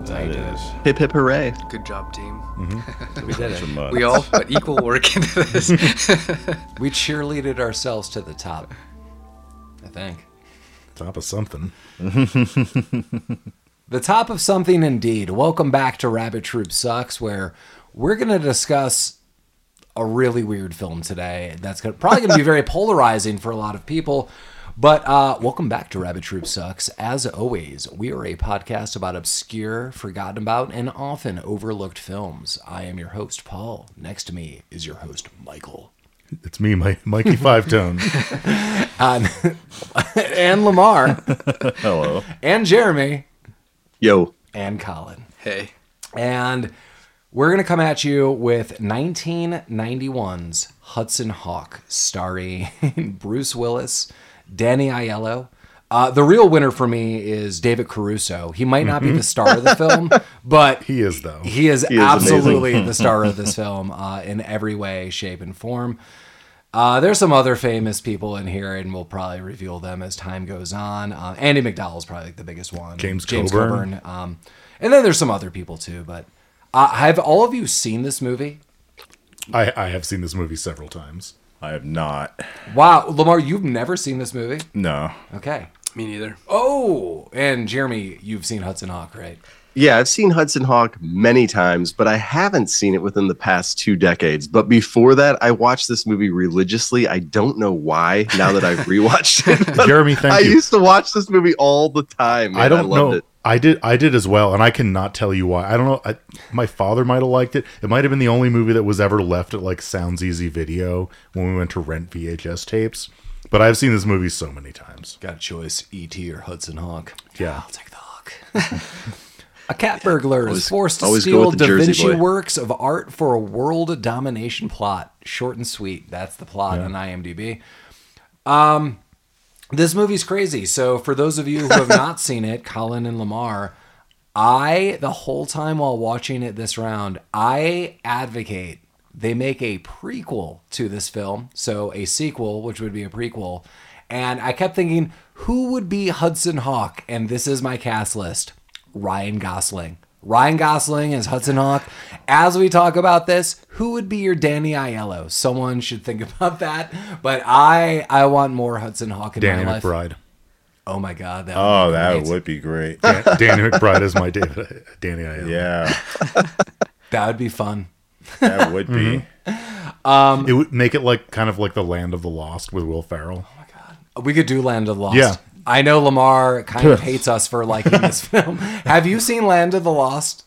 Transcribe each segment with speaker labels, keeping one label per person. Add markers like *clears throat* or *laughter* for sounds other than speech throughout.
Speaker 1: That's how you do it.
Speaker 2: Hip hip hooray.
Speaker 3: Good job, team.
Speaker 1: We did it.
Speaker 3: We
Speaker 4: *laughs*
Speaker 3: all put equal work into this.
Speaker 1: We cheerleaded ourselves to the top. I think.
Speaker 4: Top of something.
Speaker 1: The top of something indeed. Welcome back to Rabbit Troop Sucks, where we're going to discuss a really weird film today that's gonna, probably going to be very polarizing for a lot of people. But uh, welcome back to Rabbit Troop Sucks. As always, we are a podcast about obscure, forgotten about, and often overlooked films. I am your host, Paul. Next to me is your host, Michael.
Speaker 4: It's me, my, Mikey Five Tone.
Speaker 1: Um, *laughs* and Lamar.
Speaker 5: Hello.
Speaker 1: And Jeremy.
Speaker 2: Yo.
Speaker 1: And Colin.
Speaker 3: hey,
Speaker 1: And we're going to come at you with 1991's Hudson Hawk, starring *laughs* Bruce Willis, Danny Aiello. Uh, the real winner for me is David Caruso. He might not be the star of the film, but
Speaker 4: He is, though.
Speaker 1: He is
Speaker 2: is
Speaker 1: absolutely the star of this film uh, in every way, shape, and form. Uh, there's some other famous people in here, and we'll probably reveal them as time goes on. Uh, Andy McDowell's probably like, the biggest one.
Speaker 4: James Coburn.
Speaker 1: Coburn, Um, and then there's some other people too. But uh, have all of you seen this movie?
Speaker 4: I, I have seen this movie several times.
Speaker 5: I have not.
Speaker 1: Wow, Lamar, you've never seen this movie?
Speaker 5: No.
Speaker 1: Okay.
Speaker 3: me neither.
Speaker 1: Oh, and Jeremy, you've seen Hudson Hawk, right?
Speaker 2: Yeah, I've seen Hudson Hawk many times, but I haven't seen it within the past two decades. But before that, I watched this movie religiously. I don't know why now that I've rewatched
Speaker 4: *laughs*
Speaker 2: it. but
Speaker 4: Jeremy, thank
Speaker 2: I
Speaker 4: you.
Speaker 2: used to watch this movie all the time. man.
Speaker 4: I don't
Speaker 2: loved
Speaker 4: know.
Speaker 2: It.
Speaker 4: I did. I did as well, and I cannot tell you why. I don't know. I, my father might have liked it. It might have been the only movie that was ever left at like Sounds Easy Video when we went to rent VHS tapes. But I've seen this movie so many times.
Speaker 1: Got a choice, E.T. or Hudson Hawk.
Speaker 4: Yeah.
Speaker 1: I'll take the Hawk. *laughs* a cat burglar is
Speaker 2: Always-
Speaker 1: forced to
Speaker 2: always go
Speaker 1: steal
Speaker 2: with the
Speaker 1: Da
Speaker 2: Jersey
Speaker 1: Vinci
Speaker 2: boy.
Speaker 1: works of art for a world domination plot. Short and sweet. That's the plot on IMDb. Um, this movie's crazy. So for those of you who have not seen it, Colin and Lamar, I the whole time while watching it this round, I advocate they make a prequel to this film, so a sequel, which would be a prequel. And I kept thinking, who would be Hudson Hawk? And this is my cast list: Ryan Gosling. Ryan Gosling as Hudson Hawk. As we talk about this, who would be your Danny Aiello? Someone should think *laughs* about that. But I, I want more Hudson Hawk in
Speaker 4: Danny
Speaker 1: my life.
Speaker 4: McBride.
Speaker 1: Oh my God! That
Speaker 5: Oh,
Speaker 1: would be
Speaker 5: that
Speaker 1: great.
Speaker 5: would be
Speaker 1: *laughs*
Speaker 5: great.
Speaker 4: Dan- Danny McBride is my David. *laughs* Danny. I am.
Speaker 5: Yeah.
Speaker 1: that would be fun.
Speaker 5: That would be.
Speaker 4: Mm-hmm. It would make it like kind of like the Land of the Lost with Will Ferrell.
Speaker 1: We could do Land of the Lost.
Speaker 4: Yeah.
Speaker 1: I know Lamar kind
Speaker 4: *laughs*
Speaker 1: of hates us for liking this film. Have you seen Land of the Lost?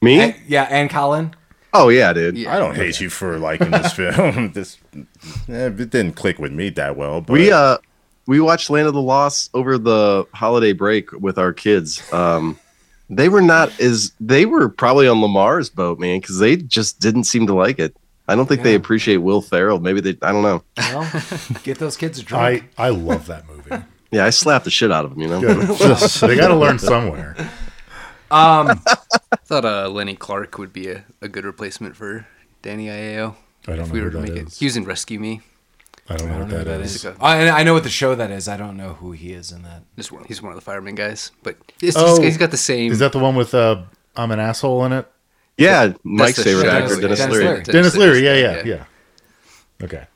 Speaker 2: Me?
Speaker 1: And- yeah, and Colin?
Speaker 2: oh yeah, dude.
Speaker 3: Yeah.
Speaker 5: I don't hate you for liking
Speaker 1: *laughs*
Speaker 5: this film. *laughs* this eh, it didn't click with me that well. But
Speaker 2: We uh we watched Land of the Lost over the holiday break with our kids. Um they were not as they were probably on Lamar's boat, man, because they just didn't seem to like it. I don't think they appreciate Will Ferrell. Maybe they I don't know.
Speaker 1: Well, get those kids a drink.
Speaker 4: I I love that movie.
Speaker 2: Yeah, I slapped the shit out of him, you know.
Speaker 4: they got to learn somewhere.
Speaker 3: I thought uh, Lenny Clark would be a, a good replacement for Danny Aiello.
Speaker 4: I don't know who that is.
Speaker 3: He was in Rescue Me.
Speaker 4: I don't know what that is.
Speaker 3: He's, like a-
Speaker 1: I, I know what the show that is. I don't know who he is in that.
Speaker 3: just one, he's one of the fireman guys, but it's
Speaker 4: Oh,
Speaker 3: just, he's got the same.
Speaker 4: Is that the one with uh, I'm an asshole in it?
Speaker 2: yeah, Mike's
Speaker 3: the
Speaker 2: favorite
Speaker 3: show.
Speaker 2: actor, Dennis,
Speaker 1: Dennis
Speaker 2: Leary.
Speaker 1: Leary.
Speaker 4: Dennis Leary. Yeah, yeah, yeah. Okay.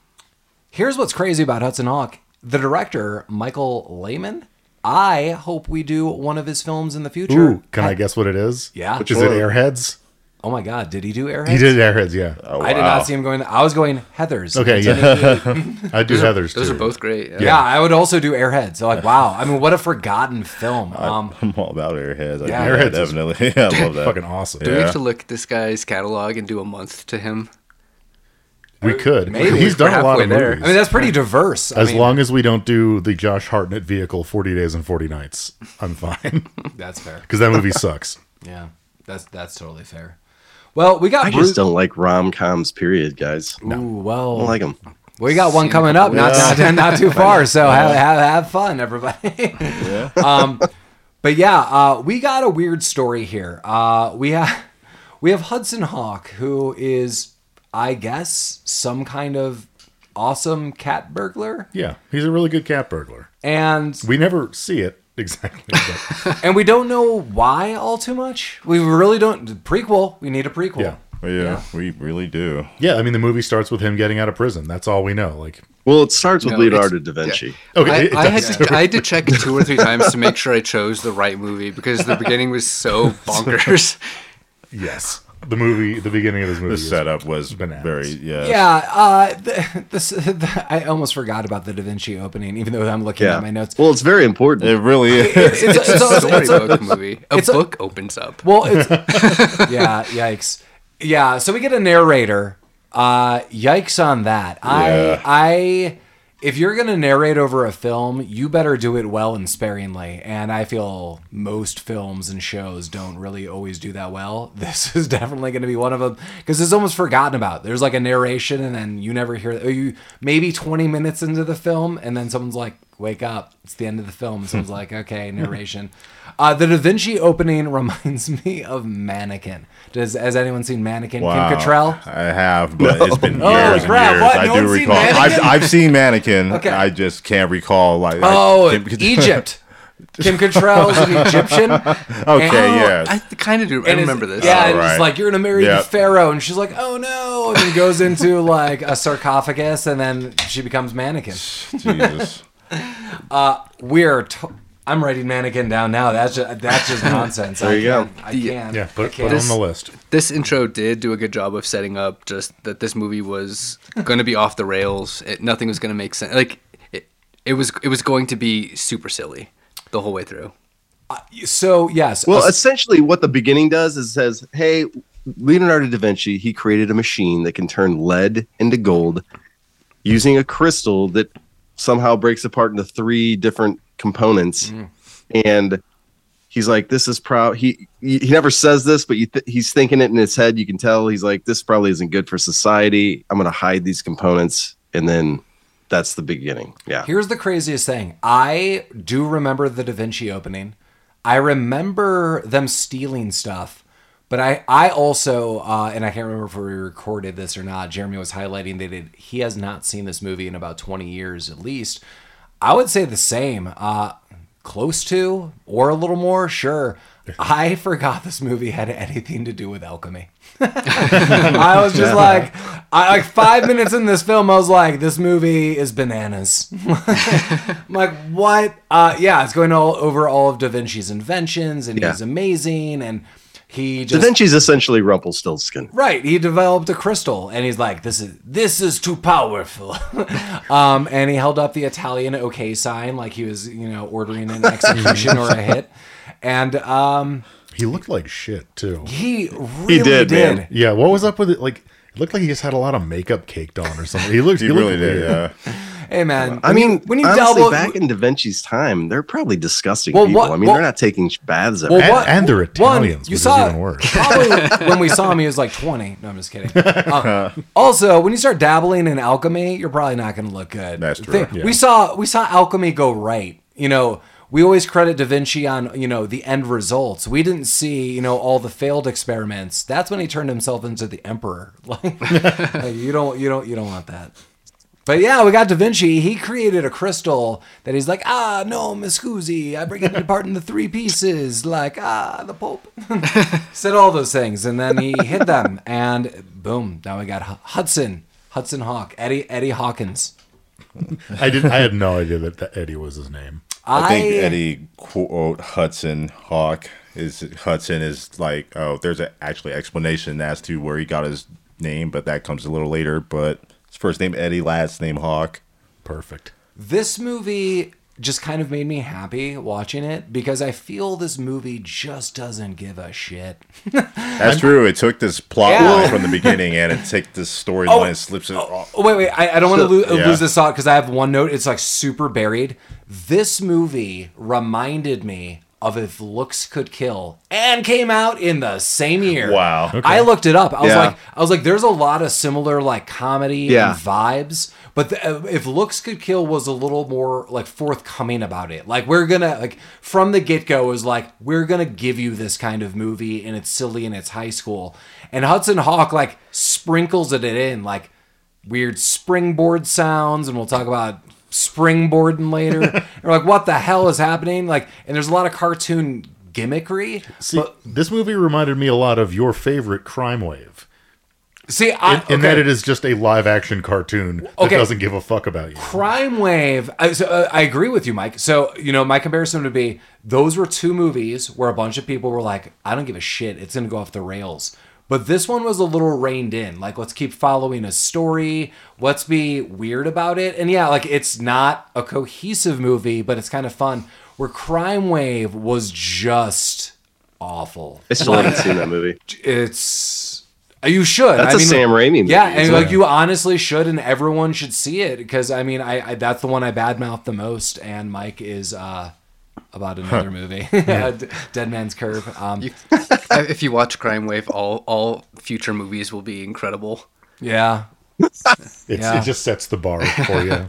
Speaker 1: Here's what's crazy about Hudson Hawk. The director, Michael Lehman, I hope we do one of his films in the future.
Speaker 4: Ooh, can I guess what it is?
Speaker 1: Yeah.
Speaker 4: Is it Airheads?
Speaker 1: Oh my God, did he do Airheads?
Speaker 4: He did Airheads. Yeah.
Speaker 5: oh,
Speaker 1: I did
Speaker 5: wow.
Speaker 1: not see him going. I was going Heathers.
Speaker 4: Okay. Yeah. *laughs* I do Heather's
Speaker 3: Those
Speaker 4: too.
Speaker 3: are both great. Yeah.
Speaker 1: Yeah, I would also do Airheads. So like, wow. I mean, what a forgotten
Speaker 4: *laughs*
Speaker 1: film.
Speaker 4: Uh,
Speaker 1: Um,
Speaker 5: *laughs* I'm all about Airheads. I
Speaker 1: Yeah.
Speaker 5: yeah,
Speaker 4: Airheads is
Speaker 5: definitely. *laughs* Yeah, I love that.
Speaker 4: Fucking awesome.
Speaker 3: Do we
Speaker 5: Yeah.
Speaker 3: have to look at this guy's catalog and do a month to him?
Speaker 4: We could.
Speaker 1: Maybe.
Speaker 4: He's done
Speaker 3: We're
Speaker 4: a lot of
Speaker 3: halfway there.
Speaker 4: movies.
Speaker 1: I mean, that's pretty diverse. I
Speaker 4: as
Speaker 1: mean,
Speaker 4: long as we don't do the Josh Hartnett vehicle, Forty Days and Forty Nights, I'm fine.
Speaker 1: that's fair.
Speaker 4: Because that movie sucks.
Speaker 1: Yeah, that's that's totally fair. Well, we got
Speaker 2: I
Speaker 1: Bruce.
Speaker 2: just don't like rom coms, period, guys. I
Speaker 1: Ooh, well,
Speaker 2: don't like them.
Speaker 1: we got one
Speaker 3: Seen a
Speaker 1: coming up, not, not
Speaker 2: *laughs*
Speaker 1: not too far. So have, have have fun, everybody. *laughs* um, but yeah, uh, we got a weird story here. Uh, we have we have Hudson Hawk, who is, I guess, some kind of awesome cat burglar,
Speaker 4: Yeah, he's a really good cat burglar.
Speaker 1: and
Speaker 4: We never see it, exactly. but-
Speaker 1: and we don't know why all too much. We really don't. Prequel. We need a prequel.
Speaker 4: yeah.
Speaker 5: Well, yeah, we really do.
Speaker 4: Yeah, I mean the movie starts with him getting out of prison. That's all we know. Like
Speaker 2: Well, it starts with
Speaker 3: No, it's-
Speaker 2: Leonardo da Vinci.
Speaker 4: okay,
Speaker 3: I,
Speaker 4: it
Speaker 3: I had
Speaker 4: does.
Speaker 3: to, I had to check two or three times to make sure I chose the right movie because the beginning was
Speaker 4: *laughs*
Speaker 3: so bonkers.
Speaker 4: yes. The movie the beginning of this movie
Speaker 5: The
Speaker 4: is-
Speaker 5: setup was
Speaker 4: bananas.
Speaker 5: very yeah.
Speaker 1: Yeah, uh, the, *laughs* this, the, I almost forgot about the Da Vinci opening, even though I'm looking
Speaker 2: Yeah.
Speaker 1: at my notes.
Speaker 2: Well, it's very important.
Speaker 5: It really
Speaker 1: It's,
Speaker 5: is.
Speaker 1: it's, it's, it's, it's,
Speaker 3: Storybook movie. A
Speaker 1: it's a-
Speaker 3: book opens up.
Speaker 1: well, it's, yeah, yikes, yeah. So we get a narrator. Uh, yikes on that.
Speaker 5: Yeah.
Speaker 1: I, I, if you're gonna narrate over a film, you better do it well and sparingly. And I feel most films and shows don't really always do that well. *laughs* This is definitely gonna be one of them because it's almost forgotten about. There's like a narration, and then you never hear. Or you maybe 20 minutes into the film, and then someone's like, "Wake up! It's the end of the film." And someone's like, "Okay, *laughs* narration." Uh, the Da Vinci opening *laughs* reminds me of Mannequin. Does has anyone seen Mannequin?
Speaker 5: Wow.
Speaker 1: Kim Cattrall.
Speaker 5: I have, but it's
Speaker 4: *laughs*
Speaker 5: been years
Speaker 1: Oh,
Speaker 5: and
Speaker 1: crap,
Speaker 5: years.
Speaker 1: what?
Speaker 5: I
Speaker 1: No
Speaker 5: do
Speaker 1: one's seen
Speaker 5: recall. I've,
Speaker 1: Mannequin?
Speaker 5: I've seen Mannequin.
Speaker 1: Okay.
Speaker 5: I just can't recall. Like I-
Speaker 1: Oh,
Speaker 5: Kim- *laughs*
Speaker 1: Egypt. Kim Cattrall's an Egyptian.
Speaker 5: Okay, yeah.
Speaker 3: I kind of do. I
Speaker 1: and it's-
Speaker 3: remember this.
Speaker 1: Yeah,
Speaker 5: All
Speaker 1: and it's
Speaker 5: right.
Speaker 1: like you're gonna marry
Speaker 5: Yeah.
Speaker 1: the pharaoh, and she's like, "Oh no!" and then goes into *laughs* like a sarcophagus, and then she becomes mannequin.
Speaker 4: *laughs*
Speaker 5: Jesus.
Speaker 1: We're. T- I'm writing mannequin down now. That's just,
Speaker 5: *laughs*
Speaker 1: that's just nonsense.
Speaker 2: There
Speaker 1: I
Speaker 2: you go.
Speaker 1: can't- I
Speaker 3: Yeah.
Speaker 1: can't.
Speaker 4: Yeah,
Speaker 1: I
Speaker 4: put,
Speaker 1: can't.
Speaker 4: put it on the list.
Speaker 3: This intro did do a good job of setting up just that this movie was going to be off the rails. It, nothing was going to make sense. Like it, it was. It was going to be super silly the whole way *laughs* through.
Speaker 1: So yes.
Speaker 2: Well,
Speaker 1: a-
Speaker 2: essentially, what the beginning does is says, "Hey, Leonardo da Vinci, he created a machine that can turn lead into gold using a crystal that somehow breaks apart into three different components." And he's like, "This is proud." He he he never says this, but you th- he's thinking it in his head. You can tell he's like, "This probably isn't good for society. I'm going to hide these components," and then that's the beginning. Yeah.
Speaker 1: Here's the craziest thing. I do remember the Da Vinci opening. I remember them stealing stuff, but I I also uh, and I can't remember if we recorded this or not. Jeremy was highlighting that it, he has not seen this movie in about 20 years at least. I would say the same. Uh, close to or a little more, sure. I forgot this movie had anything to do with alchemy. I was just like, I, like five minutes in this film, I was like, this movie is bananas. *laughs* I'm like, what? Uh, yeah, it's going all over all of Da Vinci's inventions, and
Speaker 2: Yeah.
Speaker 1: he's amazing, and he
Speaker 2: Da
Speaker 1: just
Speaker 2: Vinci's essentially Rumpelstiltskin.
Speaker 1: right. He developed a crystal, and he's like, this is this is too powerful. *laughs* um, and he held up the Italian OK sign like he was, you know,
Speaker 2: *laughs*
Speaker 1: ordering an execution or a hit, and um,
Speaker 4: He looked like shit too.
Speaker 1: he really
Speaker 2: did, man.
Speaker 1: did.
Speaker 4: Yeah, what was up with it? Like it looked like he just had a lot of makeup caked on or something. He looked
Speaker 5: He
Speaker 4: looked
Speaker 5: really did.
Speaker 4: weird.
Speaker 5: Yeah.
Speaker 1: Hey man,
Speaker 2: I mean, when you honestly,
Speaker 1: double
Speaker 2: back in Da Vinci's time, they're probably disgusting
Speaker 1: Well,
Speaker 2: people.
Speaker 1: what-
Speaker 2: I mean,
Speaker 1: well-
Speaker 2: they're not taking sh- baths every
Speaker 4: And- and they're Italians,
Speaker 1: you
Speaker 4: which is
Speaker 1: saw
Speaker 4: even worse. *laughs*
Speaker 1: Probably when we saw him, he was like 20. No, I'm just kidding. Uh, also, when you start dabbling in alchemy, you're probably not going to look good.
Speaker 5: That's true,
Speaker 1: Think-
Speaker 5: yeah.
Speaker 1: We saw we saw alchemy go right. You know, we always credit Da Vinci on you know the end results. We didn't see you know all the failed experiments. That's when he turned himself into the emperor. *laughs* Like, like, you don't you don't you don't want that. But yeah, we got Da Vinci. He created a crystal that he's like, ah, no, Miscusi, I break it apart into three pieces, like ah, the Pope said all those things, and then he hid them, and boom, now we got Hu- Hudson, Hudson Hawk, Eddie Eddie Hawkins.
Speaker 4: I didn't I had no idea that, that Eddie was his name.
Speaker 5: I think Eddie quote Hudson Hawk is Hudson is like oh there's a, actually explanation as to where he got his name but that comes a little later but his first name Eddie last name Hawk
Speaker 4: Perfect.
Speaker 1: this movie just kind of made me happy watching it because I feel this movie just doesn't give a shit.
Speaker 5: that's true it took this plot
Speaker 1: Yeah.
Speaker 5: line
Speaker 4: *laughs*
Speaker 5: from the beginning and it took this storyline and slips it off
Speaker 1: Oh, wait, wait. I, I don't want to lose,
Speaker 5: yeah.
Speaker 1: lose this thought because I have one note. It's like super buried. This movie reminded me of If Looks Could Kill and came out in the same year.
Speaker 5: Wow. Okay.
Speaker 1: I looked it up. I was
Speaker 2: Yeah.
Speaker 1: like, I was like, there's a lot of similar like comedy
Speaker 2: Yeah.
Speaker 1: and vibes, but the, uh, If Looks Could Kill was a little more like forthcoming about it. Like we're gonna like from the get go is like we're gonna give you this kind of movie and it's silly and it's high school. And Hudson Hawk like sprinkles it in like weird springboard sounds, and we'll talk about springboarding later.
Speaker 4: *laughs*
Speaker 1: and we're like, what the hell is happening? Like, and there's a lot of cartoon gimmickry.
Speaker 4: See, this movie reminded me a lot of your favorite Crime Wave,
Speaker 1: See, I,
Speaker 4: in, in that it is just a live action cartoon that
Speaker 1: Okay.
Speaker 4: doesn't give a fuck about you.
Speaker 1: Crime Wave. I, so, uh, I agree with you, Mike. So, you know, my comparison would be those were two movies where a bunch of people were like, I don't give a shit. It's going to go off the rails. But this one was a little reined in. Like, let's keep following a story. Let's be weird about it. And yeah, like, it's not a cohesive movie, but it's kind of fun. Where Crime Wave was just awful.
Speaker 2: I still haven't seen that movie.
Speaker 1: It's. uh, You should.
Speaker 2: That's
Speaker 1: a
Speaker 2: a Sam Raimi movie,
Speaker 1: Yeah, and
Speaker 2: isn't
Speaker 1: like you honestly should, and everyone should see it because I mean, I, I that's the one I badmouth the most, and Mike is uh about another movie, D- *laughs* Dead Man's Curve. Um,
Speaker 3: if you watch Crime Wave, all all future movies will be incredible.
Speaker 1: yeah,
Speaker 4: It's,
Speaker 1: Yeah.
Speaker 4: It just sets the bar for
Speaker 1: *laughs*
Speaker 4: you.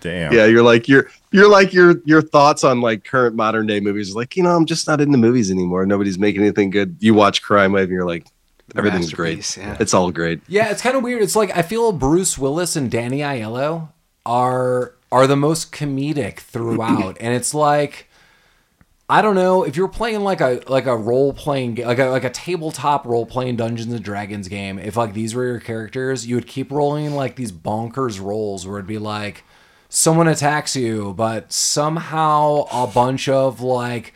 Speaker 5: Damn.
Speaker 2: Yeah, you're like you're you're like your your thoughts on like current modern day movies. Like you know, I'm just not into movies anymore. Nobody's making anything good. You watch Crime Wave, and you're like, everything's great.
Speaker 3: Masterpiece, yeah.
Speaker 2: It's all great.
Speaker 1: yeah, it's kind of weird. It's like I feel Bruce Willis and Danny Aiello are are the most comedic throughout, and it's like. I don't know if you're playing like a like a role playing like a, like a tabletop role playing Dungeons and Dragons game. If like these were your characters, you would keep rolling like these bonkers rolls where it'd be like someone attacks you, but somehow a bunch of like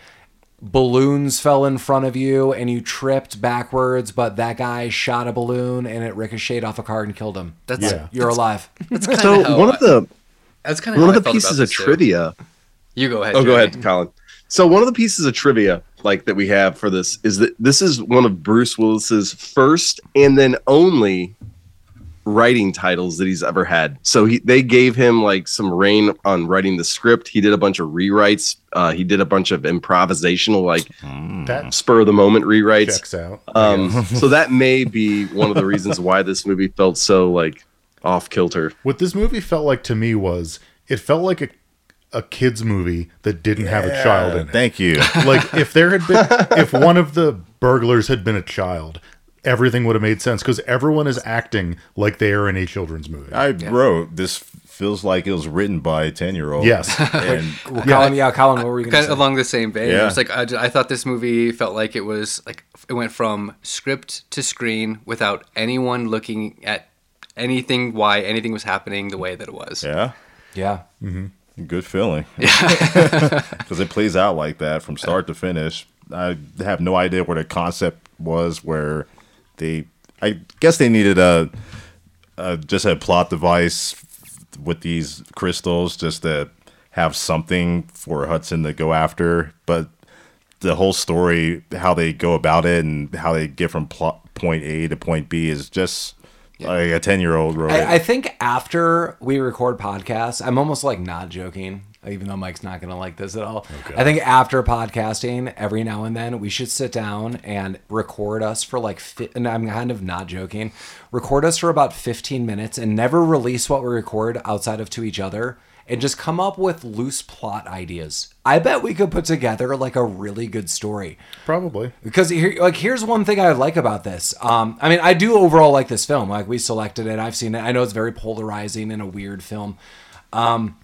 Speaker 1: balloons fell in front of you and you tripped backwards, but that guy shot a balloon and it ricocheted off a card and killed him.
Speaker 3: That's
Speaker 4: Yeah.
Speaker 1: You're alive.
Speaker 2: So
Speaker 3: how
Speaker 2: one of
Speaker 3: I-
Speaker 2: the
Speaker 3: that's kind of
Speaker 2: one of the pieces of trivia.
Speaker 3: You go ahead.
Speaker 2: Oh, go
Speaker 3: Jeremy.
Speaker 2: ahead, Colin. So one of the pieces of trivia like that we have for this is that this is one of Bruce Willis's first and then only writing titles that he's ever had. So he they gave him like some reign on writing the script. He did a bunch of rewrites. Uh, he did a bunch of improvisational like Hmm.
Speaker 4: That
Speaker 2: spur of the moment rewrites.
Speaker 4: checks out.
Speaker 2: Um, *laughs* so that may be one of the reasons why this movie felt so like off kilter.
Speaker 4: What this movie felt like to me was it felt like a a kids movie that didn't have a child in it.
Speaker 5: Thank you.
Speaker 4: like if there had been if one of the burglars had been a child everything would have made sense because everyone is acting like they are in a children's movie
Speaker 5: I wrote this feels like it was written by a 10 year old.
Speaker 4: Yes.
Speaker 5: And
Speaker 1: Well, Colin, yeah, Colin, what were you going
Speaker 3: Kind
Speaker 1: to
Speaker 3: of
Speaker 1: say?
Speaker 3: along the same vein.
Speaker 5: Yeah.
Speaker 3: It was like I, ju- I thought this movie felt like it was like it went from script to screen without anyone looking at anything why anything was happening the way that it was.
Speaker 5: yeah,
Speaker 1: yeah.
Speaker 5: good
Speaker 1: *laughs*
Speaker 5: feeling. *laughs* Because it plays out like that from start to finish. I have no idea where the concept was, where they, I guess they needed a, a just a plot device with these crystals just to have something for Hudson to go after. But the whole story, how they go about it and how they get from plot point A to point B is just like a 10 year old wrote it.
Speaker 1: I, I think after we record podcasts, I'm almost like not joking, even though Mike's not going to like this at all. I think after podcasting, every now and then, we should sit down and record us for like, fi- and I'm kind of not joking, record us for about 15 minutes and never release what we record outside of to each other and just come up with loose plot ideas. I bet we could put together like a really good story
Speaker 4: probably
Speaker 1: because here, like here's one thing I like about this. Um, I mean, I do overall like this film. Like we selected it, I've seen it. I know it's very polarizing and a weird film. Um,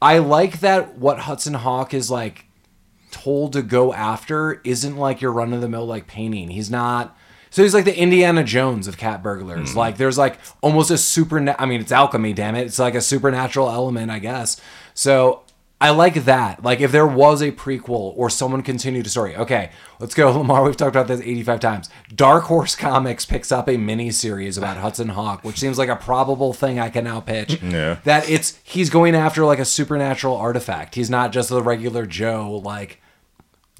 Speaker 1: I like that what Hudson Hawk is like told to go after isn't like your run of the mill like painting. He's not. So he's like the Indiana Jones of cat burglars. Like there's like almost a super. I mean, it's alchemy, damn it. It's like a supernatural element, I guess. So I like that. Like if there was a prequel or someone continued the story. Okay, let's go, *laughs* Lamar. We've talked about this 85 times. Dark Horse Comics picks up a mini series about Hudson Hawk, which seems like a probable thing I can now pitch.
Speaker 5: Yeah.
Speaker 1: That it's he's going after like a supernatural artifact. He's not just the regular Joe like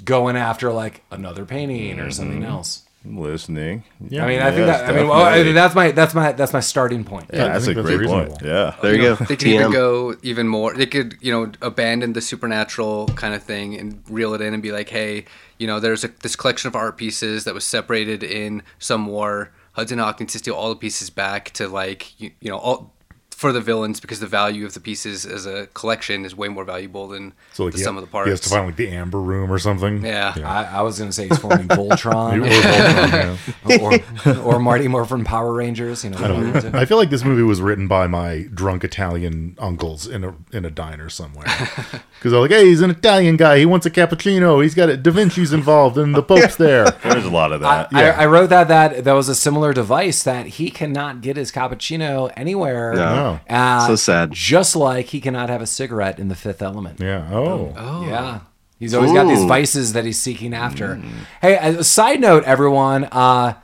Speaker 1: going after like another painting or something else.
Speaker 5: I'm listening.
Speaker 1: I mean, I think
Speaker 5: Yes,
Speaker 1: that I mean, well, I
Speaker 5: definitely.
Speaker 1: mean, that's my that's my that's my starting point.
Speaker 5: Yeah,
Speaker 4: I
Speaker 5: that's a
Speaker 4: think that's
Speaker 5: great point.
Speaker 4: reasonable.
Speaker 5: Yeah.
Speaker 2: There Oh, you,
Speaker 3: know,
Speaker 2: go.
Speaker 3: They could even
Speaker 2: TM.
Speaker 3: go even more. They could, you know, abandon the supernatural kind of thing and reel it in and be like, hey, you know, there's a, this collection of art pieces that was separated in some war. Hudson Hawk needs to steal all the pieces back to like, you, you know, all. for the villains because the value of the pieces as a collection is way more valuable than
Speaker 4: So like
Speaker 3: the
Speaker 4: he-
Speaker 3: sum of the
Speaker 4: He has to
Speaker 3: parts.
Speaker 4: find like the amber room or something.
Speaker 3: Yeah.
Speaker 1: I, I was gonna say he's forming Voltron.
Speaker 4: Or
Speaker 3: *laughs*
Speaker 4: Voltron, yeah.
Speaker 1: or, or Marty Moore from Power Rangers. You know, one of the two.
Speaker 4: I feel like this movie was written by my drunk Italian uncles in a in a
Speaker 3: *laughs*
Speaker 4: diner somewhere. Because they're like, hey, he's an Italian guy. He wants a cappuccino. He's got it. Da Vinci's involved, and the Pope's
Speaker 3: *laughs*
Speaker 4: there.
Speaker 5: There's a lot of
Speaker 1: I,
Speaker 5: that.
Speaker 1: I, I wrote that that that was a similar device that he cannot get his cappuccino anywhere.
Speaker 4: No.
Speaker 1: Uh,
Speaker 2: So sad.
Speaker 1: Just like he cannot have a cigarette in The Fifth Element.
Speaker 4: Yeah. Oh.
Speaker 3: Oh.
Speaker 1: Yeah. He's always got these
Speaker 2: Ooh.
Speaker 1: vices that he's seeking after. Hey, a side note, everyone. Uh,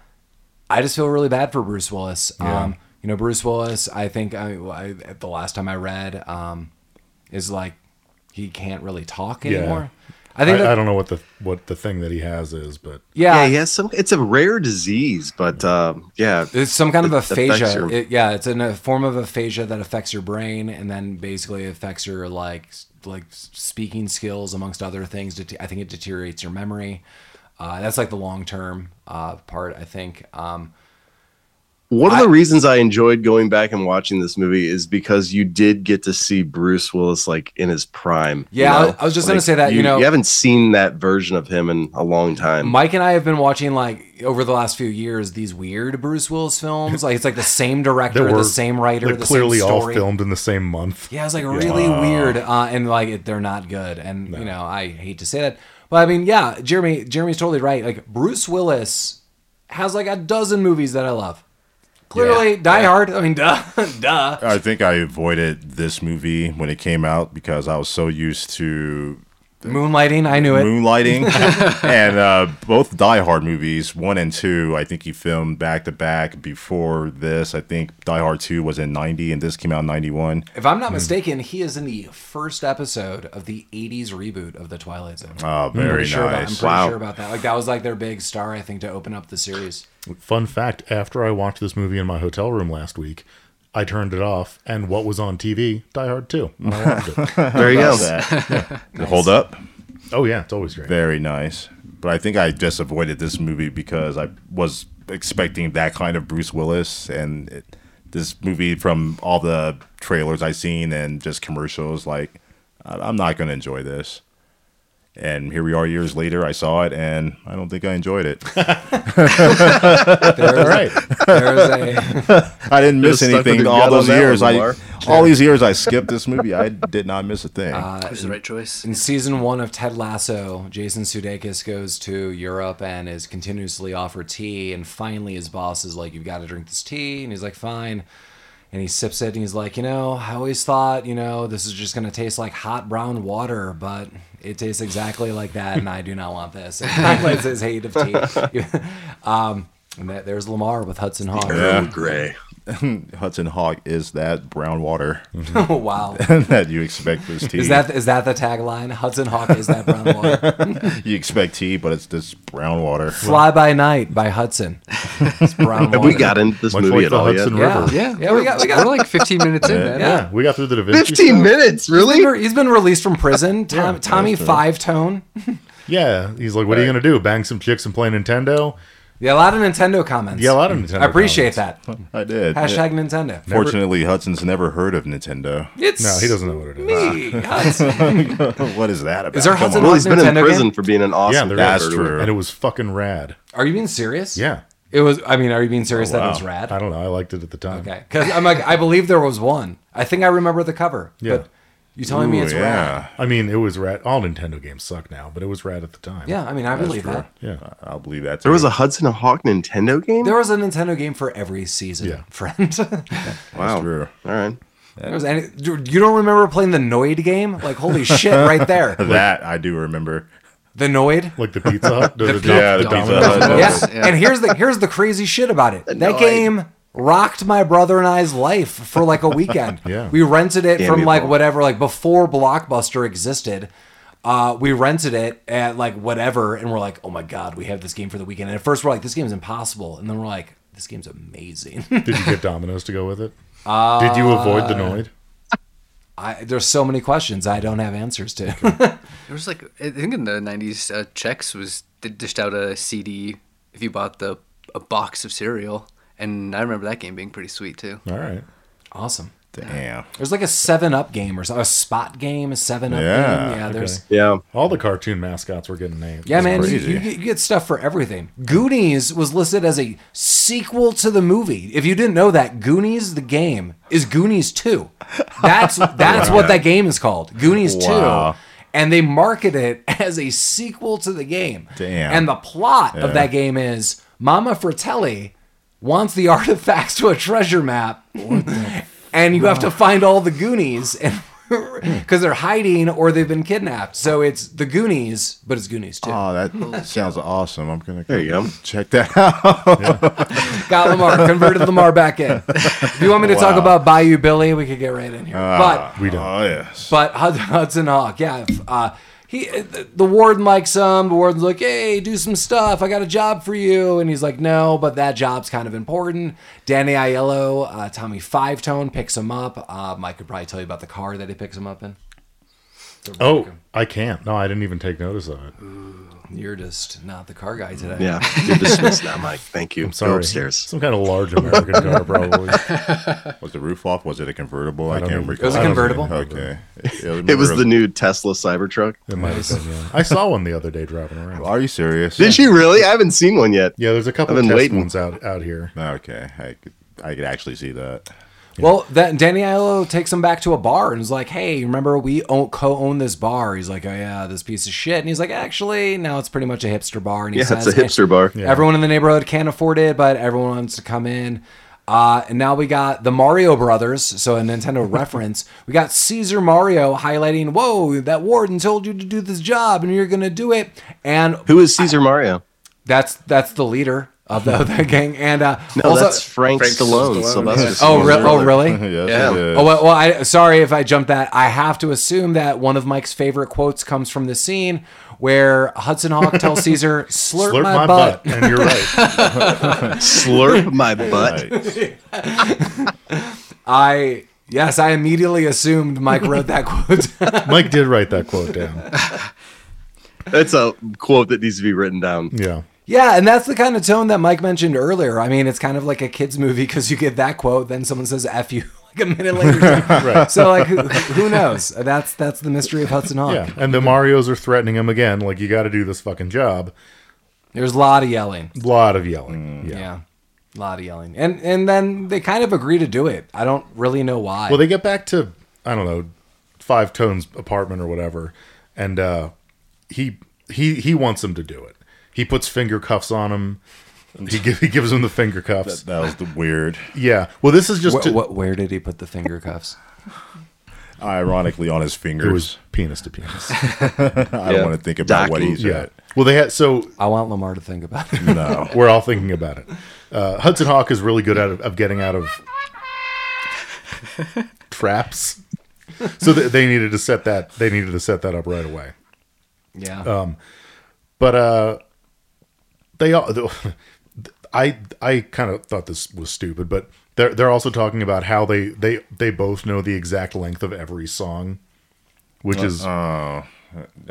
Speaker 1: I just feel really bad for Bruce Willis. Um, you know, Bruce Willis. I think I, I, the last time I read um, is like he can't really talk
Speaker 4: Yeah.
Speaker 1: anymore. I
Speaker 4: I,
Speaker 1: think. that,
Speaker 4: I don't know what the what the thing that he has is, but
Speaker 1: yeah,
Speaker 2: Yeah, he has some. It's a rare disease, but um, yeah,
Speaker 1: It's some kind of
Speaker 2: It affects
Speaker 1: aphasia.
Speaker 2: your-
Speaker 1: It- yeah, it's in a form of aphasia that affects your brain and then basically affects your like s- like s- speaking skills amongst other things. Det- I think it deteriorates your memory. Uh, that's like the long term uh, part. I think. Um,
Speaker 2: One of the reasons I enjoyed going back and watching this movie is because you did get to see Bruce Willis like in his prime. you
Speaker 1: Yeah, I-
Speaker 2: know?
Speaker 1: I was just gonna say that, you know-
Speaker 2: you haven't seen that version of him in a long time.
Speaker 1: Mike and I have been watching like over the last few years these weird Bruce Willis films. Like it's like the same
Speaker 4: there
Speaker 1: director,
Speaker 4: were
Speaker 1: the same writer,
Speaker 4: like,
Speaker 1: the
Speaker 4: clearly
Speaker 1: same
Speaker 4: all
Speaker 1: story.
Speaker 4: filmed in the same month.
Speaker 1: Yeah, it's like really weird, uh, and like it, they're not good. And you know, I hate to say that, but I mean, yeah, Jeremy, Jeremy's totally right. Like Bruce Willis has like a dozen movies that I love. Clearly, Die Hard. I mean, *laughs* duh, duh.
Speaker 5: I think I avoided this movie when it came out because I was so used to
Speaker 1: Moonlighting. I knew it.
Speaker 5: Moonlighting and uh, both Die Hard movies, one and two. I think he filmed back to back before this. I think Die Hard two was in ninety, and this came out in ninety one.
Speaker 1: if I'm not mistaken, he is in the first episode of the '80s reboot of the Twilight Zone.
Speaker 5: Oh, very
Speaker 1: sure about, I'm
Speaker 5: nice.
Speaker 1: pretty
Speaker 2: Wow.
Speaker 1: sure about that. Like that was like their big star, I think, to open up the series.
Speaker 4: Fun fact: After I watched this movie in my hotel room last week, I turned it off, and what was on TV? Die Hard Two. And I loved
Speaker 1: *laughs*
Speaker 4: it.
Speaker 2: there you go.
Speaker 5: Hold up.
Speaker 4: oh yeah, it's always great.
Speaker 5: Very nice. But I think I just avoided this movie because I was expecting that kind of Bruce Willis and it, this movie from all the trailers I've seen and just commercials. Like, I- I'm not going to enjoy this. And here we are years later. I saw it and I don't think I enjoyed
Speaker 2: *laughs*
Speaker 5: it.
Speaker 1: There
Speaker 4: All
Speaker 1: is,
Speaker 4: right.
Speaker 1: there is a
Speaker 5: I didn't miss
Speaker 2: Just stuck with
Speaker 5: anything
Speaker 2: your
Speaker 5: all
Speaker 2: gut on
Speaker 5: those
Speaker 2: that
Speaker 5: years.
Speaker 2: one,
Speaker 5: I
Speaker 2: Lamar.
Speaker 5: all
Speaker 2: *laughs*
Speaker 5: these years I skipped this movie. I did not miss a thing.
Speaker 2: Uh,
Speaker 3: It was the right choice.
Speaker 1: In season one of Ted Lasso, Jason Sudeikis goes to Europe and is continuously offered tea, and finally his boss is like, "You've got to drink this tea," and he's like, "Fine." And he sips it, and he's like, "You know, I always thought, you know, this is just gonna taste like hot brown water, but it tastes exactly like that, and I do not want this." And he lights his hate of tea. *laughs* um, and that, there's Lamar with Hudson Hawk.
Speaker 2: Earl Grey.
Speaker 5: Hudson Hawk is that brown water *laughs*
Speaker 1: oh *laughs* wow,
Speaker 5: that you expect
Speaker 2: *laughs*
Speaker 5: this tea.
Speaker 1: is that is that the tagline? Hudson Hawk is that brown water.
Speaker 5: you expect tea, but it's this brown water.
Speaker 1: Fly by Night by
Speaker 4: *laughs*
Speaker 1: Hudson. It's brown
Speaker 2: Have we got into this
Speaker 4: Much
Speaker 2: movie
Speaker 4: like
Speaker 2: at
Speaker 4: the
Speaker 2: all
Speaker 4: Hudson
Speaker 2: yet?
Speaker 1: Yeah,
Speaker 4: River.
Speaker 1: yeah, yeah. We got we
Speaker 3: We're
Speaker 1: got.
Speaker 3: like 15 minutes in, man.
Speaker 1: Yeah.
Speaker 4: We got through the Da Vinci. stuff.
Speaker 2: Fifteen minutes, really?
Speaker 1: He's been released from prison. Tom, Tommy Five Tone.
Speaker 4: Yeah, he's like, "What are you gonna do? Bang some chicks and play Nintendo?"
Speaker 1: Yeah, a lot of Nintendo comments. Mm-hmm.
Speaker 4: Yeah, a lot of Nintendo.
Speaker 1: I appreciate that.
Speaker 5: I did.
Speaker 1: Hashtag Nintendo.
Speaker 5: Fortunately, Hudson's never heard of Nintendo. *laughs*
Speaker 1: It's
Speaker 4: No, he doesn't know what it is.
Speaker 1: me, Hudson.
Speaker 4: *laughs*
Speaker 5: what is that about?
Speaker 1: Is there
Speaker 5: Come
Speaker 1: Hudson-
Speaker 5: on.
Speaker 2: Well, he's been in
Speaker 1: Nintendo
Speaker 2: prison
Speaker 1: game?
Speaker 2: for being an
Speaker 4: Yeah,
Speaker 2: awesome.
Speaker 4: there
Speaker 5: That's
Speaker 4: is.
Speaker 5: true.
Speaker 4: and it was fucking rad.
Speaker 1: Are you being serious?
Speaker 4: Yeah, Oh,
Speaker 1: It was. I mean, are you being serious that it was
Speaker 5: wow.
Speaker 1: rad?
Speaker 4: I don't know. I liked it at the time.
Speaker 1: Okay, because I'm like, I believe there was one. I think I remember the cover.
Speaker 4: Yeah.
Speaker 1: But you telling me
Speaker 5: Ooh,
Speaker 1: it's rad?
Speaker 5: yeah.
Speaker 4: I mean, it was rad. All Nintendo games suck now, but it was rad at the time.
Speaker 1: Yeah, I mean, I believe
Speaker 5: true.
Speaker 1: that.
Speaker 4: yeah.
Speaker 5: I'll believe that.
Speaker 2: There was
Speaker 5: too.
Speaker 2: a Hudson Hawk Nintendo game.
Speaker 1: There was a Nintendo game for every season,
Speaker 4: Yeah.
Speaker 1: friend. *laughs*
Speaker 2: wow.
Speaker 5: true.
Speaker 2: All right.
Speaker 1: there was any, you don't remember playing the Noid game? Like, holy shit, right there.
Speaker 5: that I do remember.
Speaker 1: The Noid.
Speaker 4: Like the Pizza Hut. The, the,
Speaker 5: yeah, the
Speaker 4: the
Speaker 5: Pizza
Speaker 4: Domino's
Speaker 5: Hut.
Speaker 4: one.
Speaker 1: yeah.
Speaker 3: Yeah.
Speaker 1: And here's the here's the crazy shit about it. that
Speaker 2: Annoying.
Speaker 1: game rocked my brother and I's life for like a weekend.
Speaker 4: Yeah.
Speaker 1: We rented it
Speaker 2: Damn
Speaker 1: from
Speaker 2: you,
Speaker 1: like
Speaker 2: Paul.
Speaker 1: whatever, like before Blockbuster existed. Uh, we rented it at like whatever, and we're like, oh my god, we have this game for the weekend. And at first we're like, this game's impossible, and then we're like, this game's amazing. *laughs*
Speaker 4: Did you get Domino's to go with it? Uh, Did you avoid the Noid?
Speaker 1: I, there's so many questions I don't have answers to.
Speaker 3: There was like, I think in the 90s, uh, Chex was they dished out a CD if you bought the a box of cereal. And I remember that game being pretty sweet too.
Speaker 4: All right.
Speaker 1: *laughs* awesome.
Speaker 5: Damn.
Speaker 1: There's like a Seven Up game or so, a spot game, a Seven Up
Speaker 5: Yeah,
Speaker 1: game. Yeah, there's.
Speaker 2: Yeah.
Speaker 4: All the cartoon mascots were getting named.
Speaker 1: Yeah, man, you,
Speaker 5: crazy.
Speaker 1: you, get- you get stuff for everything. Goonies was listed as a sequel to the movie. If you didn't know that, Goonies the game is Goonies Two.
Speaker 5: *laughs*
Speaker 1: That's that's what that game is called, Goonies
Speaker 5: Wow.
Speaker 1: Two. And they market it *laughs* as a sequel to the game.
Speaker 5: Damn.
Speaker 1: And the plot
Speaker 5: Yeah.
Speaker 1: of that game is Mama Fratelli wants the *laughs* artifacts to a treasure map, *laughs* and you have to find all the Goonies *laughs* and. Because they're hiding or they've been kidnapped, so it's the Goonies, but it's Goonies too.
Speaker 5: Oh, that sounds awesome. I'm gonna
Speaker 2: There you go.
Speaker 5: check that *laughs* out.
Speaker 1: Got Lamar, converted Lamar back in. If you want me to talk
Speaker 5: Wow.
Speaker 1: about Bayou Billy, we could get right in here. but
Speaker 4: We don't.
Speaker 5: Oh yes.
Speaker 1: but *laughs* Hud- Hudson Hawk, yeah. if, Uh, he the the warden likes him. The warden's like, "Hey, do some stuff. I got a job for you." And he's like, "No, but that job's kind of important." Danny Aiello, uh, Tommy Five Tone picks him up. Uh, Mike could probably tell you about the car that he picks him up in.
Speaker 4: Oh, I can't. No, I didn't even take notice of it.
Speaker 1: You're just not the car guy today.
Speaker 2: Yeah. You're dismissed now, Mike. Thank you.
Speaker 4: I'm sorry.
Speaker 2: Go upstairs.
Speaker 4: Some kind of large American car, probably.
Speaker 5: Was the roof off? Was it a convertible? I,
Speaker 4: don't
Speaker 5: can't
Speaker 4: even-
Speaker 5: recall.
Speaker 1: It was a
Speaker 4: I don't
Speaker 1: convertible.
Speaker 5: Okay.
Speaker 2: *laughs* It was the new Tesla Cybertruck.
Speaker 4: It might have been. Yeah. I saw one the other day driving around.
Speaker 5: Are you serious?
Speaker 2: Did you really? I haven't seen one yet.
Speaker 4: Yeah, there's a couple
Speaker 2: I've
Speaker 4: of
Speaker 2: been
Speaker 4: test
Speaker 2: waiting.
Speaker 4: ones out out here.
Speaker 5: Okay. I could, I could actually see that. *laughs*
Speaker 1: Well, that Danny Aiello takes him back to a bar and is like, "Hey, remember we own, co-own this bar?" He's like, "Oh yeah, this piece of shit." And he's like, "Actually, now it's pretty much a hipster bar." And he
Speaker 2: Yeah,
Speaker 1: says,
Speaker 2: it's a hipster bar.
Speaker 4: Yeah.
Speaker 1: Everyone in the neighborhood can't afford it, but everyone wants to come in. Uh, and now we got the Mario Brothers, so a Nintendo reference. We got Caesar Mario highlighting, "Whoa, that warden told you to do this job, and you're gonna do it." And
Speaker 2: Who is Caesar Mario?
Speaker 1: that's that's the leader of the, the gang. And uh,
Speaker 2: No,
Speaker 1: also-
Speaker 2: that's Frank,
Speaker 3: Frank
Speaker 2: Stallone.
Speaker 3: Stallone.
Speaker 2: Sylvester
Speaker 3: Yeah.
Speaker 1: oh,
Speaker 2: Stallone's
Speaker 1: re- oh,
Speaker 2: brother.
Speaker 1: *laughs*
Speaker 5: *laughs*
Speaker 1: really?
Speaker 5: yes,
Speaker 3: Yeah.
Speaker 5: it is.
Speaker 1: Oh well, well I, sorry if I jumped that. I have to assume that one of Mike's favorite quotes comes from the scene where Hudson Hawk tells Caesar, "Slurp,
Speaker 4: Slurp
Speaker 1: my, butt."
Speaker 4: and
Speaker 1: *laughs*
Speaker 4: you're right.
Speaker 2: Slurp my butt.
Speaker 5: Right.
Speaker 1: I yes, I immediately assumed Mike wrote that quote.
Speaker 4: Mike did write that quote down.
Speaker 2: That's a quote that needs to be written down.
Speaker 4: Yeah.
Speaker 1: *laughs* yeah, and that's the kind of tone that Mike mentioned earlier. I mean, it's kind of like a kids movie because you get that quote, then someone says "f you" *laughs* like a minute later.
Speaker 4: *laughs*
Speaker 1: So like, who, who knows? That's that's the mystery of Hudson Hawk.
Speaker 4: Yeah. And the Marios are threatening him again, like you gotta do this fucking job.
Speaker 1: There's a lot of yelling.
Speaker 4: A lot of yelling. Yeah.
Speaker 1: Yeah. A lot of yelling. And and then they kind of agree to do it. I don't really know why.
Speaker 4: Well, they get back to I don't know, Five Tones apartment or whatever, and uh, he he he wants him to do it. He puts finger cuffs on him. He, gi- he gives him the finger cuffs.
Speaker 5: That was the weird.
Speaker 4: Yeah. Well, this is just
Speaker 1: Wh-
Speaker 4: to-
Speaker 1: what, where did he put the finger cuffs?
Speaker 5: Ironically, on his
Speaker 4: it
Speaker 5: fingers. *laughs*
Speaker 4: was penis to penis.
Speaker 5: I don't
Speaker 2: Yeah.
Speaker 5: want to think about what
Speaker 2: Docking.
Speaker 5: he's
Speaker 4: yeah.
Speaker 5: at.
Speaker 4: Well, they had so
Speaker 1: I want Lamar to think about
Speaker 4: Mm.
Speaker 1: it.
Speaker 5: No.
Speaker 4: we're all thinking about it. Uh, Hudson Hawk is really good at of getting out of traps. So they, they needed to set that they needed to set that up right away.
Speaker 1: Yeah.
Speaker 4: Oh. But uh they all the- I I kind of thought this was stupid, but they're they're also talking about how they they they both know the exact length of every song, which is
Speaker 2: Uh-huh.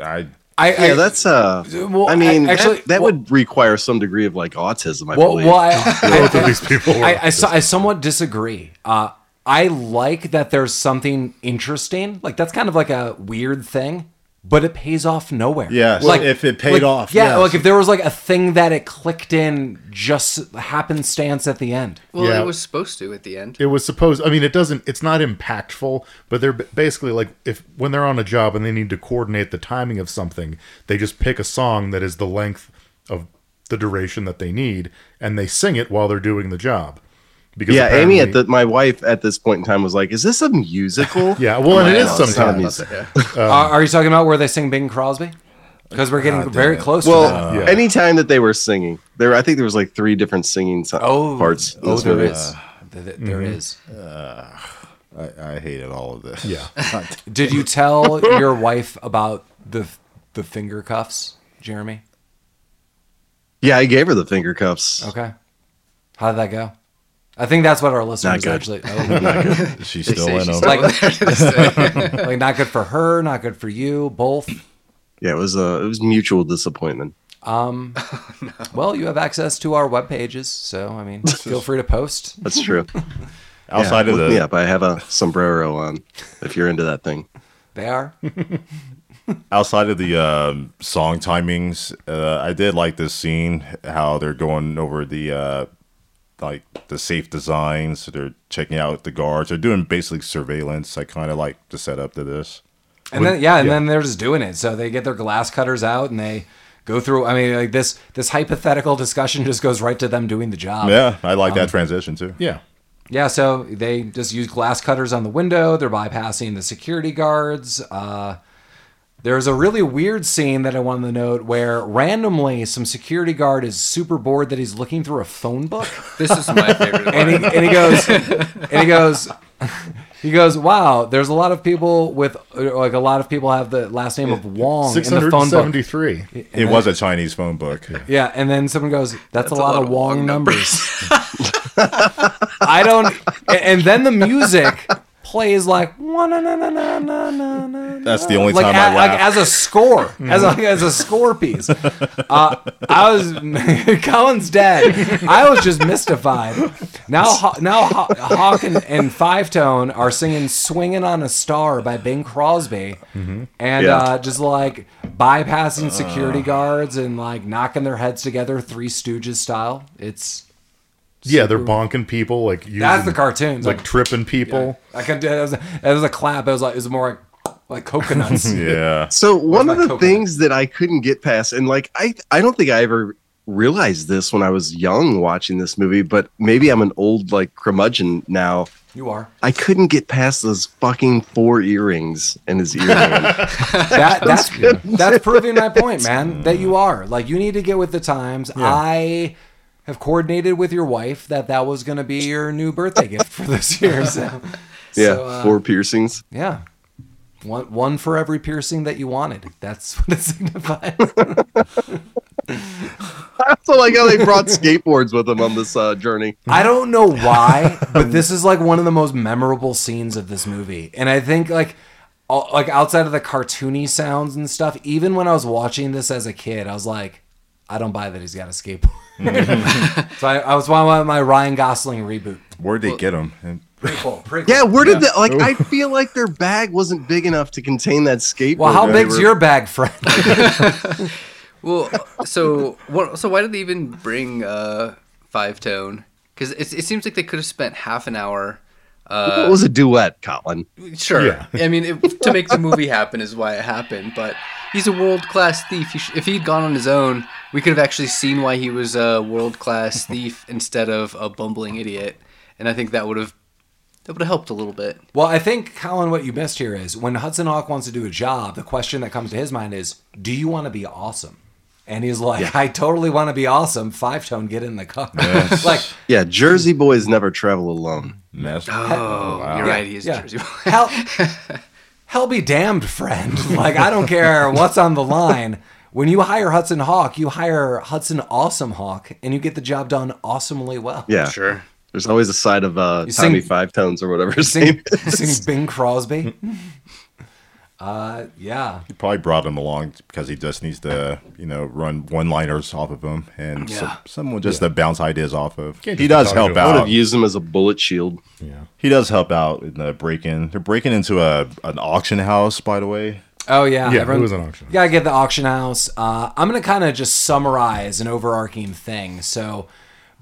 Speaker 5: I
Speaker 1: I,
Speaker 2: Yeah,
Speaker 1: I-
Speaker 2: that's uh.
Speaker 1: Well,
Speaker 2: I mean,
Speaker 1: I- actually-
Speaker 2: that, that would require some degree of like autism. I
Speaker 1: well,
Speaker 2: believe.
Speaker 1: well, I,
Speaker 4: *laughs* both of these people. Were,
Speaker 1: I, I, I, so- I somewhat disagree. Uh, I like that there's something interesting. Like, that's kind of like a weird thing, but it pays off nowhere.
Speaker 5: Yes,
Speaker 1: Like,
Speaker 5: if it paid
Speaker 1: like-
Speaker 5: off,
Speaker 1: Yeah.
Speaker 5: yes.
Speaker 1: Like, if there was like a thing that it clicked in just happenstance at the end.
Speaker 3: Well,
Speaker 4: Yeah.
Speaker 3: it was supposed to at the end.
Speaker 4: it was supposed. I mean, it doesn't. It's not impactful, but they're b- basically like if when they're on a job and they need to coordinate the timing of something, they just pick a song that is the length of the duration that they need, and they sing it while they're doing the job. Because
Speaker 2: yeah, Amy
Speaker 4: apparently-
Speaker 2: at the, my wife at this point in time was like, "Is this a musical?"
Speaker 4: Yeah, well, and it is
Speaker 2: it's not a
Speaker 4: sometimes.
Speaker 2: music.
Speaker 1: are, Uh, are you talking about where they sing Bing Crosby? Because we're getting
Speaker 5: Um, God
Speaker 1: very
Speaker 5: damn it.
Speaker 1: close to
Speaker 2: *laughs*
Speaker 1: that.
Speaker 2: Well,
Speaker 4: Yeah.
Speaker 2: anytime that they were singing, there I think there was like three different singing so- parts. in
Speaker 1: Oh,
Speaker 2: this
Speaker 1: there
Speaker 2: movie.
Speaker 1: is. Th- th- there
Speaker 5: mm-hmm.
Speaker 1: is.
Speaker 5: I, I hated all of this. *laughs*
Speaker 4: Yeah.
Speaker 1: Did you tell your wife about the the finger cuffs, Jeremy?
Speaker 2: Yeah, I gave her the finger cuffs.
Speaker 1: Okay. How did that go? I think that's what our listeners
Speaker 2: good.
Speaker 1: actually. *laughs* Oh,
Speaker 5: she's
Speaker 3: They
Speaker 5: still
Speaker 3: say
Speaker 5: in
Speaker 3: she's
Speaker 5: them.
Speaker 1: Like-
Speaker 3: like,
Speaker 1: *laughs* like not good for her, not good for you, both.
Speaker 2: Yeah, it was uh, it was mutual disappointment.
Speaker 1: Um, Well, you have access to our web pages, so I mean, feel free to post.
Speaker 2: That's true.
Speaker 5: Outside
Speaker 2: yeah,
Speaker 5: of
Speaker 2: look
Speaker 5: the
Speaker 2: me up. I have a sombrero on. If you're into that thing,
Speaker 1: They are.
Speaker 5: outside of the um, song timings, uh, I did like this scene how they're going over the uh, like the safe designs. They're checking out the guards. They're doing basic surveillance. I kind of like the setup to this.
Speaker 1: And then yeah, and then they're just doing it. So they get their glass cutters out and they go through. I mean, like this this hypothetical discussion just goes right to them doing the job.
Speaker 5: Yeah, I like that transition too.
Speaker 4: Yeah.
Speaker 1: Yeah, so they just use glass cutters on the window. They're bypassing the security guards. Uh, there's a really weird scene that I wanted to note where randomly some security guard is super bored that he's looking through a phone book
Speaker 3: This is my favorite. part.
Speaker 1: and he, and he goes and he goes *laughs* he goes wow there's a lot of people with like a lot of people have the last name of Wong in the phone book
Speaker 4: 673.
Speaker 5: It was a Chinese phone book.
Speaker 1: Yeah, and then someone goes, "That's, a, lot of Wong, numbers." *laughs* I don't. a- And then the music plays like na na na na na na na.
Speaker 5: That's the only
Speaker 1: Like,
Speaker 5: time
Speaker 1: a-
Speaker 5: I
Speaker 1: like
Speaker 5: laughed.
Speaker 1: as a score, as a, like, as a score piece. Uh, I was Colin's dead. I was just mystified. Now, Haw- now Haw- Hawk and, and Five Tone are singing "Swinging on a Star" by Bing Crosby, and
Speaker 2: Yeah.
Speaker 1: uh, just like bypassing security guards and like knocking their heads together, Three Stooges style. It's
Speaker 4: Yeah, they're bonking people. Like using,
Speaker 1: that's the cartoons.
Speaker 4: Like
Speaker 1: Like,
Speaker 4: tripping people.
Speaker 1: I could that was, that was a clap. It was like it was more like like coconuts.
Speaker 5: Yeah.
Speaker 2: So one
Speaker 1: my
Speaker 2: of the
Speaker 1: coconut?
Speaker 2: things that I couldn't get past, and like I, I don't think I ever realized this when I was young watching this movie, but maybe I'm an old like curmudgeon now.
Speaker 1: you are.
Speaker 2: I couldn't get past those fucking four earrings in his
Speaker 1: *laughs*
Speaker 2: ear. ring.
Speaker 1: that, that's that's proving my point, man. That you are like you need to get with the times. I have coordinated with your wife that that was going to be your new birthday gift for this year. So,
Speaker 2: yeah,
Speaker 1: so, uh,
Speaker 2: four piercings.
Speaker 1: yeah, one one for every piercing that you wanted. That's what it signifies.
Speaker 2: I also like how they
Speaker 1: *laughs*
Speaker 2: brought skateboards with them on this uh, journey.
Speaker 1: I don't know why, but this is like one of the most memorable scenes of this movie. And I think like all, like outside of the cartoony sounds and stuff, even when I was watching this as a kid, I was like, I don't buy that he's got a skateboard. *laughs* so I, I was on my Ryan Gosling reboot.
Speaker 5: Where'd they get 'em? get them?
Speaker 1: Pretty cool. Pretty cool.
Speaker 2: Yeah, where did the like? I feel like their bag wasn't big enough to contain that skateboard.
Speaker 1: Well, how
Speaker 2: They
Speaker 1: big's
Speaker 2: were-
Speaker 1: your bag, friend?
Speaker 3: *laughs*
Speaker 1: *laughs*
Speaker 3: Well, so what? So why did they even bring uh, Five Tone? Because it, it seems like they could have spent half an hour.
Speaker 2: uh, It was a duet, Colin.
Speaker 3: Sure.
Speaker 4: Yeah.
Speaker 3: I mean, it, to make the movie happen is why it happened. But he's a world class thief. He sh- if he'd gone on his own, we could have actually seen why he was a world class thief instead of a bumbling idiot. And I think that would have that would have helped a little bit.
Speaker 1: Well, I think, Colin, what you missed here is when Hudson Hawk wants to do a job, the question that comes to his mind is, Do you want to be awesome? And he's like, I totally want to be awesome. Five tone, get in the car. *laughs* like,
Speaker 2: Yeah, Jersey boys never travel alone.
Speaker 5: Mess.
Speaker 3: Oh, you're right. He is a
Speaker 1: yeah.
Speaker 3: Jersey. boy. *laughs*
Speaker 1: *laughs* hell, hell be damned, friend. Like, I don't care what's on the line. When you hire Hudson Hawk, you hire Hudson Awesome Hawk, and you get the job done awesomely well.
Speaker 2: Yeah,
Speaker 3: sure.
Speaker 2: There's always a side of uh,
Speaker 1: sing-
Speaker 2: Tommy Five Tones or whatever his
Speaker 1: *laughs*
Speaker 2: *laughs*
Speaker 1: Sing,
Speaker 2: name
Speaker 1: sing Bing Crosby. Uh, yeah.
Speaker 5: He probably brought him along because he just needs to, you know, run one-liners off of him and so-
Speaker 3: Yeah.
Speaker 5: someone just to bounce ideas off of.
Speaker 4: Can't
Speaker 5: He
Speaker 4: just
Speaker 5: does
Speaker 4: talk
Speaker 5: help
Speaker 4: to him.
Speaker 2: I would have
Speaker 5: out.
Speaker 2: used him as a bullet shield.
Speaker 4: Yeah.
Speaker 5: He does help out in the break-in. They're breaking into a an auction house, by the way.
Speaker 1: Oh yeah,
Speaker 4: Yeah, it was an auction
Speaker 1: You gotta get the auction house. Uh, I'm gonna kind of just summarize an overarching thing. So,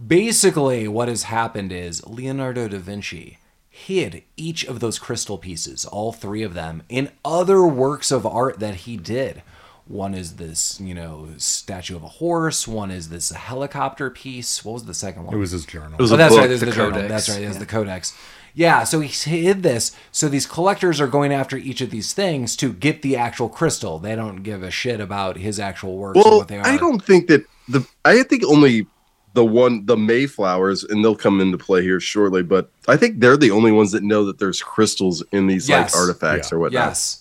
Speaker 1: basically, what has happened is Leonardo da Vinci hid each of those crystal pieces, all three of them, in other works of art that he did. One is this, you know, statue of a horse. One is this helicopter piece. What was the second one?
Speaker 4: It was his journal.
Speaker 2: It was
Speaker 1: Oh,
Speaker 2: a
Speaker 1: that's
Speaker 2: book.
Speaker 1: right. There's the,
Speaker 3: the
Speaker 1: journal.
Speaker 3: codex.
Speaker 1: That's right. There's the codex. Yeah. So he hid this. So these collectors are going after each of these things to get the actual crystal. They don't give a shit about his actual works or
Speaker 2: Well,
Speaker 1: what they are.
Speaker 2: I don't think that the I think only the one the Mayflowers, and they'll come into play here shortly. But I think they're the only ones that know that there's crystals in these
Speaker 1: Yes.
Speaker 2: like artifacts
Speaker 4: Yeah.
Speaker 2: or whatnot.
Speaker 1: Yes.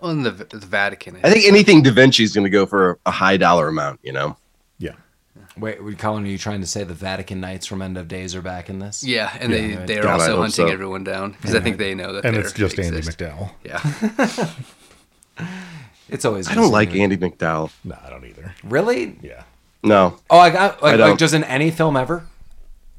Speaker 3: On the, the Vatican.
Speaker 2: I think anything Da Vinci's going to go for a high dollar amount. You know,
Speaker 4: yeah.
Speaker 1: Wait, wait, Colin, are you trying to say the Vatican Knights from End of Days are back in this?
Speaker 3: Yeah, and they they are
Speaker 2: God, I
Speaker 3: also
Speaker 2: hope
Speaker 3: hunting
Speaker 2: so.
Speaker 3: everyone down because I think they know that.
Speaker 4: And
Speaker 3: they're-
Speaker 4: it's just
Speaker 3: they
Speaker 4: Andy
Speaker 3: exist.
Speaker 4: McDowell.
Speaker 3: Yeah,
Speaker 1: It's always.
Speaker 2: I don't
Speaker 1: just-
Speaker 2: like Andy McDowell.
Speaker 4: No, I don't either.
Speaker 1: Really?
Speaker 4: Yeah.
Speaker 2: No,
Speaker 1: Oh, like, I, like, like
Speaker 2: don't.
Speaker 1: just in any film ever.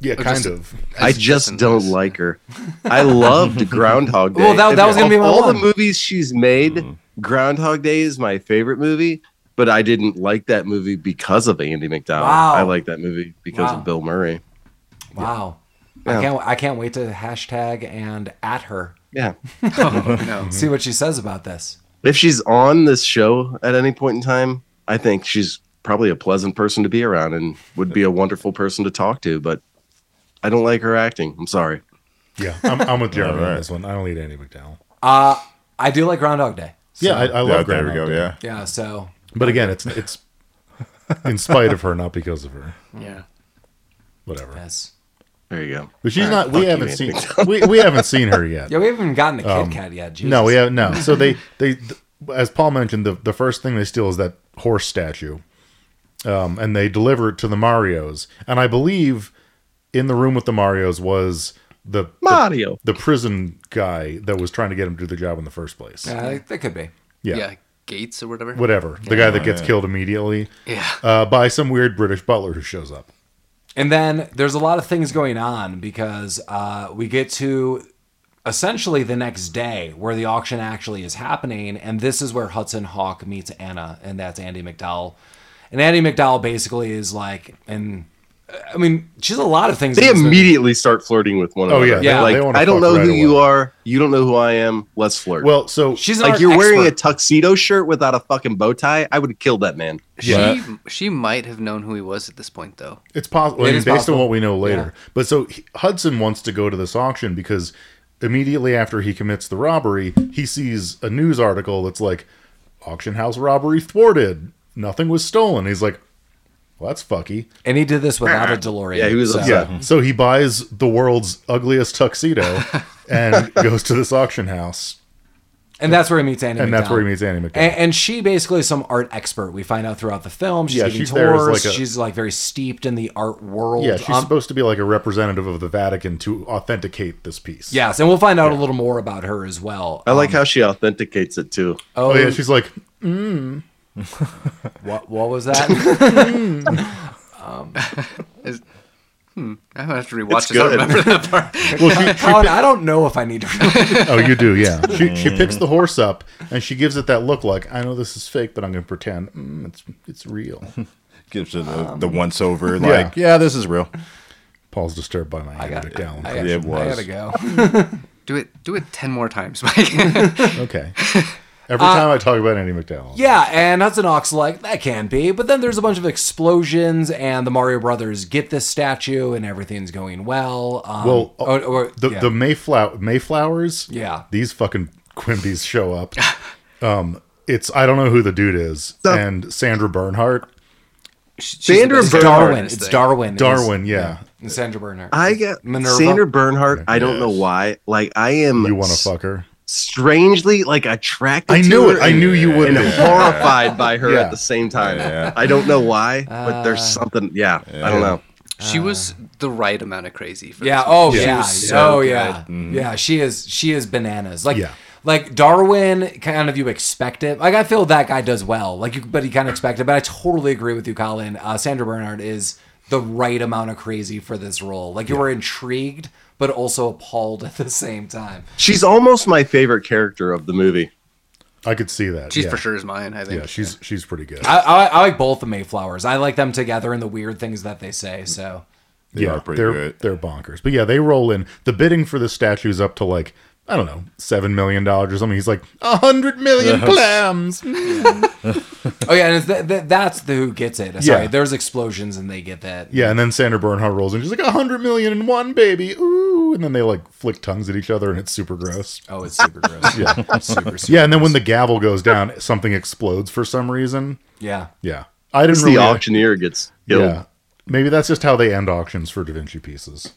Speaker 4: Yeah,
Speaker 3: Or
Speaker 4: kind
Speaker 3: just-
Speaker 4: of.
Speaker 2: I
Speaker 3: It's
Speaker 2: just
Speaker 3: in
Speaker 2: don't
Speaker 3: this.
Speaker 2: like her. I loved Groundhog Day.
Speaker 1: Well, that- that was gonna
Speaker 2: Of
Speaker 1: be my
Speaker 2: all
Speaker 1: one.
Speaker 2: the movies she's made. Groundhog Day is my favorite movie, but I didn't like that movie because of Andy McDowell.
Speaker 1: Wow.
Speaker 2: I like that movie because
Speaker 1: Wow.
Speaker 2: of Bill Murray.
Speaker 1: Wow. I
Speaker 2: Yeah.
Speaker 1: can't. I can't wait to hashtag and at her.
Speaker 2: Yeah,
Speaker 3: Oh, no.
Speaker 1: See what she says about this.
Speaker 2: if she's on this show at any point in time, I think she's probably a pleasant person to be around and would be a wonderful person to talk to. But I don't like her acting. I'm sorry.
Speaker 4: Yeah, I'm, I'm with Jeremy on
Speaker 5: Alright.
Speaker 4: this one. I don't need Andy McDowell.
Speaker 1: Uh, I do like Groundhog Day.
Speaker 4: Yeah, I, I
Speaker 5: yeah,
Speaker 4: love
Speaker 5: there we
Speaker 4: Groundhog
Speaker 5: go.
Speaker 4: Day.
Speaker 5: Yeah.
Speaker 1: Yeah. So
Speaker 4: But again, it's it's in spite of her, not because of her.
Speaker 3: Yeah.
Speaker 1: *laughs*
Speaker 4: Whatever.
Speaker 1: yes.
Speaker 2: There you go.
Speaker 4: But she's
Speaker 2: All right,
Speaker 4: not.
Speaker 2: fuck
Speaker 4: We
Speaker 2: you,
Speaker 4: haven't
Speaker 2: Andy
Speaker 4: seen.
Speaker 2: McDowell.
Speaker 4: We, we haven't seen her yet.
Speaker 1: Yeah, we haven't even gotten a Kit Kat yet. Jesus.
Speaker 4: Um, No, we
Speaker 1: *laughs*
Speaker 4: have no. So they they th- as Paul mentioned, the the first thing they steal is that horse statue, um, and they deliver it to the Mario's. And I believe in the room with the Mario's was the the,
Speaker 2: Mario.
Speaker 4: the prison guy that was trying to get him to do the job in the first place.
Speaker 1: Yeah, that- that could be.
Speaker 4: Yeah.
Speaker 3: yeah. Gates or whatever.
Speaker 4: Whatever. The guy that gets killed immediately
Speaker 3: Yeah.
Speaker 4: uh, by some weird British butler who shows up.
Speaker 1: And then there's a lot of things going on because uh, we get to essentially the next day where the auction actually is happening. And this is where Hudson Hawk meets Anna, and that's Andy McDowell. And Andy McDowell basically is like, and I mean, she's a lot of things.
Speaker 2: They
Speaker 1: in this movie.
Speaker 2: immediately start flirting with one
Speaker 4: Oh,
Speaker 2: another.
Speaker 4: yeah,
Speaker 1: they-
Speaker 2: like
Speaker 4: they wanna
Speaker 2: I don't
Speaker 4: fuck
Speaker 2: know
Speaker 4: right
Speaker 2: who you
Speaker 4: away.
Speaker 2: are. You don't know who I am. Let's flirt.
Speaker 4: Well, so
Speaker 1: She's
Speaker 2: like you're wearing a tuxedo shirt without a fucking bow tie. I would have killed that man.
Speaker 4: Yeah.
Speaker 3: She she might have known who he was at this point though.
Speaker 4: It's possible.
Speaker 1: It
Speaker 4: I mean,
Speaker 1: is
Speaker 4: based
Speaker 1: possible.
Speaker 4: on what we know later. But so he- Hudson wants to go to this auction because immediately after he commits the robbery, he sees a news article that's like, auction house robbery thwarted. Nothing was stolen. He's like, well, that's fucky.
Speaker 1: and he did this
Speaker 4: *laughs*
Speaker 1: without a DeLorean.
Speaker 2: Yeah, he was
Speaker 1: so-
Speaker 2: upset.
Speaker 4: Yeah. So he buys the world's ugliest
Speaker 1: *laughs*
Speaker 4: tuxedo and goes to this auction house.
Speaker 1: And that's where he meets Andy.
Speaker 4: And that's where he
Speaker 1: McDowell.
Speaker 4: meets Annie McDowell.
Speaker 1: And, and she basically is some art expert. We find out throughout the film. She's
Speaker 4: Yeah,
Speaker 1: giving
Speaker 4: she's there as
Speaker 1: tours.
Speaker 4: like a-
Speaker 1: she's like very steeped in the art world.
Speaker 4: yeah, she's
Speaker 1: Um,
Speaker 4: supposed to be like a representative of the Vatican to authenticate this piece.
Speaker 1: yes, and we'll find out a little more about her as well.
Speaker 2: I like how she authenticates it too.
Speaker 4: Um, Oh, yeah. She's like,
Speaker 1: What, what was that?
Speaker 3: Is, hmm, I'm gonna have to
Speaker 2: It's
Speaker 3: rewatch this. I don't
Speaker 2: good.
Speaker 3: remember that part.
Speaker 4: *laughs*
Speaker 1: *laughs*
Speaker 4: well, she,
Speaker 1: Colin, I don't know if I need to. *laughs*
Speaker 4: Oh, you do, yeah. She she
Speaker 1: Mm.
Speaker 4: picks the horse up and she gives it that look like I know this is fake, but I'm gonna pretend mm, it's it's real.
Speaker 1: *laughs*
Speaker 5: Gives her the, the
Speaker 2: Um,
Speaker 5: once over. Like, yeah. this is real.
Speaker 4: Paul's disturbed by my
Speaker 1: I got
Speaker 4: Andy McDowell.
Speaker 1: I,
Speaker 5: It
Speaker 1: I
Speaker 5: was.
Speaker 1: gotta go.
Speaker 3: Do it do it ten more times, *laughs* Mike.
Speaker 1: *laughs*
Speaker 4: Okay. Every time I talk about Andy McDowell,
Speaker 1: Uh, Yeah, and Hudson Hawk's like, that can't be. But then there's a bunch of explosions, and the Mario Brothers get this statue, and everything's going well. Um,
Speaker 4: Well,
Speaker 1: or- or-
Speaker 4: the
Speaker 1: yeah.
Speaker 4: the Mayflower Mayflowers,
Speaker 1: Yeah.
Speaker 4: these fucking Quimby's show up.
Speaker 1: *laughs*
Speaker 4: Um, it's I don't know who the dude is, and Sandra Bernhardt,
Speaker 3: She- she's the
Speaker 2: Sandra
Speaker 3: best
Speaker 1: it's
Speaker 2: Bernhard
Speaker 3: character
Speaker 1: Darwin.
Speaker 3: in this
Speaker 1: It's
Speaker 3: thing.
Speaker 1: Darwin.
Speaker 4: Darwin, yeah.
Speaker 1: And Sandra Bernhardt.
Speaker 2: I get
Speaker 1: Minerva.
Speaker 2: Sandra Bernhardt. I don't
Speaker 5: Yes.
Speaker 2: know why. Like I am.
Speaker 4: You want
Speaker 2: s-
Speaker 4: to fuck her?
Speaker 2: Strangely, like attracted.
Speaker 4: I
Speaker 2: to
Speaker 4: knew
Speaker 2: her
Speaker 4: it. I
Speaker 2: and-
Speaker 4: knew you would.
Speaker 2: And
Speaker 4: be.
Speaker 2: *laughs* horrified by her
Speaker 4: Yeah.
Speaker 2: at the same time.
Speaker 5: Yeah.
Speaker 2: I don't know why, but there's something. Yeah, I don't know.
Speaker 3: She was the right amount of crazy. For
Speaker 1: Yeah.
Speaker 3: This
Speaker 1: Oh
Speaker 3: movie. She
Speaker 1: yeah.
Speaker 3: was so
Speaker 1: oh
Speaker 3: good.
Speaker 1: yeah. Yeah. She is. She is bananas. Like.
Speaker 4: Yeah.
Speaker 1: Like Darwin, kind of you expect it. Like I feel that guy does well. Like you, but he kind of expect it. But I totally agree with you, Colin. Uh, Sandra Bernhard is the right amount of crazy for this role. Like you were intrigued, but also appalled *laughs* at the same time.
Speaker 2: She's almost my favorite character of the movie.
Speaker 4: I could see that.
Speaker 3: She's
Speaker 4: yeah.
Speaker 3: for sure is mine. I think.
Speaker 4: Yeah, she's she's pretty good.
Speaker 1: I, I, I like both the Mayflowers. I like them together and the weird things that they say. So
Speaker 5: They are pretty
Speaker 4: they're,
Speaker 5: good.
Speaker 4: They're bonkers. But yeah, they roll in. The bidding for the statue is up to like, I don't know, $7 million or something. He's like, a 100 million clams. *laughs*
Speaker 1: oh yeah, and it's th- th- that's the who gets it. Sorry,
Speaker 4: Yeah.
Speaker 1: there's explosions and they get that.
Speaker 4: Yeah, and then Sandra Bernhardt rolls in. She's like, a 100 million and one, baby. Ooh. And then they like flick tongues at each other and it's super gross.
Speaker 1: Oh, it's super gross. *laughs* yeah, super, super.
Speaker 4: Yeah, and then when the gavel goes down, something explodes for some reason.
Speaker 1: yeah.
Speaker 4: Yeah. I didn't
Speaker 2: It's
Speaker 4: really.
Speaker 2: the auctioneer gets killed.
Speaker 4: Yeah. Maybe that's just how they end auctions for Da Vinci pieces.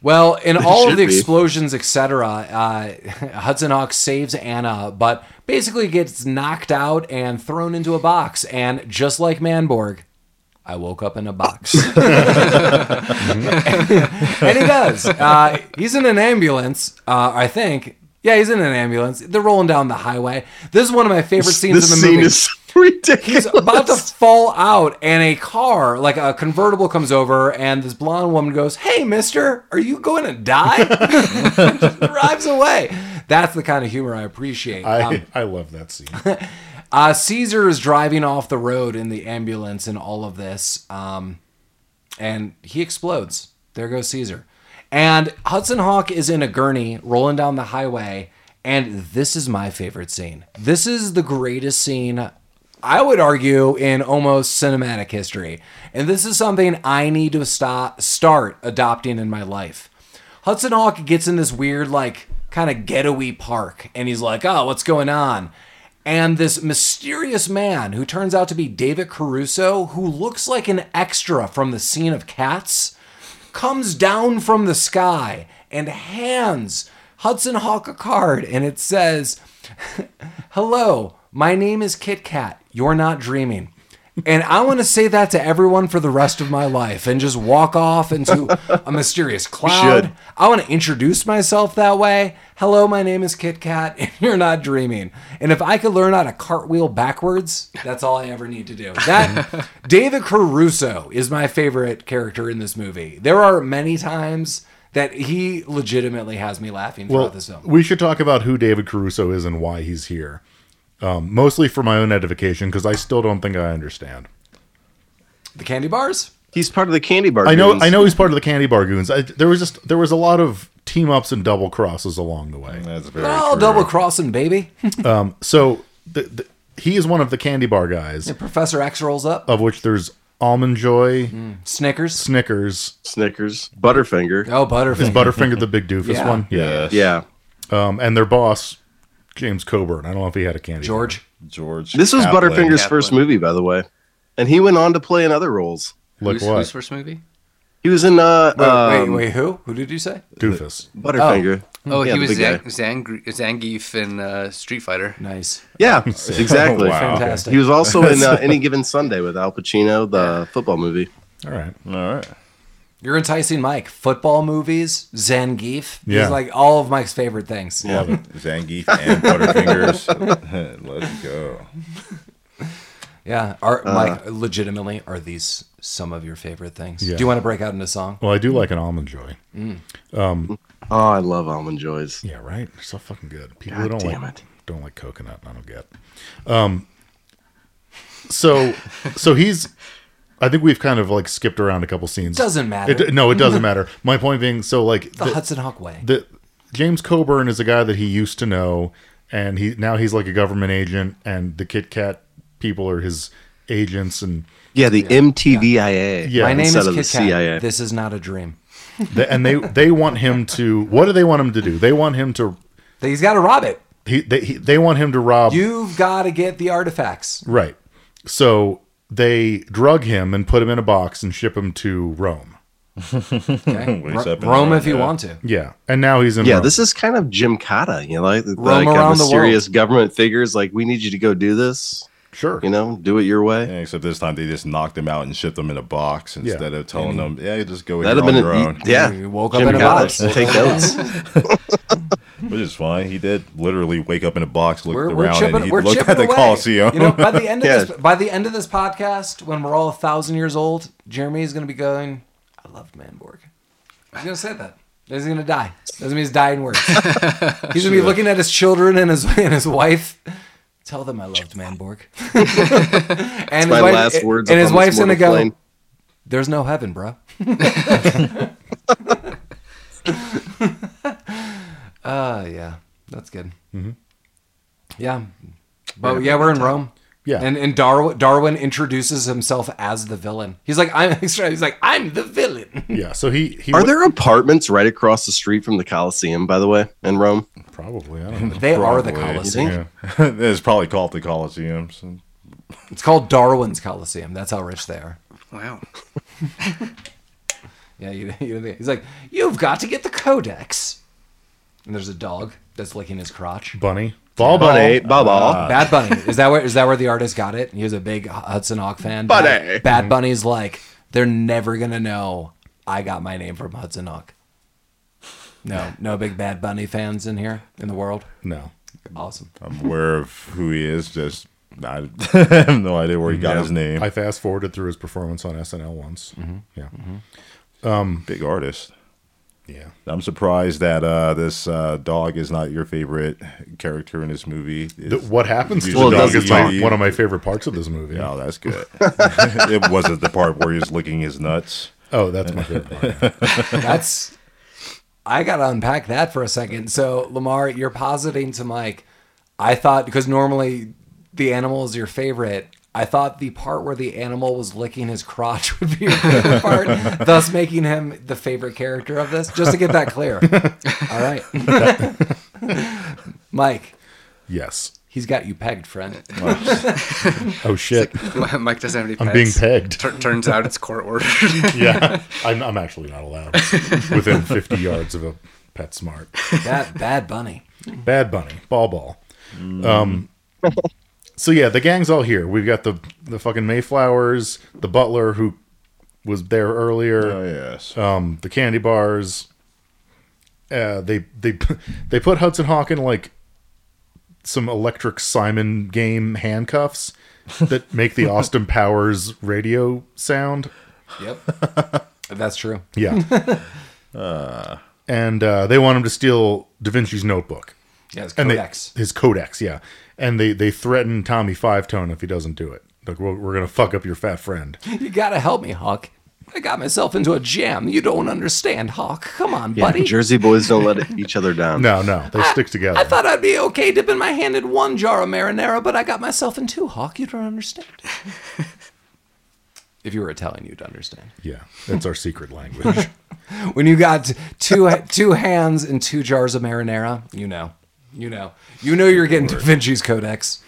Speaker 1: Well, in all of
Speaker 2: should
Speaker 1: the
Speaker 2: be.
Speaker 1: explosions, etc., uh, Hudson Hawk saves Anna, but basically gets knocked out and thrown into a box. And just like Manborg, I woke up in a
Speaker 2: *laughs*
Speaker 1: box. and he does. Uh, he's in an ambulance, uh, I think. Yeah, he's in an ambulance. They're rolling down the highway. This is one of my favorite scenes
Speaker 2: This
Speaker 1: in the
Speaker 2: scene
Speaker 1: movie. *laughs*
Speaker 2: is ridiculous. *laughs*
Speaker 1: He's about to fall out, and a car, like a convertible, comes over, and this blonde woman goes, "Hey, Mister, are you going to die?" *laughs* drives away. That's the kind of humor I appreciate.
Speaker 4: I,
Speaker 1: Um,
Speaker 4: *laughs* I love that scene.
Speaker 1: uh, Caesar is driving off the road in the ambulance in all of this, um, and he explodes. There goes Caesar. And Hudson Hawk is in a gurney rolling down the highway, and this is my favorite scene. This is the greatest scene, I would argue, in almost cinematic history. And this is something I need to stop, start adopting in my life. Hudson Hawk gets in this weird, like, kind of ghetto-y park, and he's like, oh, what's going on? And this mysterious man who turns out to be David Caruso, who looks like an extra from the scene of Cats, comes down from the sky and hands Hudson Hawk a card, and it says, Hello, my name is Kit Kat. You're not dreaming. And I want to say that to everyone for the rest of my life and just walk off into
Speaker 5: *laughs*
Speaker 1: a mysterious cloud. I want to introduce myself that way. Hello, my name is Kit Kat, *laughs* and you're not dreaming. And if I could learn how to cartwheel backwards, that's all I ever need to do.
Speaker 5: *laughs*
Speaker 1: That David Caruso is my favorite character in this movie. There are many times that he legitimately has me laughing throughout
Speaker 4: Well,
Speaker 1: this film.
Speaker 4: we should talk about who David Caruso is and why he's here. Um, mostly for my own edification because I still don't think I understand.
Speaker 1: The candy bars?
Speaker 2: He's part of the candy bar.
Speaker 4: I know,
Speaker 2: goons.
Speaker 4: I know he's part of the Candy Bar Goons. I, there was just there was a lot of team ups and double crosses along the way.
Speaker 5: That's very
Speaker 1: They're all
Speaker 5: true.
Speaker 1: double crossing, baby.
Speaker 4: So the, the, he is one of the Candy Bar guys,
Speaker 1: Professor X rolls up.
Speaker 4: of which there's Almond Joy,
Speaker 1: Mm. Snickers.
Speaker 4: Snickers,
Speaker 2: Snickers, Butterfinger.
Speaker 1: Oh, Butterfinger.
Speaker 4: Butterfinger, the big doofus
Speaker 1: Yeah.
Speaker 4: one,
Speaker 5: Yes.
Speaker 2: Yeah,
Speaker 4: um, and their boss James Coburn. I don't know if he had a candy. bar.
Speaker 1: George.
Speaker 5: George.
Speaker 2: this was
Speaker 5: Kaplan.
Speaker 2: Butterfinger's
Speaker 3: Kaplan.
Speaker 2: first movie, by the way, and he went on to play in other roles.
Speaker 4: Like
Speaker 3: who's,
Speaker 4: what?
Speaker 3: who's first movie?
Speaker 2: He was in uh,
Speaker 1: Wait,
Speaker 2: um,
Speaker 1: wait, wait, who? Who did you say?
Speaker 4: doofus.
Speaker 2: Butterfinger.
Speaker 3: Oh,
Speaker 2: Mm, Yeah,
Speaker 3: he
Speaker 2: the
Speaker 3: was
Speaker 2: big
Speaker 3: Zang,
Speaker 2: guy.
Speaker 3: Zang, Zangief in uh, Street Fighter.
Speaker 1: Nice.
Speaker 2: Yeah, exactly.
Speaker 5: Wow.
Speaker 1: Fantastic.
Speaker 2: He was also in uh, Any Given Sunday with Al Pacino, the football movie.
Speaker 4: All right.
Speaker 5: All right.
Speaker 1: You're enticing Mike. Football movies, Zangief. Yeah.
Speaker 4: Yeah.
Speaker 1: He's like all of Mike's favorite things.
Speaker 5: Love it. Zangief and Butterfingers. *laughs* Let's go.
Speaker 1: Yeah.
Speaker 2: Uh,
Speaker 1: Are, Mike, legitimately, are these some of your favorite things? Do you want to break out into song?
Speaker 4: Well, I do like an Almond Joy.
Speaker 2: Oh, I love almond joys.
Speaker 4: Yeah, right. They're so fucking good. People
Speaker 2: God
Speaker 4: who don't
Speaker 2: damn
Speaker 4: like
Speaker 2: it.
Speaker 4: don't like coconut. I don't get. Um, so so he's. I think we've kind of like skipped around a couple scenes.
Speaker 1: Doesn't matter.
Speaker 4: It, no, it doesn't matter. My point being, so like
Speaker 1: The,
Speaker 4: the,
Speaker 1: Hudson Hawk Way.
Speaker 4: the James Coburn is a guy that he used to know, and he now he's like a government agent, and the Kit Kat people are his agents, and
Speaker 2: Yeah, the MTVIA.
Speaker 4: Yeah.
Speaker 1: My name
Speaker 2: instead
Speaker 1: is
Speaker 2: of the
Speaker 1: Kit
Speaker 2: CIA.
Speaker 1: Kat. This is not a dream.
Speaker 4: the, and they they want him to. What do they want him to do? They want him to.
Speaker 1: He's got to rob it.
Speaker 4: He they he, they want him to rob
Speaker 1: You've got to get
Speaker 2: *laughs*
Speaker 1: the artifacts.
Speaker 4: Right. So they drug him and put him in a box and ship him to Rome.
Speaker 1: Okay?
Speaker 5: Well, he's
Speaker 1: Ro-
Speaker 5: up and
Speaker 1: Rome
Speaker 5: around,
Speaker 1: if you
Speaker 5: yeah.
Speaker 1: want to.
Speaker 4: Yeah. And now he's in
Speaker 2: Yeah,
Speaker 4: Rome.
Speaker 2: this is kind of Jim Cotta, you know, like, like uh,
Speaker 1: around the
Speaker 2: mysterious government figures. Like, we need you to go do this,
Speaker 4: sure.
Speaker 2: you know, do it your way.
Speaker 5: Yeah, except this time they just knocked him out and shipped him in a box instead of telling them, yeah, just go
Speaker 2: Mm-hmm. That'd
Speaker 5: here
Speaker 2: have
Speaker 5: on
Speaker 2: been,
Speaker 5: your
Speaker 2: an,
Speaker 5: own.
Speaker 2: yeah.
Speaker 1: You woke up
Speaker 2: Jim
Speaker 1: in a
Speaker 2: Cotta,
Speaker 1: box. *laughs*
Speaker 2: Take notes.
Speaker 5: Which is fine. He did literally wake up in a box, looked
Speaker 1: We're, we're
Speaker 5: around,
Speaker 1: chipping,
Speaker 5: and he
Speaker 1: we're
Speaker 5: looked
Speaker 1: chipping
Speaker 5: at the
Speaker 1: away.
Speaker 5: Coliseum.
Speaker 1: You know, by the end of
Speaker 2: Yeah.
Speaker 1: this, by the end of this podcast, when we're all a thousand years old, Jeremy is going to be going. I loved Manborg. He's going to say that. He's going to die. Doesn't mean he's dying words.
Speaker 5: *laughs*
Speaker 1: he's going to be looking at his children and his and his wife. Tell them I loved Manborg. and
Speaker 2: My
Speaker 1: wife-
Speaker 2: last words.
Speaker 1: And his
Speaker 2: upon this
Speaker 1: wife's going to
Speaker 2: mortal
Speaker 1: go.
Speaker 2: plane.
Speaker 1: There's no heaven, bro. uh yeah, that's good. Yeah, but yeah, we're in Rome.
Speaker 4: Yeah.
Speaker 1: and and Darwin, Darwin introduces himself as the villain. He's like, I'm. *laughs* He's like, I'm the villain. *laughs*
Speaker 4: yeah. So he, he
Speaker 2: Are
Speaker 4: wa-
Speaker 2: there apartments right across the street from the Colosseum, by the way, in Rome?
Speaker 4: probably I don't know. *laughs*
Speaker 1: They are the
Speaker 5: Probably.
Speaker 1: Colosseum.
Speaker 4: Yeah.
Speaker 5: *laughs* it's probably called the Coliseum. So.
Speaker 1: It's called Darwin's Colosseum. That's how rich they are.
Speaker 3: Wow. *laughs*
Speaker 1: Yeah, you, *laughs* you, he's like, you've got to get the codex. And there's a dog that's licking his crotch.
Speaker 4: Bunny. Ball
Speaker 2: Bunny,
Speaker 5: Oh,
Speaker 4: ball.
Speaker 2: Baba.
Speaker 5: uh,
Speaker 1: Uh, Bad Bunny. Is that where is that where the artist got it? He was a big Hudson Hawk fan.
Speaker 2: Bunny.
Speaker 1: Bad, Bad Bunny's like, they're never gonna know I got my name from Hudson Hawk. No, no big Bad Bunny fans in here in the world.
Speaker 4: No.
Speaker 1: Awesome.
Speaker 5: I'm aware of who he is. Just I *laughs* have no idea where he got his name.
Speaker 4: I fast forwarded through his performance on SNL once.
Speaker 2: Mm-hmm.
Speaker 4: Yeah.
Speaker 5: Big artist.
Speaker 4: Yeah.
Speaker 5: I'm surprised that uh, this uh, dog is not your favorite character in this movie.
Speaker 4: Th- what happens to
Speaker 5: Well,
Speaker 4: the
Speaker 5: it
Speaker 4: dog
Speaker 5: doesn't
Speaker 4: is my,
Speaker 5: matter.
Speaker 4: one of my favorite parts of this movie.
Speaker 5: Oh, that's good. *laughs* it wasn't the part where he was licking his nuts.
Speaker 4: Oh, that's my
Speaker 2: *laughs*
Speaker 4: favorite part.
Speaker 1: That's I gotta unpack that for a second. So Lamar, you're positing to Mike. I thought because normally the animal is your favorite. I thought the part where the animal was licking his crotch *laughs* would be your favorite part, thus making him the favorite character of this. Just to get that clear. All right, *laughs* Mike,
Speaker 4: Yes.
Speaker 1: he's got you pegged, friend.
Speaker 4: Oh shit.
Speaker 3: Mike doesn't have any. Pets.
Speaker 4: I'm
Speaker 2: *laughs*
Speaker 4: being pegged.
Speaker 3: Tur- turns out it's court ordered.
Speaker 4: Yeah. I'm, I'm actually not allowed within 50 yards of a pet smart.
Speaker 1: Bad, bad bunny.
Speaker 4: Bad Bunny, Ball Ball. Um, so yeah, the gang's all here. We've got the the fucking Mayflowers, the butler who was there
Speaker 5: Oh
Speaker 4: earlier,
Speaker 5: yes.
Speaker 4: um, the candy bars. Uh, they they *laughs* they put Hudson Hawk in like some electric Simon game handcuffs that make the Austin Powers radio sound.
Speaker 1: Yep, that's true.
Speaker 4: Yeah. and uh, they want him to steal Da Vinci's notebook.
Speaker 1: Yeah, it's
Speaker 4: and
Speaker 1: codex.
Speaker 4: They, his codex, yeah. And they they threaten Tommy Five Tone if he doesn't do it. Like we're, we're gonna fuck up your fat friend.
Speaker 1: You gotta help me, Hawk. I got myself into a jam. You don't understand, Hawk. Come on, buddy.
Speaker 2: Jersey boys don't let *laughs* each other down.
Speaker 4: No, no, they stick together.
Speaker 1: I thought I'd be okay dipping my hand in one jar of marinara, but I got myself in two, Hawk. You don't
Speaker 4: *laughs*
Speaker 1: understand. if you were Italian, you'd understand.
Speaker 4: yeah, that's our secret language. *laughs*
Speaker 1: When you got two *laughs* two hands and two jars of marinara, you know, you know, you know, you're getting Da Vinci's Codex.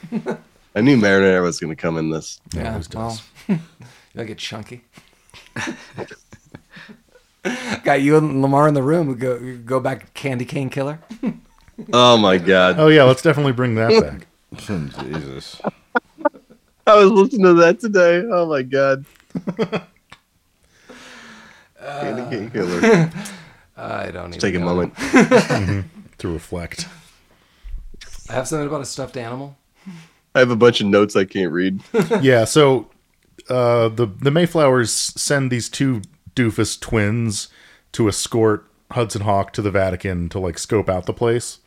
Speaker 2: I knew Marinara was going to come in this.
Speaker 1: Yeah,
Speaker 4: always
Speaker 1: well,
Speaker 4: does.
Speaker 1: *laughs* you'll get chunky. Got you and Lamar in the room. We go go back, to Candy Cane Killer.
Speaker 2: Oh my god!
Speaker 4: oh yeah, let's definitely bring that back.
Speaker 5: Jesus.
Speaker 2: I was listening to that today. Oh
Speaker 5: *laughs*
Speaker 2: my god! Candy cane
Speaker 5: Uh,
Speaker 2: killer.
Speaker 1: I don't even
Speaker 5: *laughs*
Speaker 2: Take a
Speaker 1: know.
Speaker 2: moment.
Speaker 4: To reflect.
Speaker 1: I have something about a stuffed animal.
Speaker 2: I have a bunch of notes I can't read.
Speaker 4: Yeah, so uh, the the Mayflowers send these two doofus twins to escort Hudson Hawk to the Vatican to like scope out the place.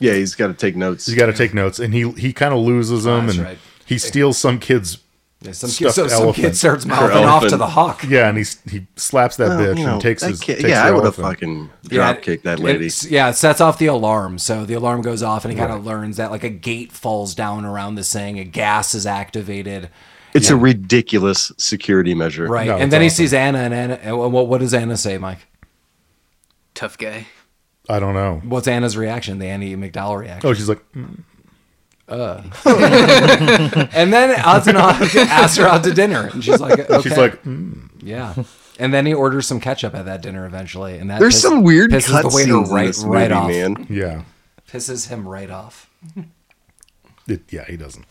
Speaker 2: Yeah, he's got to take notes.
Speaker 4: He's got to take notes, and he he kind of loses them,
Speaker 1: that's
Speaker 4: and
Speaker 1: right.
Speaker 4: he steals some kid's
Speaker 1: Yeah, some kid,
Speaker 4: Stuffed
Speaker 1: so some kid
Speaker 4: elephant.
Speaker 1: starts mouthing off to
Speaker 2: elephant.
Speaker 1: the hawk.
Speaker 4: yeah, and he he slaps that
Speaker 2: Well,
Speaker 4: bitch
Speaker 2: Oh, you know,
Speaker 4: and takes
Speaker 2: that
Speaker 4: his
Speaker 2: kid-
Speaker 4: takes
Speaker 2: yeah,
Speaker 4: her
Speaker 2: I would have
Speaker 4: elephant.
Speaker 2: fucking
Speaker 1: Yeah,
Speaker 2: drop kicked that lady.
Speaker 1: It's- yeah, it sets off the alarm. So the alarm goes off, and he kind of learns that like a gate falls down around this thing, a gas is activated,
Speaker 2: It's a ridiculous security measure.
Speaker 1: right?
Speaker 4: No,
Speaker 1: and
Speaker 4: it's
Speaker 1: then he
Speaker 4: awesome.
Speaker 1: sees Anna, and Anna. And what, what does Anna say, Mike?
Speaker 3: Tough guy.
Speaker 4: I don't know.
Speaker 1: What's Anna's reaction? The Annie McDowell reaction.
Speaker 4: Oh, she's like, mm,
Speaker 1: And then Hudson Hawk *laughs* asks her out to dinner, and she's like, okay.
Speaker 4: she's like, mm.
Speaker 1: yeah. And then he orders some ketchup at that dinner eventually, and that
Speaker 2: There's
Speaker 1: piss-
Speaker 2: some weird
Speaker 1: pisses the waiter
Speaker 2: cutscenes in
Speaker 1: right
Speaker 2: this movie,
Speaker 1: right off.
Speaker 2: man.
Speaker 4: yeah,
Speaker 1: Pisses him right off.
Speaker 4: it, yeah, he doesn't.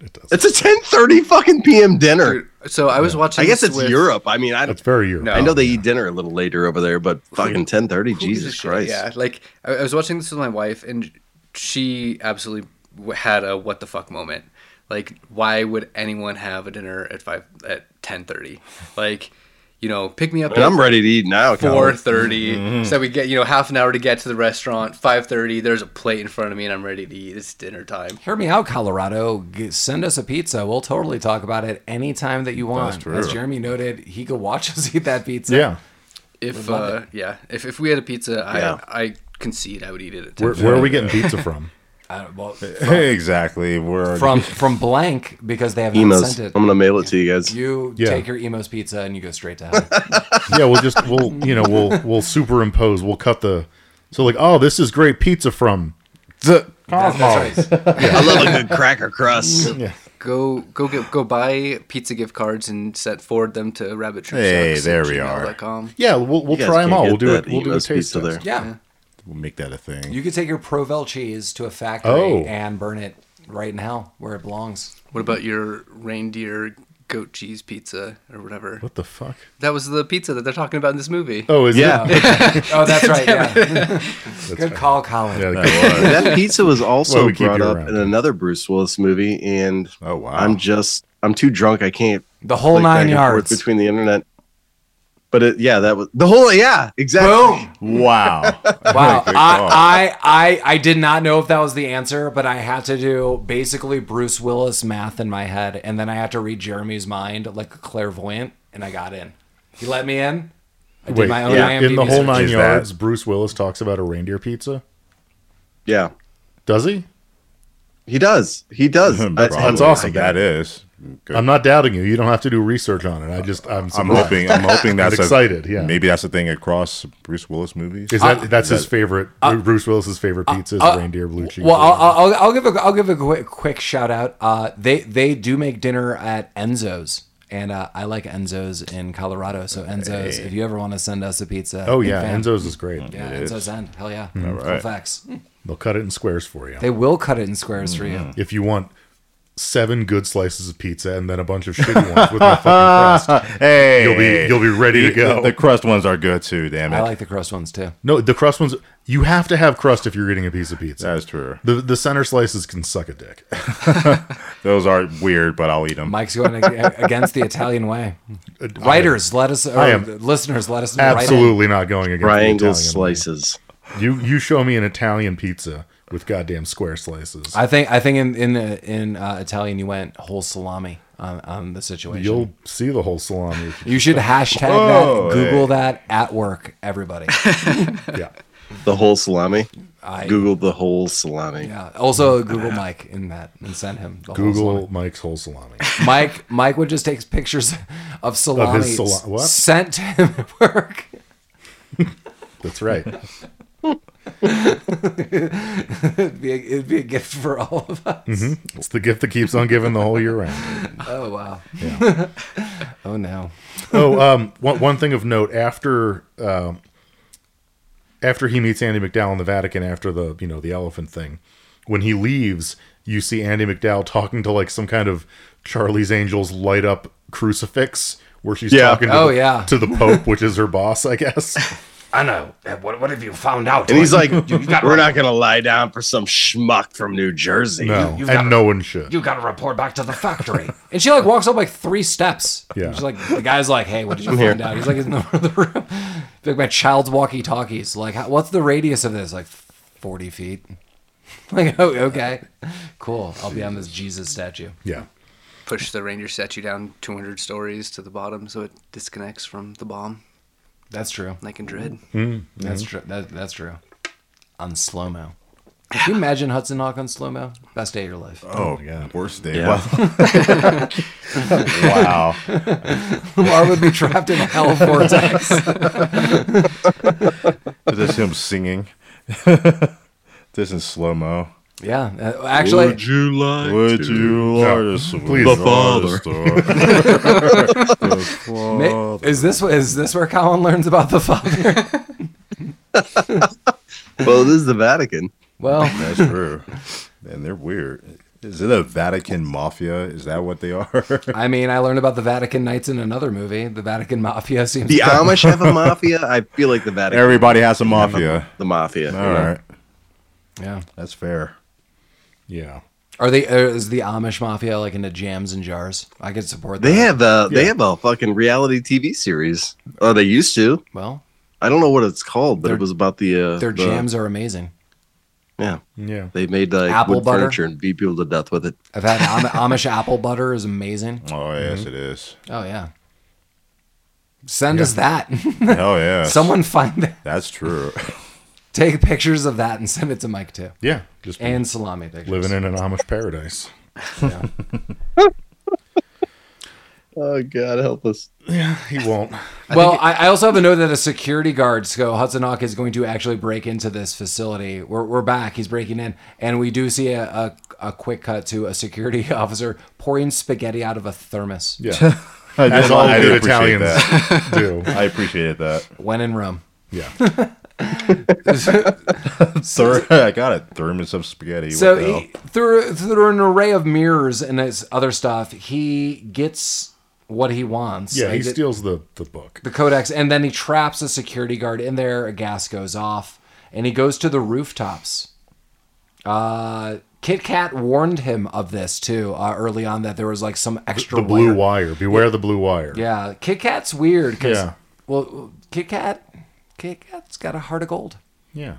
Speaker 4: It does.
Speaker 2: It's a 10:30 fucking p.m. dinner.
Speaker 3: Dude, So I was watching.
Speaker 2: I guess
Speaker 3: this
Speaker 2: it's
Speaker 3: with-
Speaker 2: Europe. I mean, I
Speaker 4: That's very Europe.
Speaker 3: No.
Speaker 2: I know they eat dinner a little later over there, but fucking 10:30,
Speaker 3: Who gives a
Speaker 2: Jesus
Speaker 3: shit?
Speaker 2: Christ.
Speaker 3: Yeah, like I, I was watching this with my wife, and she absolutely w- had a what the fuck moment. Like, why would anyone have a dinner at five at ten thirty? Like, you know, pick me up.
Speaker 2: And I'm ready to eat now.
Speaker 3: Four
Speaker 2: Colin.
Speaker 3: thirty, so we get you know half an hour to get to the restaurant. Five thirty, there's a plate in front of me, and I'm ready to eat. It's dinner time.
Speaker 1: Hear me out, Colorado. G- send us a pizza. We'll totally talk about it anytime that you want.
Speaker 5: true.
Speaker 1: As Jeremy noted, he could watch *laughs* us eat that pizza.
Speaker 4: Yeah,
Speaker 3: If uh, yeah, if, if we had a pizza, I
Speaker 2: Yeah.
Speaker 3: I concede I would eat it at
Speaker 4: where,
Speaker 3: ten.
Speaker 4: where are we getting pizza from?
Speaker 1: I don't- Uh, well,
Speaker 5: exactly. We're
Speaker 1: from from blank because they have not
Speaker 2: Emos.
Speaker 1: sent
Speaker 2: I'm
Speaker 1: it.
Speaker 2: gonna mail it to you guys.
Speaker 1: You
Speaker 4: Yeah.
Speaker 1: take your Emo's pizza and you go straight to heaven.
Speaker 2: *laughs*
Speaker 4: yeah, we'll just we'll you know we'll we'll superimpose. We'll cut the so like oh this is great pizza from. The, oh.
Speaker 1: That's right.
Speaker 4: *laughs*
Speaker 2: I love a good cracker
Speaker 4: Mm.
Speaker 2: crust.
Speaker 3: Go go get, go buy pizza gift cards and set forward them to rabbit trip.
Speaker 5: Hey, there we are.
Speaker 4: yeah, we'll we'll
Speaker 2: You guys
Speaker 4: try them
Speaker 2: can't
Speaker 4: all. We'll
Speaker 2: get
Speaker 4: do it.
Speaker 2: that
Speaker 4: We'll do a
Speaker 2: Emo's
Speaker 4: taste
Speaker 2: pizza
Speaker 4: test.
Speaker 2: there.
Speaker 1: Yeah.
Speaker 5: we'll make that a thing.
Speaker 1: You could take your Provel cheese to a factory
Speaker 4: Oh.
Speaker 1: and burn it right in hell where it belongs.
Speaker 3: What about your reindeer goat cheese pizza or whatever.
Speaker 4: What the fuck?
Speaker 3: That was the pizza that they're talking about in this movie.
Speaker 4: Oh, is
Speaker 2: Yeah.
Speaker 4: it?
Speaker 1: *laughs* Oh, *laughs* that's right. Yeah. Good call, Colin.
Speaker 4: Yeah,
Speaker 2: *laughs* that pizza was also
Speaker 4: Well, we keep
Speaker 2: brought
Speaker 4: you
Speaker 2: up
Speaker 4: around.
Speaker 2: in another Bruce Willis movie, and
Speaker 5: Oh, wow.
Speaker 2: I'm just I'm too drunk. I can't
Speaker 1: The whole
Speaker 2: click back
Speaker 1: nine
Speaker 2: and forth
Speaker 1: yards.
Speaker 2: between the internet. But it, yeah, that was the whole. Yeah, exactly.
Speaker 1: *laughs* Boom.
Speaker 5: Wow.
Speaker 1: Wow.
Speaker 5: Good call.
Speaker 1: I, I, I, I did not know if that was the answer, but I had to do basically Bruce Willis math in my head. And then I had to read Jeremy's mind like a clairvoyant, and I got in. He let me in. I
Speaker 4: Wait,
Speaker 1: did my own
Speaker 2: yeah,
Speaker 1: IMDb
Speaker 4: in the whole
Speaker 1: search.
Speaker 4: nine
Speaker 5: Is that-
Speaker 4: yards, Bruce Willis talks about a reindeer pizza.
Speaker 2: Yeah,
Speaker 4: Does he?
Speaker 2: he does. He
Speaker 5: *laughs*
Speaker 2: does. I-
Speaker 5: Probably.
Speaker 4: awesome.
Speaker 5: That is. Good.
Speaker 4: I'm not doubting you. You don't have to do research on it. I just *laughs* I'm
Speaker 5: I'm
Speaker 4: surprised.
Speaker 5: hoping. I'm hoping that's a-
Speaker 4: excited, yeah.
Speaker 5: Maybe that's the thing across Bruce Willis movies.
Speaker 4: Is that that's his favorite? Bruce Willis's favorite pizza is
Speaker 1: uh,
Speaker 4: reindeer blue cheese.
Speaker 1: Well, I'll, I'll, I'll give a I'll give a quick, quick shout out. Uh, they they do make dinner at Enzo's, and uh, I like Enzo's in Colorado. So Enzo's, if you ever want to send us a pizza,
Speaker 4: oh
Speaker 1: big
Speaker 4: yeah,
Speaker 1: fan.
Speaker 4: Enzo's is great.
Speaker 1: yeah,
Speaker 5: It is.
Speaker 1: Enzo's end, hell yeah, Cool
Speaker 5: right.
Speaker 1: facts.
Speaker 4: They'll cut it in squares for you
Speaker 1: They will cut it in squares for you.
Speaker 4: if you want seven good slices of pizza and then a bunch of shitty ones with no
Speaker 1: *laughs*
Speaker 4: fucking crust.
Speaker 5: Hey,
Speaker 4: You'll be you'll be ready to
Speaker 5: The-
Speaker 4: go.
Speaker 5: The crust ones are good too. Damn
Speaker 1: I
Speaker 5: it.
Speaker 1: like the crust ones too.
Speaker 4: no, the crust ones. You have to have crust if you're getting a piece of pizza.
Speaker 5: That's true.
Speaker 4: the the center slices can suck a dick.
Speaker 5: Those are weird, but I'll eat them.
Speaker 1: Mike's going
Speaker 4: *laughs*
Speaker 1: ag- against the Italian way. Writers, let us. Or
Speaker 4: am
Speaker 1: listeners, let us know. right in.
Speaker 4: Absolutely not going against
Speaker 2: Triangle
Speaker 4: the Italian.
Speaker 2: slices.
Speaker 4: You you show me an Italian pizza with goddamn square slices.
Speaker 1: I think I think in in the, in uh, Italian you went whole salami on, on the situation.
Speaker 4: You'll see the whole
Speaker 1: *laughs*
Speaker 4: salami. if you-
Speaker 1: You should hashtag
Speaker 5: Whoa,
Speaker 1: that, Google that at work, everybody.
Speaker 4: yeah.
Speaker 2: The whole salami.
Speaker 1: I,
Speaker 2: Google the whole salami.
Speaker 1: Yeah. Also, Google Mike in that and send him the whole
Speaker 4: Google
Speaker 1: salami.
Speaker 4: Mike's whole salami.
Speaker 1: Mike. Mike would just take pictures of salami *laughs*
Speaker 4: sala- what?
Speaker 1: sent to him at work.
Speaker 4: That's right.
Speaker 1: It'd be a, it'd be a gift for all of us.
Speaker 4: It's the gift that keeps on giving the whole year round.
Speaker 1: Oh wow. oh no.
Speaker 4: Oh, um, one, one thing of note after um, after he meets Andy McDowell in the Vatican after the you know the elephant thing, when he leaves, you see Andy McDowell talking to like some kind of Charlie's Angels light up crucifix where she's
Speaker 2: Yeah.
Speaker 4: talking to,
Speaker 1: Oh,
Speaker 4: the,
Speaker 1: yeah.
Speaker 4: to the Pope, which is her boss, I guess.
Speaker 6: *laughs* Anna, uh, what, what have you found out?
Speaker 2: And he's like,
Speaker 6: You got-
Speaker 2: "We're not gonna lie down for some schmuck from New Jersey."
Speaker 4: No,
Speaker 6: you've got-
Speaker 4: and no one should.
Speaker 6: you got to report back to the factory.
Speaker 1: *laughs* And she like walks up like three steps.
Speaker 4: Yeah.
Speaker 1: She's like the guy's like, "Hey, what did you find out?" He's like, "It's in the, *laughs* the room." Like my child's walkie-talkies. Like, how, what's the radius of this? Like, forty feet. *laughs* Like, oh, okay, cool. I'll be on this Jesus statue.
Speaker 4: yeah.
Speaker 3: Push the reindeer statue down 200 stories to the bottom so it disconnects from the bomb,
Speaker 1: That's true.
Speaker 3: like in Dread.
Speaker 4: Mm-hmm.
Speaker 1: That's true. That, that's true. On slow mo. Can you imagine Hudson Hawk on slow mo? Best day of your life.
Speaker 5: oh, yeah. Worst day.
Speaker 2: Yeah.
Speaker 1: *laughs*
Speaker 5: Wow. wow.
Speaker 1: Lamar would be trapped in a hell vortex.
Speaker 5: Is this him singing? *laughs* this is slow mo.
Speaker 1: yeah, uh, actually,
Speaker 2: you like?
Speaker 5: Would you
Speaker 4: No,
Speaker 5: like
Speaker 4: please. The
Speaker 5: *laughs*
Speaker 1: ma- is this is this where Colin learns about the father?
Speaker 2: Well, this is the Vatican.
Speaker 1: Well.
Speaker 5: That's true. And they're weird. Is it a Vatican mafia? Is that what they are?
Speaker 1: I mean, I learned about the Vatican Knights in another movie. The Vatican Mafia *laughs* seems.
Speaker 2: The Amish
Speaker 5: *laughs*
Speaker 2: have a mafia. I feel like the Vatican,
Speaker 5: Everybody has a mafia.
Speaker 2: the mafia.
Speaker 5: All right.
Speaker 1: yeah.
Speaker 5: That's fair.
Speaker 4: Yeah.
Speaker 1: Are they? Are, is the Amish Mafia like into jams and jars? I could support that.
Speaker 2: They have a they have a fucking reality TV series. Or they used to.
Speaker 1: Well,
Speaker 2: I don't know what it's called, but
Speaker 1: Their-
Speaker 2: it was about the uh,
Speaker 1: their
Speaker 2: the-
Speaker 1: jams are amazing.
Speaker 2: Yeah,
Speaker 4: Yeah.
Speaker 2: they made like
Speaker 1: Apple
Speaker 2: wood
Speaker 1: butter?
Speaker 2: furniture and beat people to death with it.
Speaker 1: I've
Speaker 2: *laughs*
Speaker 1: had Am- Amish apple butter is amazing.
Speaker 5: Oh,
Speaker 4: Mm-hmm.
Speaker 5: yes, it is.
Speaker 1: Oh yeah. Send us that. *laughs*
Speaker 5: Hell yeah.
Speaker 1: Someone find that.
Speaker 5: That's
Speaker 4: *laughs*
Speaker 5: true. *laughs*
Speaker 1: Take pictures of that and send it to Mike too.
Speaker 4: Yeah. Just
Speaker 1: And salami pictures.
Speaker 4: living in an Amish paradise.
Speaker 2: Oh God, help us!
Speaker 4: He won't.
Speaker 1: well, I, I also have a note that a security guard, so Hudsonock is going to actually break into this facility. We're, we're back. He's breaking in. And we do see a, a, a quick cut to a security *laughs* officer pouring spaghetti out of a thermos *laughs*
Speaker 4: Yeah.
Speaker 5: I
Speaker 4: As all
Speaker 5: I
Speaker 4: good
Speaker 5: appreciate
Speaker 4: Italians
Speaker 5: that.
Speaker 4: *laughs* do.
Speaker 5: I appreciated that.
Speaker 1: when in Rome.
Speaker 4: Yeah.
Speaker 5: Thir- *laughs* I got a thermos of spaghetti.
Speaker 1: So
Speaker 5: what the hell?
Speaker 1: he, through through an array of mirrors and his other stuff, he gets what he wants.
Speaker 4: Yeah,
Speaker 1: Like,
Speaker 4: he
Speaker 1: it-
Speaker 4: steals the the book.
Speaker 1: the codex, and then he traps a security guard in there. A gas goes off, and he goes to the rooftops. Uh, Kit Kat warned him of this too uh, early on that there was like some extra
Speaker 4: The blue
Speaker 1: wire.
Speaker 4: wire. Beware the blue wire.
Speaker 1: Yeah, Kit Kat's weird because
Speaker 4: Yeah.
Speaker 1: well, Kit Kat, Kit Kat's got a heart of gold.
Speaker 4: Yeah.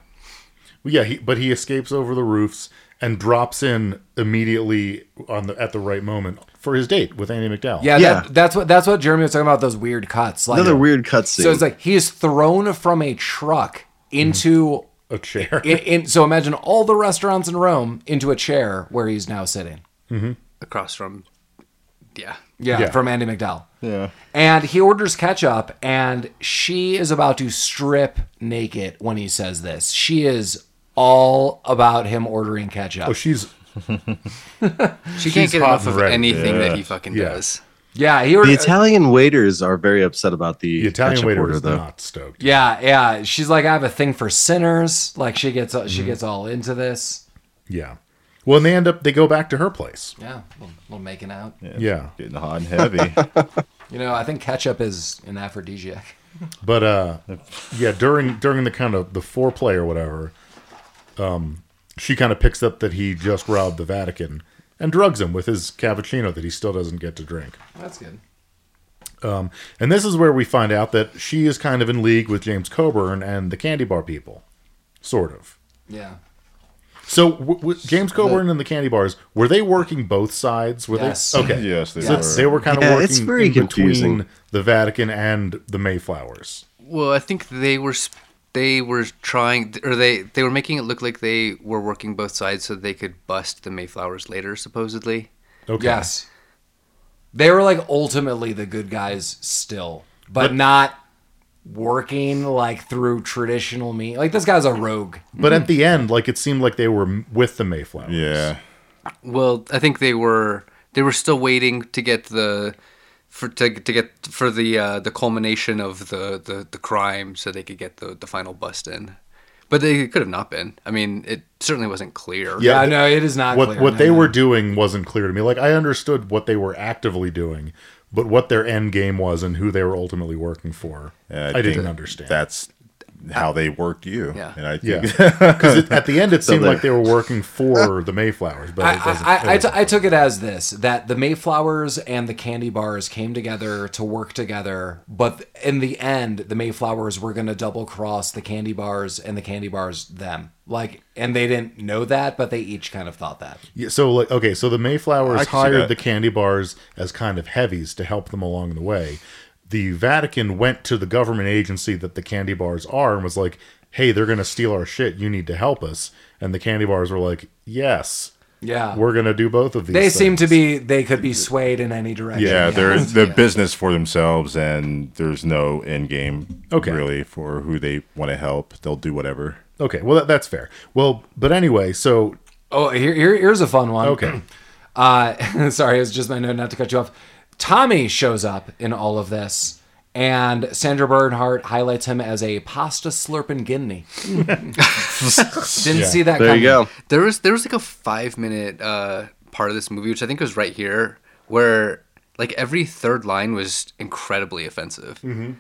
Speaker 4: Well, yeah, he, but he escapes over the roofs and drops in immediately on the at the right moment for his date with Annie McDowell.
Speaker 1: Yeah,
Speaker 2: Yeah.
Speaker 1: That, that's what that's what Jeremy was talking about. Those weird cuts, like
Speaker 2: Another weird cutscene.
Speaker 1: So it's like he is thrown from a truck into.
Speaker 4: a chair.
Speaker 1: In, in, so imagine all the restaurants in Rome into a chair where he's now sitting.
Speaker 3: across from. Yeah.
Speaker 1: Yeah,
Speaker 4: Yeah.
Speaker 1: from Andy McDowell.
Speaker 5: Yeah.
Speaker 1: And he orders ketchup, and she is about to strip naked when he says this. She is all about him ordering ketchup.
Speaker 4: *laughs* Oh, she's
Speaker 3: She can't get
Speaker 4: hot
Speaker 3: enough
Speaker 4: and
Speaker 3: of
Speaker 4: red,
Speaker 3: anything
Speaker 5: yeah.
Speaker 3: that he fucking
Speaker 4: Yeah.
Speaker 3: does.
Speaker 1: yeah, he
Speaker 2: the
Speaker 1: orders.
Speaker 2: Italian waiters are very upset about the,
Speaker 4: the Italian
Speaker 2: ketchup
Speaker 4: waiter
Speaker 2: order,
Speaker 4: is
Speaker 2: though.
Speaker 4: not stoked.
Speaker 1: yeah, yeah. She's like, I have a thing for sinners. Like she gets, she gets all into this.
Speaker 4: Yeah. Well, and they end up they go back to her place.
Speaker 1: Yeah, little, little making out.
Speaker 4: Yeah.
Speaker 5: Getting hot and heavy.
Speaker 1: You know, I think ketchup is an aphrodisiac.
Speaker 4: But uh yeah, during during the kind of the foreplay or whatever, um she kind of picks up that he just robbed the Vatican and drugs him with his cappuccino that he still doesn't get to drink.
Speaker 1: That's good.
Speaker 4: And this is where we find out that she is kind of in league with James Coburn and the candy bar people, sort of.
Speaker 1: Yeah.
Speaker 4: So w- w- James Coburn and the candy bars were they working both sides? Were
Speaker 1: Yes.
Speaker 4: they *laughs* okay?
Speaker 5: yes, they
Speaker 4: So
Speaker 5: were.
Speaker 4: they were kind of
Speaker 2: Yeah,
Speaker 4: working
Speaker 2: it's very
Speaker 4: in between
Speaker 2: confusing.
Speaker 4: the Vatican and the Mayflowers.
Speaker 3: Well, I think they were sp- they were trying or they they were making it look like they were working both sides so they could bust the Mayflowers later supposedly.
Speaker 4: Okay.
Speaker 1: Yes. They were like ultimately the good guys still, but, not working like through traditional means. Like this guy's a rogue.
Speaker 4: But at the end, like it seemed like they were m- with the Mayflowers.
Speaker 5: Mm-hmm. yeah.
Speaker 3: Well, I think they were they were still waiting to get the for to, to get for the uh, the culmination of the, the the crime so they could get the the final bust in. But they could have not been. I mean, it certainly wasn't clear.
Speaker 1: Yeah, I know it is not
Speaker 4: What
Speaker 1: clear.
Speaker 4: what
Speaker 1: No,
Speaker 4: they
Speaker 1: no.
Speaker 4: were doing wasn't clear to me. Like I understood what they were actively doing, but what their end game was and who they were ultimately working for,
Speaker 5: Yeah,
Speaker 4: I didn't
Speaker 5: think
Speaker 4: understand.
Speaker 5: That's how they worked you.
Speaker 3: Yeah.
Speaker 5: And I think *laughs*
Speaker 4: Yeah, because at the end it seemed
Speaker 2: the-
Speaker 4: like they were working for the Mayflowers, but it doesn't.
Speaker 1: I, I, I, t- I took it as this that the Mayflowers and the candy bars came together to work together, but in the end, the Mayflowers were going to double cross the candy bars and the candy bars them. Like, and they didn't know that, but they each kind of thought that.
Speaker 4: Yeah, so like okay, so the
Speaker 5: I
Speaker 4: Mayflowers
Speaker 5: can see
Speaker 4: hired
Speaker 5: that.
Speaker 4: the candy bars as kind of heavies to help them along the way. The Vatican went to the government agency that the candy bars are and was like, "Hey, they're going to steal our shit. You need to help us." And the candy bars were like, "Yes,
Speaker 1: Yeah,
Speaker 4: we're going to do both of these."
Speaker 1: they seem to
Speaker 4: things."
Speaker 1: be they could be swayed in any direction.
Speaker 5: yeah, they're the business for themselves, and there's no end game
Speaker 4: Okay.
Speaker 5: really for who they want to help. They'll do whatever.
Speaker 4: Okay, well that, that's fair. Well, but anyway, so
Speaker 1: Oh, here, here here's a fun one.
Speaker 4: okay.
Speaker 1: *clears throat* Uh, *laughs* sorry, it was just my note not to cut you off. Tommy shows up in all of this, and Sandra Bernhardt highlights him as a pasta slurping guinea. *laughs* Didn't see that.
Speaker 2: There you
Speaker 1: coming.
Speaker 2: go.
Speaker 3: There was there was like a five minute uh, part of this movie, which I think was right here, where like every third line was incredibly offensive, mm-hmm.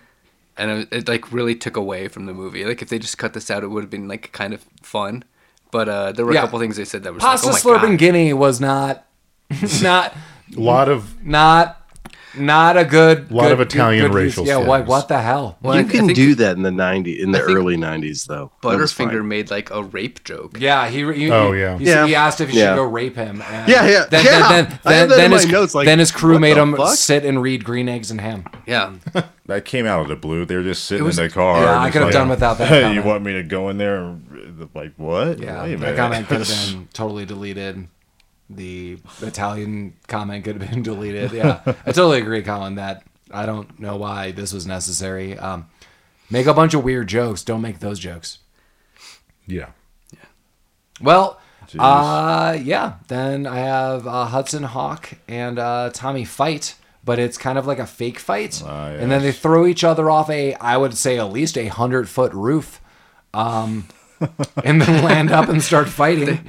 Speaker 3: and it, it like really took away from the movie. Like if they just cut this out, it would have been like kind of fun. But uh, there were
Speaker 1: Yeah.
Speaker 3: a couple things they said that was
Speaker 1: Pasta
Speaker 3: like, oh my
Speaker 1: slurping
Speaker 3: God.
Speaker 1: guinea was not, *laughs* not,
Speaker 4: A lot of
Speaker 1: not, not a good.
Speaker 4: Lot of
Speaker 1: good-
Speaker 4: Italian
Speaker 1: good use.
Speaker 4: racial
Speaker 1: Yeah. What?
Speaker 4: slurs.
Speaker 1: What the hell?
Speaker 3: Well, I
Speaker 2: You
Speaker 3: th- I
Speaker 2: can
Speaker 3: think
Speaker 2: do that in the 90s, in the
Speaker 3: think
Speaker 2: early 90s, though. That was fine.
Speaker 3: Butterfinger made like a rape joke.
Speaker 1: Yeah, he. he
Speaker 4: Oh, yeah.
Speaker 1: He, said he
Speaker 2: Yeah.
Speaker 1: asked if he
Speaker 2: Yeah.
Speaker 1: should go rape him. and
Speaker 2: Yeah, yeah,
Speaker 1: Then,
Speaker 2: yeah.
Speaker 1: Then,
Speaker 2: I
Speaker 1: then,
Speaker 2: have
Speaker 1: then,
Speaker 2: that in
Speaker 1: then
Speaker 2: my
Speaker 1: his,
Speaker 2: notes, like,
Speaker 1: then his crew
Speaker 2: what
Speaker 1: made
Speaker 2: the
Speaker 1: him
Speaker 2: fuck?
Speaker 1: sit and read Green Eggs and Ham.
Speaker 3: yeah.
Speaker 4: *laughs*
Speaker 5: That came out of the blue. They were just sitting
Speaker 3: was-
Speaker 5: in the car.
Speaker 1: yeah,
Speaker 5: and
Speaker 1: I
Speaker 5: it's
Speaker 1: could have
Speaker 5: like,
Speaker 1: done without that.
Speaker 5: Hey, you
Speaker 1: comment.
Speaker 5: want me to go in there? And, like what?
Speaker 1: Yeah,
Speaker 5: Wait a
Speaker 1: that
Speaker 5: minute. *laughs*
Speaker 1: comment could have been totally deleted. The Italian comment could have been *laughs* deleted. Yeah, I totally agree, Colin. That I don't know why this was necessary. Um, make a bunch of weird jokes. Don't make those jokes.
Speaker 4: yeah.
Speaker 1: Well,
Speaker 5: Jeez.
Speaker 1: uh, yeah. Then I have uh, Hudson Hawk and uh, Tommy fight, but it's kind of like a fake fight,
Speaker 5: Ah,
Speaker 1: and then they
Speaker 5: yes. *laughs*
Speaker 1: throw each other off a, I would say, at least a hundred foot roof. um, and then land up and start fighting.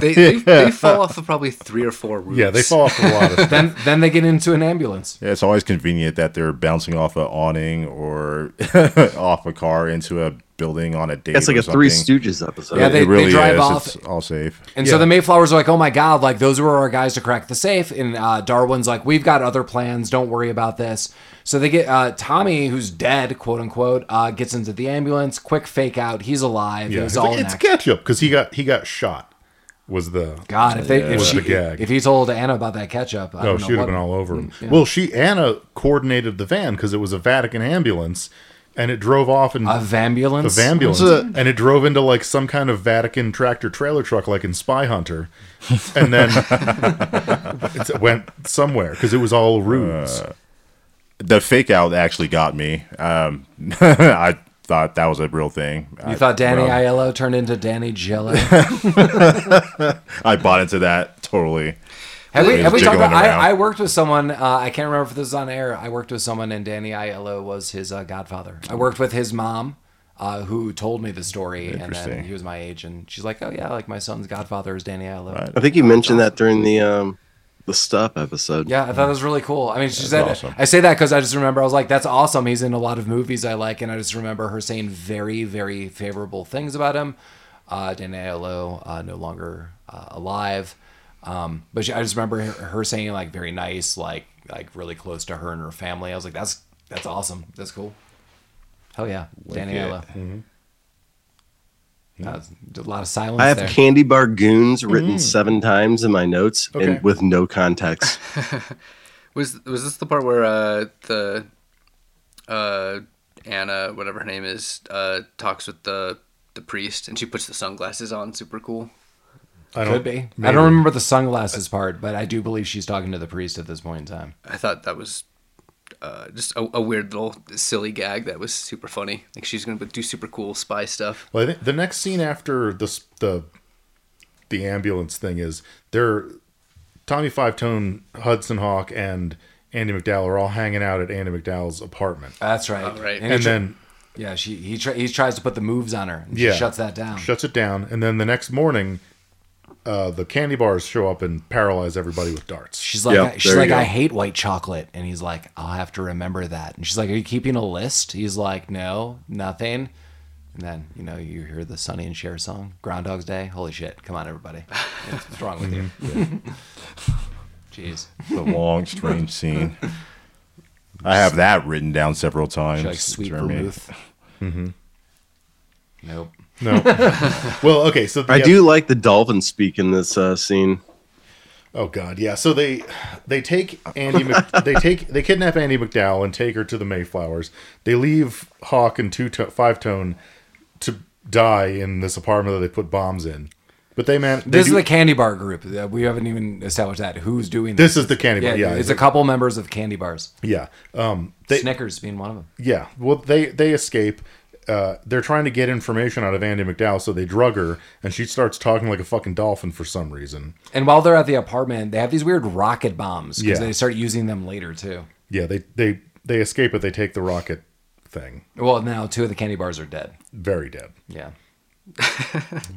Speaker 3: They, they, they fall off of probably three or four roofs.
Speaker 4: Yeah, they fall off a
Speaker 1: *laughs*
Speaker 4: lot of stuff.
Speaker 1: Then then they get into an ambulance.
Speaker 5: Yeah, it's always convenient that they're bouncing off an awning or *laughs* off a car into a building on a date.
Speaker 2: That's like
Speaker 5: or
Speaker 2: a Three
Speaker 5: something.
Speaker 2: Stooges episode.
Speaker 1: Yeah, they-
Speaker 5: it really
Speaker 1: drive
Speaker 5: is.
Speaker 1: off.
Speaker 5: It's all safe.
Speaker 1: And so the Mayflowers are like, "Oh my god, like those were our guys to crack the safe." And uh, Darwin's like, "We've got other plans. Don't worry about this." So they get uh, Tommy, who's dead, quote unquote, uh, gets into the ambulance. Quick fake out. He's alive.
Speaker 4: Yeah,
Speaker 1: He's
Speaker 4: it's,
Speaker 1: all
Speaker 4: like, it's
Speaker 1: neck.
Speaker 4: ketchup because he got he got shot. Was the
Speaker 1: God, if they if
Speaker 4: was
Speaker 1: she
Speaker 4: the gag.
Speaker 1: if he told Anna about that ketchup, I
Speaker 4: Oh,
Speaker 1: don't know
Speaker 4: she'd have
Speaker 1: what-
Speaker 4: been all over him. Well, she Anna coordinated the van because it was a Vatican ambulance, and it drove off and
Speaker 1: a vambulance.
Speaker 4: the ambulance, and it drove into like some kind of Vatican tractor trailer truck, like in Spy Hunter, and
Speaker 1: *laughs*
Speaker 4: then it went somewhere because it was all ruse.
Speaker 1: Uh,
Speaker 5: The fake out actually got me. Um, *laughs* I thought that was a real thing. I,
Speaker 1: you thought Danny
Speaker 5: well,
Speaker 1: Aiello turned into Danny Jello?
Speaker 5: I bought into that totally.
Speaker 1: Have we,
Speaker 5: He's
Speaker 1: have we talked
Speaker 5: jiggling
Speaker 1: about? I,
Speaker 5: around.
Speaker 1: I worked with someone. Uh, I can't remember if this is on air. I worked with someone, and Danny Aiello was his uh, godfather. I worked with his mom, uh, who told me the story, and then
Speaker 5: Interesting.
Speaker 1: he was my age, and she's like, "Oh yeah, like my son's godfather is Danny Aiello."
Speaker 2: I think you mentioned that during the um the stuff episode.
Speaker 1: Yeah, I thought that was really cool. I mean, she said,
Speaker 5: awesome.
Speaker 1: I say that because I just remember, I was like, that's awesome. He's in a lot of movies I like. And I just remember her saying very, very favorable things about him. Uh, Danny Aiello, uh, no longer uh, alive. Um, but she, I just remember her, her saying like very nice, like, like really close to her and her family. I was like, that's, that's awesome. That's cool. Hell yeah. Danny
Speaker 5: it.
Speaker 1: Aiello. That was a lot of silence
Speaker 2: I have
Speaker 1: there.
Speaker 2: candy bar goons written seven times in my notes
Speaker 4: Okay.
Speaker 2: and with no context.
Speaker 3: Was was this the part where uh, the uh, Anna, whatever her name is, uh, talks with the the priest and she puts the sunglasses on, super cool.
Speaker 4: I
Speaker 1: Could be. I
Speaker 4: maybe.
Speaker 1: don't remember the sunglasses part, but I do believe she's talking to the priest at this point in time.
Speaker 3: I thought that was uh, just a, a weird little silly gag that was super funny. Like she's gonna do super cool spy stuff.
Speaker 4: Well, I think the next scene after this the the ambulance thing is they're Tommy Five Tone, Hudson Hawk, and Andy McDowell are all hanging out at Andy McDowell's apartment,
Speaker 1: That's right.
Speaker 3: Oh, right.
Speaker 1: And, he
Speaker 4: and
Speaker 1: tr-
Speaker 4: then
Speaker 1: yeah, she he tr- he tries to put the moves on her, and she
Speaker 4: Yeah.
Speaker 1: shuts that down.
Speaker 4: Oh. shuts it down. And then the next morning, uh, the candy bars show up and paralyze everybody with darts.
Speaker 1: She's like,
Speaker 2: Yeah,
Speaker 1: I, she's
Speaker 2: there you
Speaker 1: like,
Speaker 2: go.
Speaker 1: I hate white chocolate, and he's like, I'll have to remember that. And she's like, Are you keeping a list? He's like, No, nothing. And then you know you hear the Sonny and Cher song, Groundhog's Day. Holy shit! Come on, everybody, what's wrong with you? Jeez,
Speaker 5: The long, strange scene. I have that written down several times.
Speaker 1: she like sweet
Speaker 5: Jeremy.
Speaker 1: vermouth. Mm-hmm. Nope.
Speaker 4: No. *laughs* well, okay. So
Speaker 2: I
Speaker 4: the-
Speaker 2: do like the dolphin speak in this uh, scene.
Speaker 4: Oh God, yeah. So they they take Andy,
Speaker 1: *laughs*
Speaker 4: Mc, they take they kidnap Andy McDowell and take her to the Mayflowers. They leave Hawk and two to, five tone to die in this apartment that they put bombs in. But they man, they
Speaker 1: This
Speaker 4: do-
Speaker 1: is the Candy Bar group. Uh, We haven't even established that. Who's doing this?
Speaker 4: this is the candy bar. Yeah,
Speaker 1: it's a couple members of Candy Bars.
Speaker 4: yeah. Um, they
Speaker 1: Snickers being one of them.
Speaker 4: yeah. Well, they they escape. Uh, they're trying to get information out of Andy McDowell, so they drug her, and she starts talking like a fucking dolphin for some reason.
Speaker 1: And while they're at the apartment, they have these weird rocket bombs
Speaker 4: Yeah.
Speaker 1: because they start using them later too.
Speaker 4: Yeah, they they they escape, but they take the rocket thing.
Speaker 1: Well, now two of the candy bars are dead.
Speaker 4: Very dead. *laughs*
Speaker 1: Yeah,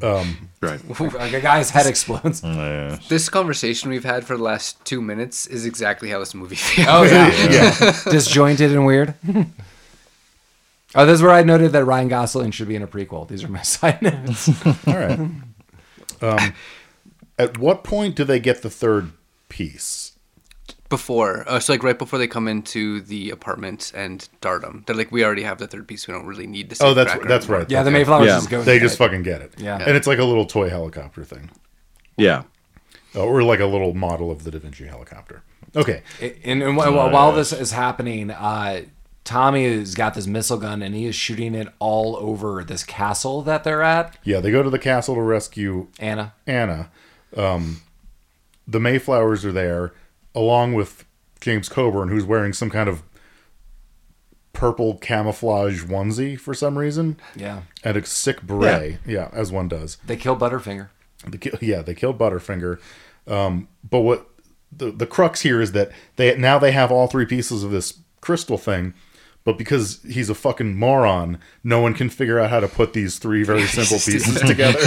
Speaker 4: Um,
Speaker 1: *laughs*
Speaker 2: Right.
Speaker 1: like a guy's head
Speaker 4: *laughs*
Speaker 1: explodes. oh
Speaker 5: Yeah.
Speaker 3: This conversation we've had for the last two minutes is exactly how this movie *laughs* feels.
Speaker 4: Oh.
Speaker 1: yeah, *laughs* disjointed and weird. *laughs* oh, this is where I noted that Ryan Gosling should be in a prequel. These are my *laughs* side
Speaker 4: *laughs*
Speaker 1: notes.
Speaker 4: All right. Um, at what point do they get the third piece?
Speaker 3: Before, uh, so like right before they come into the apartment and dart 'em. they're like, "We already have the third piece. We don't really need this."
Speaker 4: Oh, that's that's right.
Speaker 1: yeah, the
Speaker 4: Okay.
Speaker 1: Mayflowers
Speaker 2: Yeah.
Speaker 1: just go.
Speaker 4: They just fucking get it.
Speaker 1: Yeah.
Speaker 4: and it's like a little toy helicopter thing,
Speaker 2: Yeah.
Speaker 4: Uh, or like a little model of the Da Vinci helicopter. Okay,
Speaker 1: And, and while, while this is happening, uh, Tommy has got this missile gun and he is shooting it all over this castle that they're at.
Speaker 4: yeah, they go to the castle to rescue
Speaker 1: Anna,
Speaker 4: Anna. Um, the Mayflowers are there, along with James Coburn, who's wearing some kind of purple camouflage onesie for some reason,
Speaker 1: yeah,
Speaker 4: and a sick beret. yeah as one does.
Speaker 1: they kill Butterfinger.
Speaker 4: They kill, yeah, they killed Butterfinger. Um, but what the the crux here is that they now they have all three pieces of this crystal thing, But because he's a fucking moron, no one can figure out how to put these three very simple pieces together.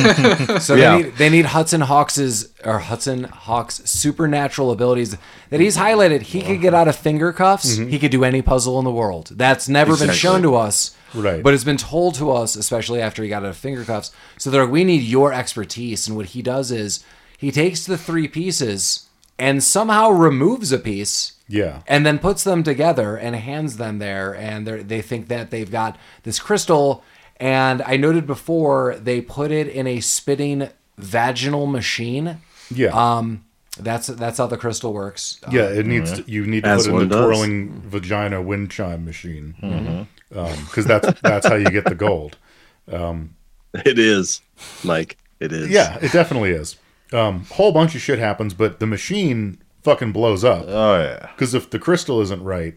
Speaker 1: So
Speaker 2: Yeah.
Speaker 1: they, need, they need Hudson Hawks's or Hudson Hawks' supernatural abilities that he's highlighted. He could get out of finger cuffs. He could do any puzzle in the world. That's never been shown to us,
Speaker 4: Right.
Speaker 1: But it's been told to us, especially after he got out of finger cuffs. So they're like, we need your expertise. And what he does is he takes the three pieces and somehow removes a piece.
Speaker 4: Yeah.
Speaker 1: And then puts them together and hands them there, and they're- they think that they've got this crystal. And I noted before they put it in a spitting vaginal machine.
Speaker 4: Yeah.
Speaker 1: Um, that's that's how the crystal works. Uh,
Speaker 4: Yeah, it needs to, you need to
Speaker 2: As
Speaker 4: put in
Speaker 2: one
Speaker 4: the
Speaker 2: does.
Speaker 4: twirling vagina wind chime machine because
Speaker 5: Mm-hmm.
Speaker 4: that's that's how you get the gold.
Speaker 2: It is, Mike. It is.
Speaker 4: Yeah, it definitely is. Um, whole bunch of shit happens, but the machine fucking blows up
Speaker 5: Oh yeah.
Speaker 4: because if the crystal isn't right,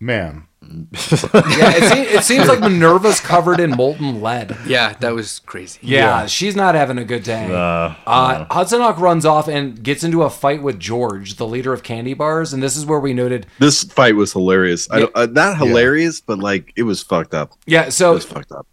Speaker 4: man,
Speaker 1: yeah it, se- it seems like Minerva's covered in molten lead.
Speaker 3: Yeah, that was crazy.
Speaker 1: Yeah, she's not having a good day.
Speaker 5: Uh,
Speaker 1: Uh, Hudson Hawk runs off and gets into a fight with George, the leader of Candy Bars, and this is where we noted.
Speaker 2: This fight was hilarious. I don't, uh, not hilarious, but like it was fucked up.
Speaker 1: Yeah,
Speaker 2: It
Speaker 1: so
Speaker 2: was fucked up.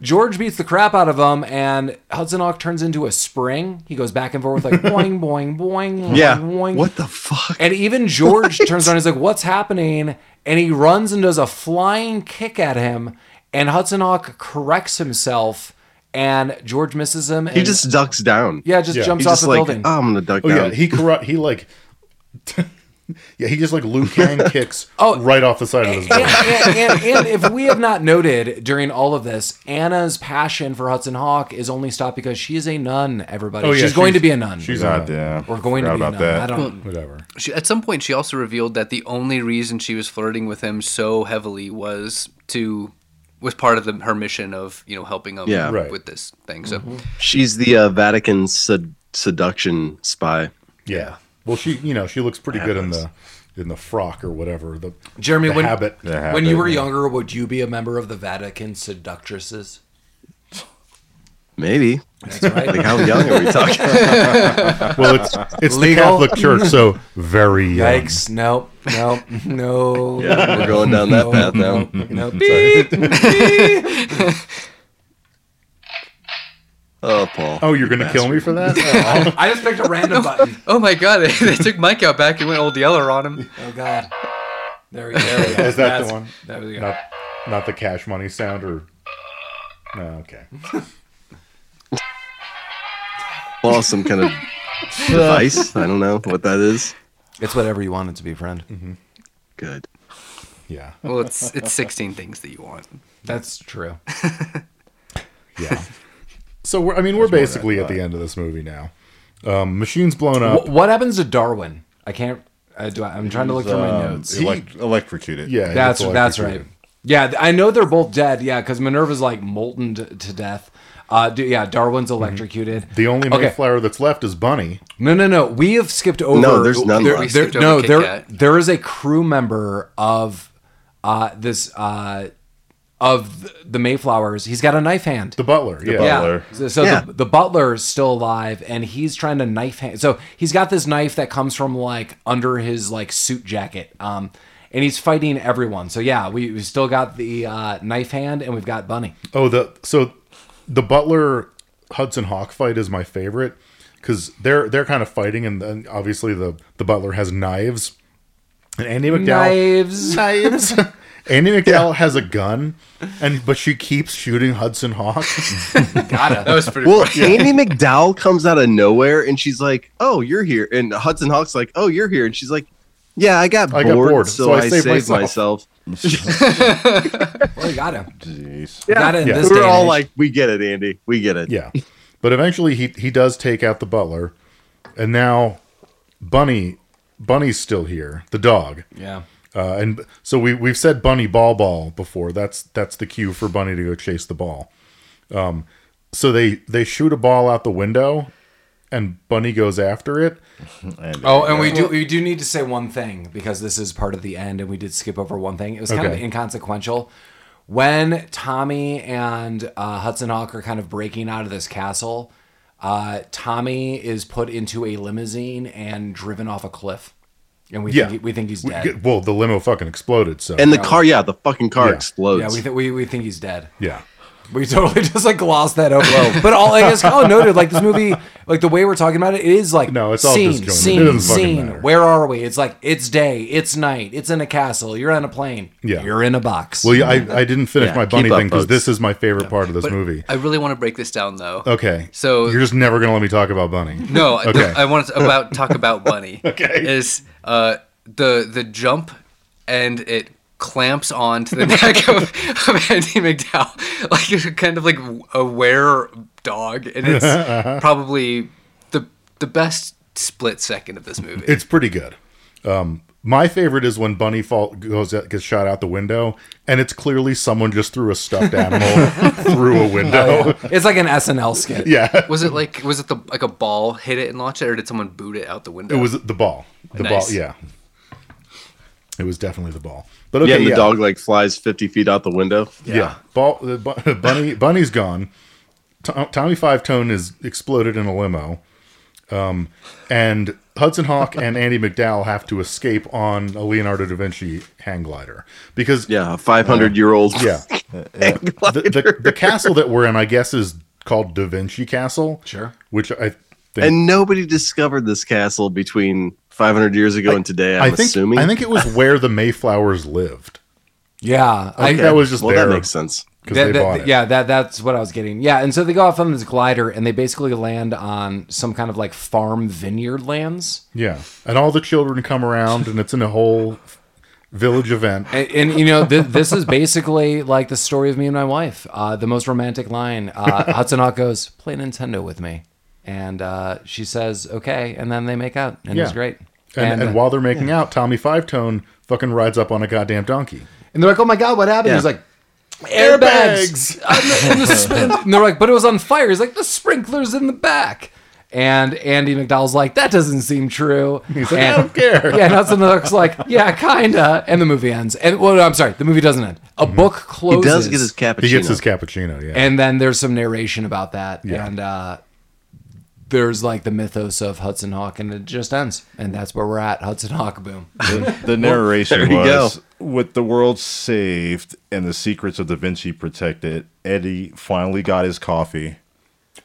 Speaker 1: George beats the crap out of him, and Hudson Hawk turns into a spring. He goes back and
Speaker 4: *laughs*
Speaker 1: forth like boing, boing, boing,
Speaker 2: Yeah.
Speaker 1: boing, boing.
Speaker 2: What the fuck?
Speaker 1: And even George turns around and is like, What's happening? And he runs and does a flying kick at him. And Hudson Hawk corrects himself. And George misses him. And
Speaker 2: He just ducks down.
Speaker 1: yeah, just
Speaker 4: Yeah,
Speaker 1: jumps
Speaker 2: He's
Speaker 1: off
Speaker 2: just
Speaker 1: the
Speaker 2: like,
Speaker 1: building.
Speaker 2: oh, I'm gonna duck
Speaker 4: oh
Speaker 2: down.
Speaker 4: yeah, he corrupt, he like, *laughs* yeah, he just like Liu Kang kicks
Speaker 1: Oh.
Speaker 4: right off the
Speaker 1: *laughs*
Speaker 4: side of this
Speaker 1: and,
Speaker 4: building.
Speaker 1: and, and, and if we have not noted during all of this, Anna's passion for Hudson Hawk is only stopped because she is a nun, everybody.
Speaker 4: Oh, yeah,
Speaker 1: she's, going to
Speaker 4: she's-
Speaker 1: be a nun.
Speaker 4: she's-
Speaker 5: God damn.
Speaker 1: We're going to
Speaker 5: Forgot
Speaker 1: be a
Speaker 5: about
Speaker 1: nun.
Speaker 5: that.
Speaker 1: I don't
Speaker 4: Whatever.
Speaker 3: She, at some point, she also revealed that the only reason she was flirting with him so heavily was to was part of the, her mission of you know helping him
Speaker 2: Yeah. Mm-hmm.
Speaker 4: Right.
Speaker 3: with this thing. So
Speaker 2: She's the uh, Vatican sed- seduction spy.
Speaker 4: Yeah. Well, she you know she looks pretty good in the in the frock or whatever the
Speaker 1: Jeremy,
Speaker 4: the
Speaker 1: when,
Speaker 4: habit.
Speaker 5: The
Speaker 1: when you
Speaker 5: habit,
Speaker 1: were
Speaker 5: yeah.
Speaker 1: younger, would you be a member of the Vatican seductresses?
Speaker 2: Maybe.
Speaker 1: That's right.
Speaker 2: Like how young are we talking?
Speaker 1: *laughs*
Speaker 4: Well, it's it's
Speaker 1: Legal.
Speaker 4: the Catholic Church, so
Speaker 1: *laughs*
Speaker 4: very young.
Speaker 1: Yikes! No, no, no.
Speaker 2: Yeah, we're going down that
Speaker 1: no,
Speaker 2: path now.
Speaker 1: Oh, No, no. Beep.
Speaker 2: Oh, Paul.
Speaker 4: Oh, you're gonna kill me for that?
Speaker 1: *laughs* I just picked a random button.
Speaker 3: oh my god, *laughs* they, they took Mike out back and went old Yeller on him.
Speaker 1: Oh God. There we, there we go.
Speaker 4: Is that the
Speaker 1: That's-
Speaker 4: one?
Speaker 1: There we go.
Speaker 4: not not the cash money sound or no okay
Speaker 2: Paul, some
Speaker 1: *laughs*
Speaker 2: kind of device. I don't know what that is.
Speaker 1: It's whatever you want it to be, friend.
Speaker 2: Good.
Speaker 4: yeah
Speaker 3: Well, it's it's sixteen things that you want.
Speaker 1: That's true.
Speaker 4: yeah so we're i mean we're basically at the end of this movie now um machine's blown up
Speaker 1: Wh- what happens to Darwin? I can't. Uh, do I, I'm trying to look through my
Speaker 5: Um,
Speaker 1: notes.
Speaker 5: elect- electrocuted.
Speaker 4: yeah he
Speaker 1: That's
Speaker 4: gets
Speaker 1: that's right.
Speaker 4: electrocuted.
Speaker 1: Yeah, th- I know they're both dead. Yeah, because Minerva's like molten t- to death. Uh, do, yeah, Darwin's electrocuted.
Speaker 4: Mm-hmm. the only
Speaker 1: Okay.
Speaker 4: mayflower that's left is bunny
Speaker 1: No, no, no. We have skipped over.
Speaker 2: No, there's none
Speaker 1: There,
Speaker 2: left.
Speaker 1: there-
Speaker 3: We skipped
Speaker 1: no,
Speaker 3: over Kit
Speaker 1: there,
Speaker 3: Kat.
Speaker 1: there is a crew member of uh, this uh, of th- the Mayflowers. He's got a knife hand.
Speaker 4: the butler yeah
Speaker 5: butler.
Speaker 1: Yeah. So, so
Speaker 2: Yeah.
Speaker 1: The, the butler is still alive, and he's trying to knife hand. So he's got this knife that comes from like under his like suit jacket. Um, and he's fighting everyone. So yeah, we we still got the uh, knife hand, and we've got Bunny.
Speaker 4: oh the so the butler hudson hawk fight is my favorite because they're they're kind of fighting and then obviously the the butler has knives and andy
Speaker 2: *laughs*
Speaker 4: mcdowell
Speaker 1: Knives.
Speaker 4: knives. *laughs* Andy McDowell has a gun, and but she keeps shooting Hudson Hawk. *laughs*
Speaker 3: That was
Speaker 2: *laughs*
Speaker 3: pretty.
Speaker 2: Well, Andy McDowell comes out of nowhere and she's like, "Oh, you're here." And Hudson Hawk's like, "Oh, you're here." And she's like, "Yeah, I got
Speaker 4: I
Speaker 2: bored,
Speaker 4: got bored,
Speaker 2: so,
Speaker 4: so I
Speaker 2: I,
Speaker 4: saved
Speaker 2: saved myself."
Speaker 1: Well, you got him.
Speaker 5: Jeez.
Speaker 1: Yeah. Got it in
Speaker 4: Yeah.
Speaker 1: this
Speaker 2: We're
Speaker 1: day and
Speaker 2: all
Speaker 1: age.
Speaker 2: like, "We get it, Andy. We get it."
Speaker 4: yeah, but eventually he he does take out the butler, and now Bunny Bunny's still here, the dog.
Speaker 1: yeah.
Speaker 4: Uh, and b- so we we've said Bunny Ball Ball before. That's that's the cue for Bunny to go chase the ball. Um, so they they shoot a ball out the window, and Bunny goes after it.
Speaker 5: And,
Speaker 1: Oh, and we do we do need to say one thing because this is part of the end, and we did skip over one thing. It was kind of
Speaker 4: Okay.
Speaker 1: inconsequential. When Tommy and uh, Hudson Hawk are kind of breaking out of this castle, uh, Tommy is put into a limousine and driven off a cliff. and we
Speaker 4: Yeah.
Speaker 1: think we think he's
Speaker 4: We-
Speaker 1: dead.
Speaker 4: well, the limo fucking exploded, so
Speaker 2: And the car, yeah, the fucking car
Speaker 4: Yeah.
Speaker 1: yeah,
Speaker 2: explodes.
Speaker 1: we, th- we we think he's dead.
Speaker 4: yeah.
Speaker 1: We *laughs* totally just like glossed that over. but all like, as Colin noted, like this movie, like the way we're talking about it, it is like
Speaker 4: No, it's all
Speaker 1: scene,
Speaker 4: disjointed. It
Speaker 1: scene,
Speaker 4: doesn't fucking
Speaker 1: scene.
Speaker 4: matter.
Speaker 1: Where are we? It's like it's day, it's night, it's in a castle, you're on a plane,
Speaker 4: Yeah.
Speaker 1: you're in a box.
Speaker 4: Well, yeah, I, I didn't finish
Speaker 1: Yeah,
Speaker 4: my bunny
Speaker 2: keep up,
Speaker 4: thing because
Speaker 2: folks.
Speaker 4: this is my favorite part of this movie.
Speaker 3: I really want to break this down though.
Speaker 4: Okay,
Speaker 3: So-
Speaker 4: you're just never gonna let me talk about bunny.
Speaker 3: No,
Speaker 4: Okay.
Speaker 3: the- I want to about talk
Speaker 4: *laughs*
Speaker 3: about Bunny.
Speaker 4: Okay.
Speaker 3: is uh, the the jump and it clamps on
Speaker 4: *laughs*
Speaker 3: to the neck of, of Andy McDowell *laughs* like it's kind of like a wear dog, and
Speaker 4: *laughs* Uh-huh.
Speaker 3: it's probably the the best split second of this movie.
Speaker 4: It's pretty good. Um, my favorite is when Bunny fall goes out, gets shot out the window, and it's clearly someone just threw a
Speaker 3: *laughs*
Speaker 4: stuffed animal through a
Speaker 3: Oh,
Speaker 4: window.
Speaker 1: Oh, *laughs* it's like an SNL skit.
Speaker 4: yeah.
Speaker 3: was it like was it the like a ball hit it and launch it, or did someone boot it out the window?
Speaker 4: it was the ball. The
Speaker 3: Nice.
Speaker 4: ball, yeah. It was definitely the ball. But okay,
Speaker 2: yeah, and the dog like flies 50 feet out the window.
Speaker 4: Yeah. Ball, the bu- *laughs* bunny, bunny's gone. To- Tommy Five Tone is exploded in a limo. Um, and Hudson Hawk and Andy McDowell have to escape on a Leonardo da Vinci hang glider because
Speaker 2: Yeah, a 500 year old. *laughs*
Speaker 4: yeah. the, the, the castle that we're in, I guess, is called Da Vinci Castle.
Speaker 1: Sure.
Speaker 4: Which I think
Speaker 2: And nobody discovered this castle between 500 years ago and today, I'm
Speaker 4: I think
Speaker 2: assuming.
Speaker 4: I think it was where the Mayflowers lived.
Speaker 1: Yeah,
Speaker 4: I think that was just
Speaker 2: well,
Speaker 4: there
Speaker 2: that makes sense.
Speaker 4: because
Speaker 1: That-
Speaker 4: they
Speaker 1: that-
Speaker 4: bought it.
Speaker 1: Yeah, that that's what I was getting. Yeah, and so they go off on this glider and they basically land on some kind of like farm vineyard lands.
Speaker 4: Yeah. And all the children come around and it's in a whole village event.
Speaker 1: And, and, you know, th- this is basically like the story of me and my wife. Uh, the most romantic line
Speaker 4: *laughs*
Speaker 1: uh, Hudson Hawk goes, "Play Nintendo with me," and uh, she says, "Okay," and then they make out, and
Speaker 4: Yeah.
Speaker 1: it's great.
Speaker 4: And, and,
Speaker 1: uh,
Speaker 4: while they're making out, Tommy Five Tone fucking rides up on a goddamn donkey.
Speaker 1: and they're like, "Oh my god, what happened?"
Speaker 2: Yeah.
Speaker 1: He's like. Airbags. I'm the- in the
Speaker 4: *laughs*
Speaker 1: spin- and they're like, but it was on fire. He's like, the sprinklers in the back. And Andy McDowell's like, that doesn't seem true. He's
Speaker 4: like, "I don't care."
Speaker 1: *laughs* Yeah, and Hudson Hawk's like, yeah, kinda. And the movie ends. And well, no, I'm sorry, the movie doesn't end. A
Speaker 4: Mm-hmm.
Speaker 1: book
Speaker 2: He
Speaker 1: closes.
Speaker 2: does get his cappuccino.
Speaker 4: He gets his cappuccino, yeah.
Speaker 1: and then there's some narration about that
Speaker 4: Yeah.
Speaker 1: and uh there's like the mythos of Hudson Hawk and it just ends and that's where we're at Hudson Hawk boom
Speaker 5: The, the narration
Speaker 2: there you
Speaker 5: was
Speaker 2: go.
Speaker 5: with the world saved and the secrets of Da Vinci protected, Eddie finally got his coffee.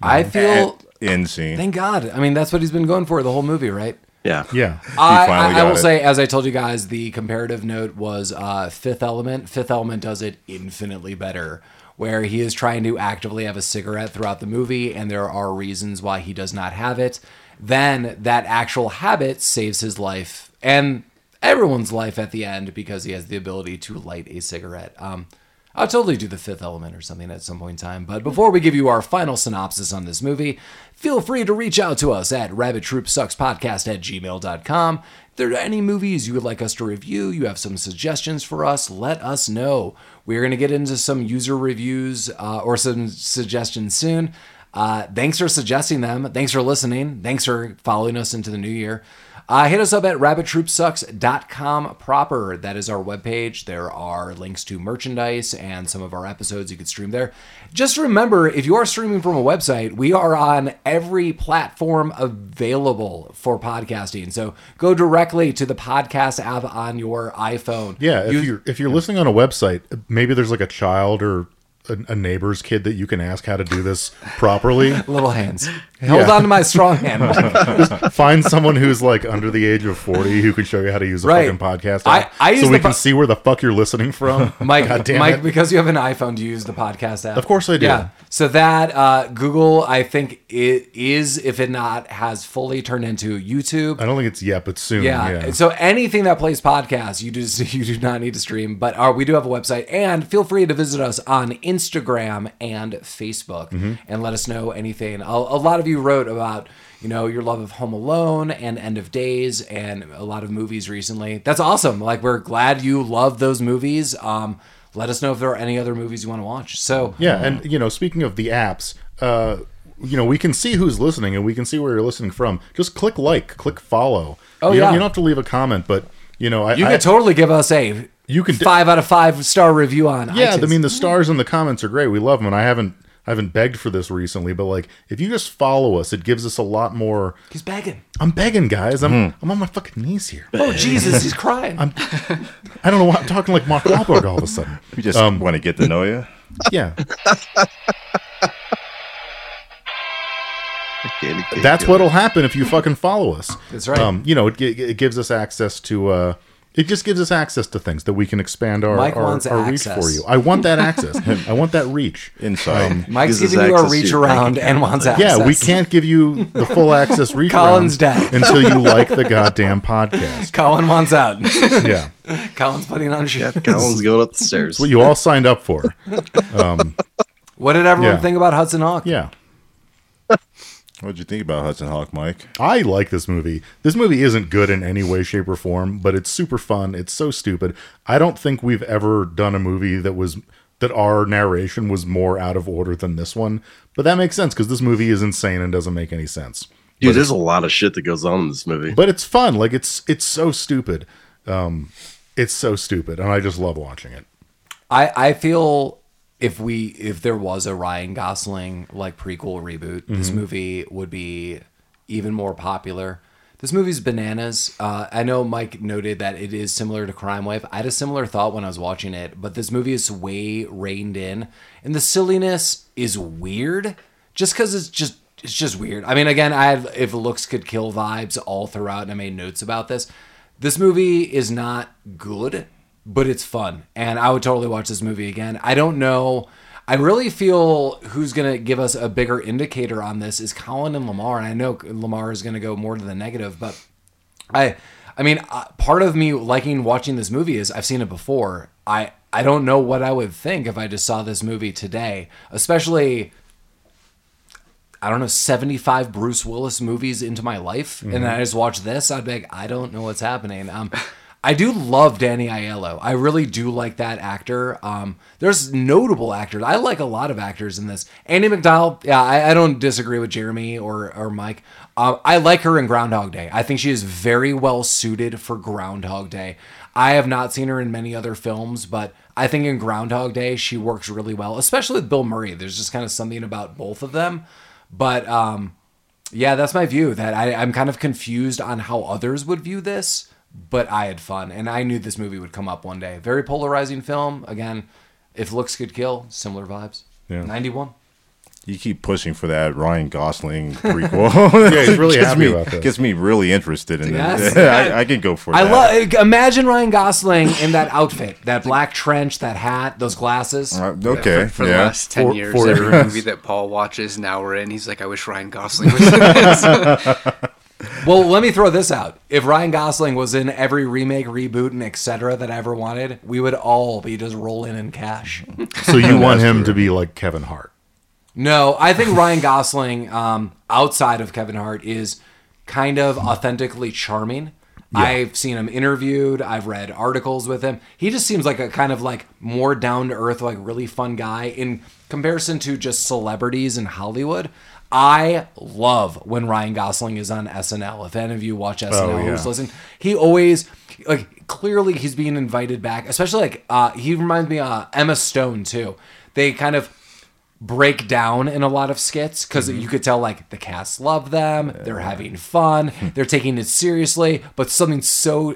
Speaker 1: I feel
Speaker 5: End scene.
Speaker 1: thank god I mean that's what he's been going for the whole movie right
Speaker 2: yeah.
Speaker 4: yeah.
Speaker 5: *laughs*
Speaker 1: I,
Speaker 5: finally
Speaker 1: I, I
Speaker 5: got
Speaker 1: will
Speaker 5: it.
Speaker 1: say as I told you guys the comparative note was uh Fifth Element Fifth Element does it infinitely better where he is trying to actively have a cigarette throughout the movie and there are reasons why he does not have it then that actual habit saves his life and everyone's life at the end because he has the ability to light a cigarette. Um, I'll totally do the fifth element or something at some point in time. But before we give you our final synopsis on this movie, feel free to reach out to us at rabbittroopsuckspodcast at gmail.com. If there are any movies you would like us to review, you have some suggestions for us, let us know. We're going to get into some user reviews uh, or some suggestions soon. Uh, thanks for suggesting them. Thanks for listening. Thanks for following us into the new year. Uh, hit us up at rabbittroopsucks.com proper. That is our webpage. There are links to merchandise and some of our episodes you could stream there. Just remember if you are streaming from a website, we are on every platform available for podcasting. So go directly to the podcast app on your iPhone.
Speaker 4: Yeah, if
Speaker 1: You-
Speaker 4: you, are if you're listening on a website, maybe there's like a child or a, a neighbor's kid that you can ask how to do this
Speaker 1: *laughs*
Speaker 4: properly.
Speaker 1: little
Speaker 4: *laughs*
Speaker 1: hands. Hold on to my strong hand.
Speaker 4: Find someone who's like under the age of forty who can show you how to use a
Speaker 1: Right.
Speaker 4: fucking podcast.
Speaker 1: I-
Speaker 4: app
Speaker 1: I use
Speaker 4: so
Speaker 1: the
Speaker 4: we can
Speaker 1: po-
Speaker 4: see where the fuck you're
Speaker 1: *laughs*
Speaker 4: listening from.
Speaker 1: Mike,
Speaker 4: God damn
Speaker 1: Mike,
Speaker 4: it.
Speaker 1: because you have an iPhone, do you use the podcast app?
Speaker 4: Of course I do.
Speaker 1: Yeah. So that uh, Google, I think it is, if it not, has fully turned into YouTube.
Speaker 4: I don't think it's yet, but soon.
Speaker 1: Yeah.
Speaker 4: Yeah.
Speaker 1: So anything that plays podcasts, you just you do *laughs* not need to stream. But uh, we do have a website, and feel free to visit us on Instagram and Facebook,
Speaker 4: Mm-hmm.
Speaker 1: and let us know anything. A, a lot of you wrote about you know your love of Home Alone and End of Days, and a lot of movies recently. That's awesome. Like we're glad you love those movies. Um, let us know if there are any other movies you want to watch. So
Speaker 4: yeah, and
Speaker 1: Uh-huh.
Speaker 4: you know, speaking of the apps, uh, you know, we can see who's listening and we can see where you're listening from. Just click like, click follow.
Speaker 1: Oh,
Speaker 4: you
Speaker 1: yeah.
Speaker 4: Don't, you don't have to leave a comment, but you know, I,
Speaker 1: you
Speaker 4: I-
Speaker 1: could totally give us a
Speaker 4: You could d-
Speaker 1: five out of five star review on
Speaker 4: yeah.
Speaker 1: iTunes.
Speaker 4: I mean, the stars and the comments are great. We love them, and I haven't. I haven't begged for this recently, but like if you just follow us, it gives us a lot more.
Speaker 1: He's begging.
Speaker 4: I'm begging, guys. I'm
Speaker 1: Mm-hmm.
Speaker 4: I'm on my fucking knees here.
Speaker 1: Oh Jesus, he's
Speaker 4: *laughs*
Speaker 1: crying.
Speaker 4: I don't know why I'm talking like Mark Wahlberg all of a sudden.
Speaker 5: We just want to get to know you.
Speaker 4: Yeah,
Speaker 2: Candy cane
Speaker 4: that's
Speaker 2: killer.
Speaker 4: what'll happen if you fucking follow us.
Speaker 1: That's right.
Speaker 4: Um, you know, it, gi- it gives us access to. Uh, it just gives us access to things that we can expand our
Speaker 1: Mike
Speaker 4: our,
Speaker 1: wants
Speaker 4: our reach
Speaker 1: access.
Speaker 4: for you. I want
Speaker 1: *laughs*
Speaker 4: that access. I want that reach. Um,
Speaker 5: Inside.
Speaker 1: Mike's
Speaker 2: gives us
Speaker 1: giving you a
Speaker 2: access to
Speaker 1: reach
Speaker 2: your
Speaker 1: around and wants access.
Speaker 4: Yeah, we can't give you the full access reach
Speaker 1: Colin's
Speaker 4: around
Speaker 1: dead. *laughs*
Speaker 4: until you like the goddamn podcast.
Speaker 1: Colin
Speaker 2: *laughs*
Speaker 1: wants out.
Speaker 4: Yeah, it's
Speaker 1: Colin's putting on shit.
Speaker 4: *laughs*
Speaker 2: Colin's going up the stairs.
Speaker 4: what you all signed up for.
Speaker 1: What did everyone
Speaker 4: Yeah.
Speaker 1: think about Hudson Hawk?
Speaker 4: Yeah.
Speaker 5: What'd you think about Hudson Hawk, Mike?
Speaker 4: I like this movie. This movie isn't good in any way, shape, or form, but it's super fun. It's so stupid. I don't think we've ever done a movie that was that our narration was more out of order than this one. But that makes sense because this movie is insane and doesn't make any sense.
Speaker 2: Dude, there's a lot of shit that goes on in this movie.
Speaker 4: But it's fun. Like it's it's so stupid. Um, it's so stupid, and I just love watching it.
Speaker 1: I I feel if we if there was a Ryan Gosling like prequel reboot, this movie would be even more popular. This movie's bananas. Uh, I know Mike noted that it is similar to Crime Wave. I had a similar thought when I was watching it, but this movie is way reined in, and the silliness is weird. Just because it's just it's just weird. I mean, again, I have if looks could kill vibes all throughout, and I made notes about this. This movie is not good but it's fun and i would totally watch this movie again i don't know i really feel who's going to give us a bigger indicator on this is colin and lamar and i know lamar is going to go more to the negative but i i mean uh, part of me liking watching this movie is i've seen it before i i don't know what i would think if i just saw this movie today especially I don't know, 75 Bruce Willis movies into my life, and I just watch this, I'd be like, I don't know what's happening. Um, I do love Danny Aiello. I really do like that actor. Um, there's notable actors. I like a lot of actors in this. Andy McDowell, yeah, I, I don't disagree with Jeremy or, or Mike. Um, I like her in Groundhog Day. I think she is very well suited for Groundhog Day. I have not seen her in many other films, but I think in Groundhog Day, she works really well, especially with Bill Murray. There's just kind of something about both of them. But um, yeah, that's my view. That I, I'm kind of confused on how others would view this, but I had fun, and I knew this movie would come up one day. Very polarizing film. Again, if looks could kill, similar vibes.
Speaker 4: Yeah.
Speaker 1: Ninety-one.
Speaker 5: You keep pushing for that Ryan
Speaker 4: *laughs*
Speaker 5: Gosling prequel. *laughs*
Speaker 4: Yeah, he's really
Speaker 5: gets
Speaker 4: happy
Speaker 5: me,
Speaker 4: about that.
Speaker 5: Gets me really interested in
Speaker 1: Yes.
Speaker 5: this. *laughs* I, I can go for
Speaker 1: I
Speaker 5: that.
Speaker 1: love. Imagine Ryan Gosling in that outfit, that black trench, that hat, those glasses.
Speaker 5: Uh, okay.
Speaker 3: For, for the
Speaker 5: yeah.
Speaker 3: last 10
Speaker 4: For-
Speaker 3: years,
Speaker 4: for
Speaker 3: every
Speaker 4: years.
Speaker 3: movie that Paul watches, now we're in, he's like, I wish Ryan
Speaker 4: *laughs*
Speaker 3: Gosling was in this.
Speaker 1: Well, let me throw this out. If Ryan Gosling was in every remake, reboot, and etc. that I ever wanted, we would all be just rolling in cash. *laughs*
Speaker 4: So you want him to be like Kevin Hart?
Speaker 1: No, I think Ryan Gosling, um, outside of Kevin Hart, is kind of authentically charming. I've seen him interviewed. I've read articles with him. He just seems like a kind of like more down to earth, like really fun guy in comparison to just celebrities in Hollywood. I love when Ryan Gosling is on SNL. If any of you watch SNL, who's
Speaker 4: yeah.
Speaker 1: listen. He always like clearly he's being invited back, especially like uh, he reminds me uh, Emma Stone too. They kind of break down in a lot of skits because
Speaker 4: Mm-hmm.
Speaker 1: you could tell like the cast love them, they're having
Speaker 4: *laughs*
Speaker 1: fun, they're taking it seriously, but something so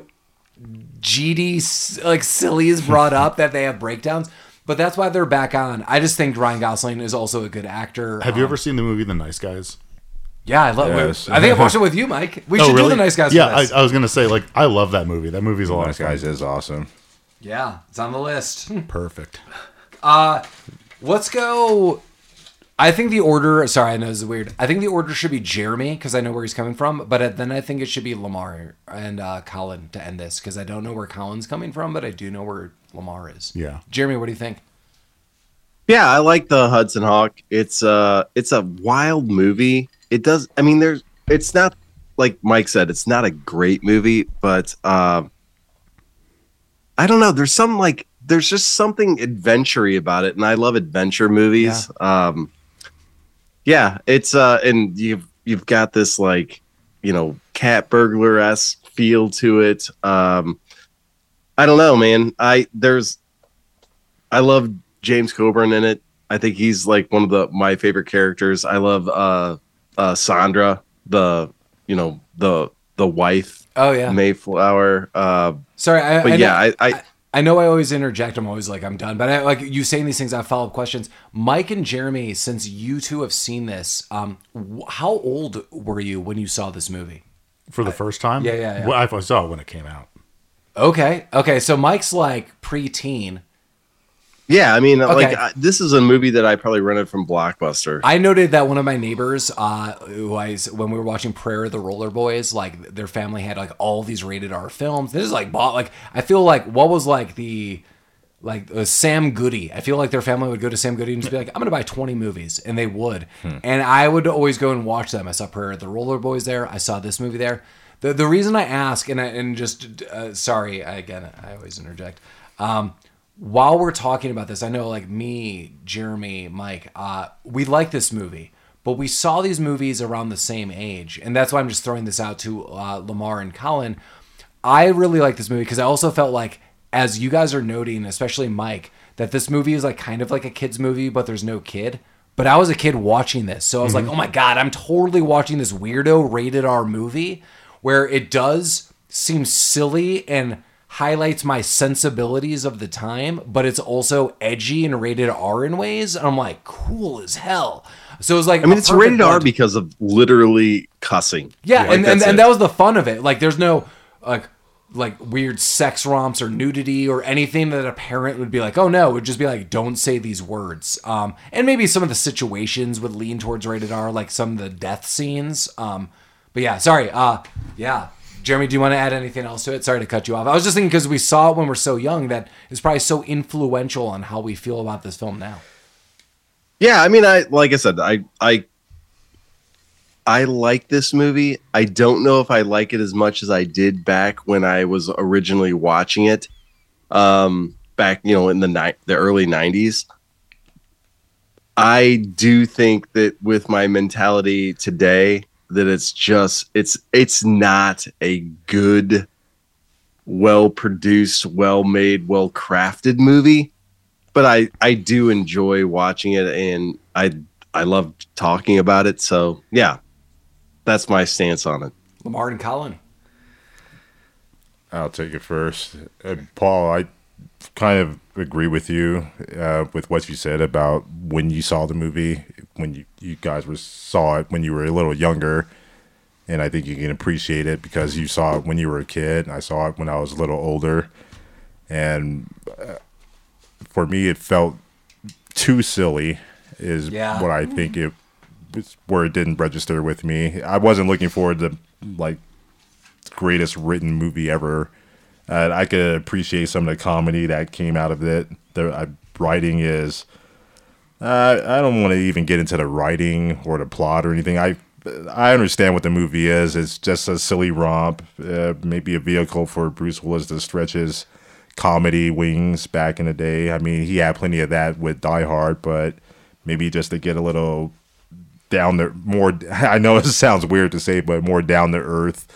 Speaker 1: GD s- like silly is brought up that they have breakdowns. But that's why they're back on. I just think Ryan Gosling is also a good actor.
Speaker 4: Have you
Speaker 1: Um,
Speaker 4: ever seen the movie The Nice Guys?
Speaker 1: Yeah, I love.
Speaker 5: Yes.
Speaker 1: I think I watched it with you, Mike. We should do the nice guys.
Speaker 4: Oh, Yeah,
Speaker 1: for this.
Speaker 4: I, I was gonna say like I love that movie. That movie's a lot
Speaker 5: Nice
Speaker 4: of fun.
Speaker 5: guys is awesome.
Speaker 1: yeah, it's on the list.
Speaker 4: Perfect.
Speaker 1: Let's go. I think the order. Sorry, I know this is weird. I think the order should be Jeremy because I know where he's coming from. But uh, then I think it should be Lamar and uh, Colin to end this because I don't know where Colin's coming from, but I do know where Lamar is.
Speaker 4: Yeah.
Speaker 1: Jeremy, what do you think?
Speaker 2: Yeah, I like the Hudson Hawk. It's uh it's a wild movie. It does I mean there's it's not like Mike said, it's not a great movie, but uh, I don't know, there's some like there's just something adventure about it, and I love adventure movies. Um yeah, it's uh and you've you've got this like, you know, cat burglar esque feel to it. Um I don't know, man. I there's I love James Coburn in it. I think he's like one of the my favorite characters. I love uh, uh, Sandra, the you know the the wife
Speaker 1: Oh yeah.
Speaker 2: Mayflower. Uh,
Speaker 1: Sorry. I,
Speaker 2: but
Speaker 1: I
Speaker 2: yeah,
Speaker 1: know,
Speaker 2: I, I,
Speaker 1: I know I always interject. I'm always like, I'm done. But I, like you saying these things, I have follow up questions. Mike and Jeremy, since you two have seen this, um, wh- how old were you when you saw this movie?
Speaker 4: for the first time.
Speaker 1: yeah, yeah, yeah.
Speaker 4: Well, I, I saw it when it came out.
Speaker 1: Okay. Okay. So Mike's like preteen.
Speaker 2: yeah, I mean, like
Speaker 1: Okay.
Speaker 2: I, this is a movie that I probably rented from Blockbuster.
Speaker 1: I noted that one of my neighbors, uh, who I, s- when we were watching Prayer of the Roller Boys, like their family had like all these rated R films. This is like bought, like, I feel like what was like the, like uh, Sam Goody. I feel like their family would go to Sam Goody and just be like, I'm going to buy 20 movies. And they would. And I would always go and watch them. I saw Prayer of the Roller Boys there. I saw this movie there. The, the reason I ask, and, I, and just, uh, sorry, I, again, I always interject. Um, while we're talking about this, I know like me, Jeremy, Mike, uh, we like this movie, but we saw these movies around the same age. And that's why I'm just throwing this out to uh, Lamar and Colin. I really like this movie because I also felt like, as you guys are noting, especially Mike, that this movie is like kind of like a kid's movie, but there's no kid. But I was a kid watching this. So I was
Speaker 2: Mm-hmm.
Speaker 1: like, oh my God, I'm totally watching this weirdo rated R movie where it does seem silly and highlights my sensibilities of the time, but it's also edgy and rated R in ways. And I'm like, cool as hell. So it was like,
Speaker 2: I mean, it's rated R
Speaker 1: because.
Speaker 2: because of literally cussing.
Speaker 1: Yeah,
Speaker 2: Like,
Speaker 1: and, and,
Speaker 2: that's
Speaker 1: and
Speaker 2: it.
Speaker 1: that was the fun of it. Like there's no like like weird sex romps or nudity or anything that a parent would be like, oh no, it would just be like, don't say these words. Um and maybe some of the situations would lean towards rated R, like some of the death scenes. Um but yeah, sorry, uh yeah. Jeremy, do you want to add anything else to it? Sorry to cut you off. I was just thinking because we saw it when we're so young that it's probably so influential on how we feel about this film now.
Speaker 2: Yeah, I mean, I like I said, I I I like this movie. I don't know if I like it as much as I did back when I was originally watching it. Um, back you know in the ni- the early '90s. I do think that with my mentality today, that it's just it's it's not a good, well produced, well made, well crafted movie but I I do enjoy watching it and I I love talking about it. So yeah, that's my stance on it.
Speaker 1: Lamar and Colin.
Speaker 5: I'll take it first. Uh, Paul, I kind of agree with you uh, with what you said about when you saw the movie, when you, you guys were, saw it when you were a little younger. And I think you can appreciate it because you saw it when you were a kid. And I saw it when I was a little older. And uh, for me, it felt too silly, is
Speaker 1: Yeah.
Speaker 5: what I think it it's where it didn't register with me. I wasn't looking forward to like greatest written movie ever. Uh, I could appreciate some of the comedy that came out of it. The uh, writing is. Uh, I don't want to even get into the writing or the plot or anything. I I understand what the movie is. It's just a silly romp, uh, maybe a vehicle for Bruce Willis to stretch his comedy wings back in the day. I mean, he had plenty of that with Die Hard, but maybe just to get a little down the more *laughs* I know it sounds weird to say, but more down to earth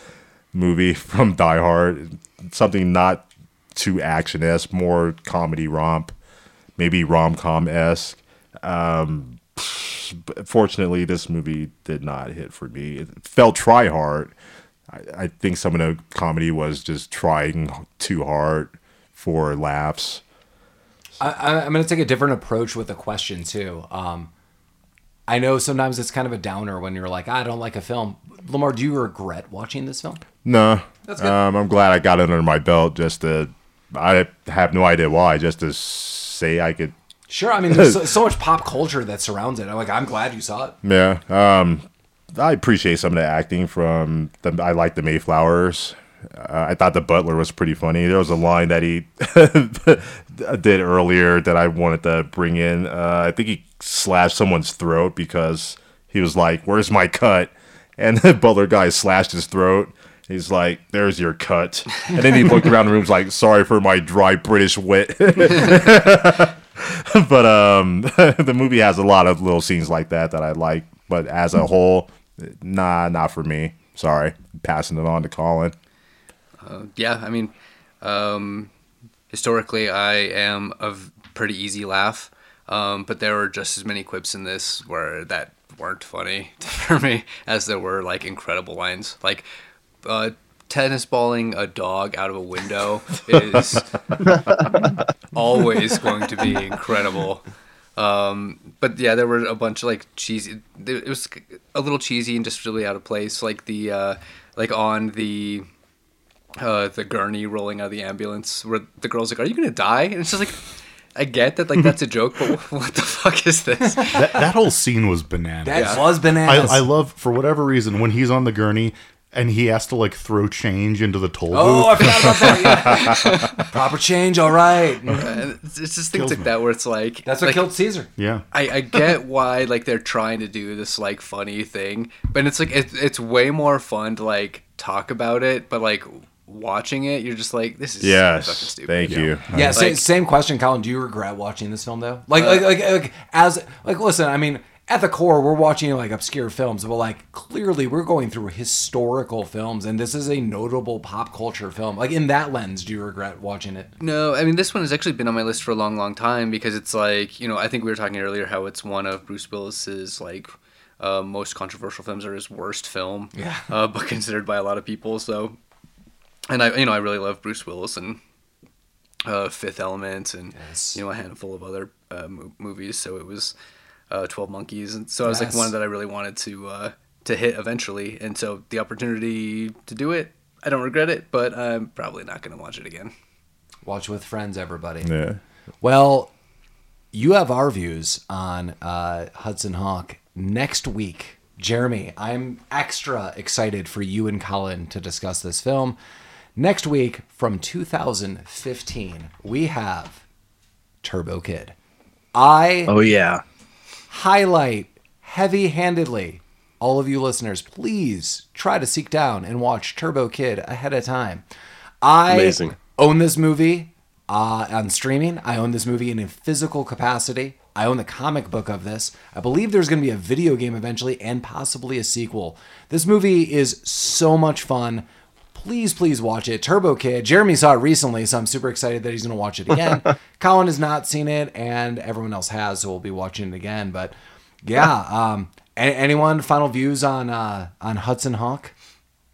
Speaker 5: movie *laughs* from Die Hard. Something not too action esque, more comedy romp, maybe rom com esque. Um, but fortunately, this movie did not hit for me. It felt try hard. I, I think some of the comedy was just trying too hard for laughs.
Speaker 1: I, I- I'm going to take a different approach with the question too. Um, I know sometimes it's kind of a downer when you're like, "Ah, I don't like a film. Lamar, do you regret watching this film?
Speaker 5: No.
Speaker 1: That's good.
Speaker 5: um, I'm glad I got it under my belt just to, I have no idea why, just to say I could
Speaker 1: Sure. I mean, there's so, so much pop culture that surrounds it. I'm like, I'm glad you saw it.
Speaker 5: Yeah. Um, I appreciate some of the acting from the. I like the Mayflowers. Uh, I thought the butler was pretty funny. There was a line that he *laughs* did earlier that I wanted to bring in. Uh, I think he slashed someone's throat because he was like, "Where's my cut?" And *laughs* the butler guy slashed his throat. He's like, "There's your cut," and then he looked around the room, was like, "Sorry for my dry British wit." *laughs* but um, *laughs* the movie has a lot of little scenes like that that I like. But as a whole, nah, not for me. Sorry, passing it on to Colin.
Speaker 3: yeah, I mean, um, historically, I am a v- pretty easy laugh. Um, but there were just as many quips in this where that weren't funny *laughs* for me as there were like incredible lines, like uh, tennis balling a dog out of a window is always going to be incredible. Um, but yeah, there were a bunch of like cheesy. It was a little cheesy and just really out of place. Like the uh, like on the uh, the gurney rolling out of the ambulance, where the girl's like, "Are you gonna die?" And it's just like, I get that like that's a joke, but *laughs* what the fuck is this?
Speaker 4: That, that whole scene was bananas.
Speaker 1: That was bananas.
Speaker 4: I, I love for whatever reason when he's on the gurney and he has to like throw change into the toll
Speaker 1: oh,
Speaker 4: booth.
Speaker 1: I forgot about that.
Speaker 4: *laughs*
Speaker 1: yeah. Proper change, all right.
Speaker 3: And it's it's just things like that where it's like
Speaker 1: That's what
Speaker 3: like,
Speaker 1: killed Caesar.
Speaker 4: Yeah,
Speaker 3: I, I get why like they're trying to do this like funny thing, but it's like it, it's way more fun to like talk about it, but like watching it, you're just like this is so fucking
Speaker 5: Yes.
Speaker 3: stupid.
Speaker 5: Thank you.
Speaker 1: Yeah, sa-
Speaker 3: Like-
Speaker 1: same question, Colin. Do you regret watching this film though? Like, like, like, like, as like, listen. I mean, at the core, we're watching like obscure films, but like, clearly, we're going through historical films, and this is a notable pop culture film. Like, in that lens, do you regret watching it?
Speaker 3: No, I mean this one has actually been on my list for a long, long time because it's like you know I think we were talking earlier how it's one of Bruce Willis's like uh, most controversial films or his worst film,
Speaker 1: Yeah.
Speaker 3: uh, but *laughs* considered by a lot of people. So, and I you know I really love Bruce Willis and uh, Fifth Element and
Speaker 1: Yes.
Speaker 3: you know a handful of other uh, mo- movies. So it was uh, Twelve Monkeys, and so I was
Speaker 1: Yes.
Speaker 3: like one that I really wanted to uh, to hit eventually. And so the opportunity to do it, I don't regret it, but I'm probably not going to watch it again.
Speaker 1: Watch with friends, everybody.
Speaker 5: Yeah.
Speaker 1: Well, you have our views on uh, Hudson Hawk next week. Jeremy, I'm extra excited for you and Colin to discuss this film. Next week from 2015, we have Turbo Kid. I
Speaker 2: Oh yeah.
Speaker 1: highlight heavy handedly. All of you listeners, please try to seek down and watch Turbo Kid ahead of time. I
Speaker 2: Amazing.
Speaker 1: own this movie uh, on streaming. I own this movie in a physical capacity. I own the comic book of this. I believe there's going to be a video game eventually and possibly a sequel. This movie is so much fun. Please, please watch it. Turbo Kid. Jeremy saw it recently, so I'm super excited that he's going to watch it again. Colin has not seen it, and everyone else has, so we'll be watching it again. But yeah, um, a- anyone final views on uh, on Hudson Hawk?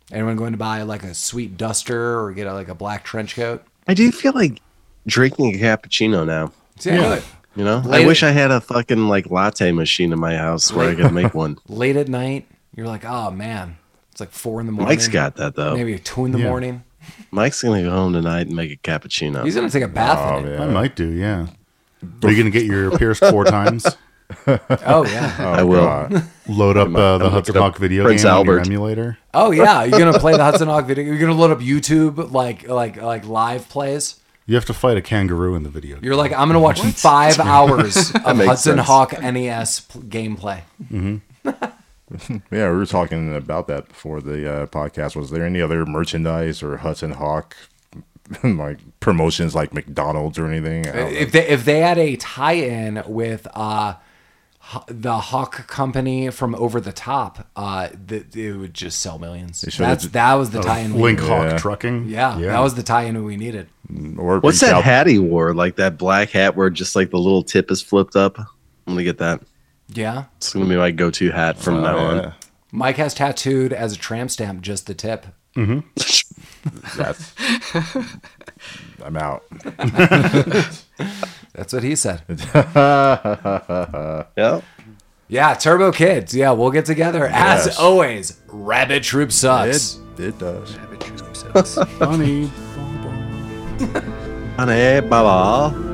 Speaker 1: Anyone going to buy like a sweet duster or get a, like a black trench coat?
Speaker 2: I do feel like drinking a cappuccino now.
Speaker 1: See, I knew it.
Speaker 2: You know,
Speaker 1: Late-
Speaker 2: I wish I had a fucking like latte machine in my house where I could make
Speaker 1: *laughs*
Speaker 2: one.
Speaker 1: Late at night, you're like, oh man, it's like four in the morning.
Speaker 2: Mike's got that though.
Speaker 1: maybe two in the
Speaker 4: Yeah.
Speaker 1: morning.
Speaker 2: Mike's gonna go home tonight and make a cappuccino.
Speaker 1: He's gonna take a bath. in it.
Speaker 4: I might do. Yeah, are you gonna get your pierced
Speaker 1: *laughs*
Speaker 4: four times?
Speaker 1: Oh yeah.
Speaker 2: I will.
Speaker 4: Load up uh, the Hudson
Speaker 2: up
Speaker 4: Hawk video
Speaker 2: Prince
Speaker 4: game on your
Speaker 2: Albert.
Speaker 4: emulator.
Speaker 1: Oh yeah. You're gonna play the Hudson Hawk video. You're gonna load up YouTube like like like live plays.
Speaker 4: You have to fight a kangaroo in the video. game.
Speaker 1: You're like, I'm gonna watch five hours of
Speaker 2: makes
Speaker 1: Hudson
Speaker 2: sense.
Speaker 1: Hawk NES p- gameplay.
Speaker 5: Yeah, we were talking about that before the uh, podcast. Was there any other merchandise or Hudson Hawk *laughs* like promotions like McDonald's or anything? I don't know.
Speaker 1: If they if they had a tie-in with uh, H- the Hawk Company from Over the Top, uh, th- it would just sell millions.
Speaker 5: should've
Speaker 1: That's
Speaker 5: ju-
Speaker 1: that was the tie-in. we
Speaker 4: Link
Speaker 1: needed.
Speaker 4: Hawk
Speaker 5: Yeah.
Speaker 4: trucking.
Speaker 1: Yeah, that was the tie-in we needed.
Speaker 5: Or
Speaker 2: What's
Speaker 5: reach
Speaker 2: that
Speaker 5: out-
Speaker 2: hat he wore? Like that black hat where just like the little tip is flipped up. I'm gonna get that.
Speaker 1: Yeah,
Speaker 2: It's gonna be my go-to hat from now
Speaker 5: Yeah,
Speaker 2: on.
Speaker 1: Mike has tattooed as a tramp stamp just the tip.
Speaker 5: that's, I'm out.
Speaker 1: That's what he said.
Speaker 2: Yeah.
Speaker 1: Yeah, Turbo Kids. Yeah, we'll get together as
Speaker 5: Yes.
Speaker 1: always. Rabbit Troop sucks.
Speaker 5: It, it does.
Speaker 3: Have it true themselves.
Speaker 2: Honey, bye-bye.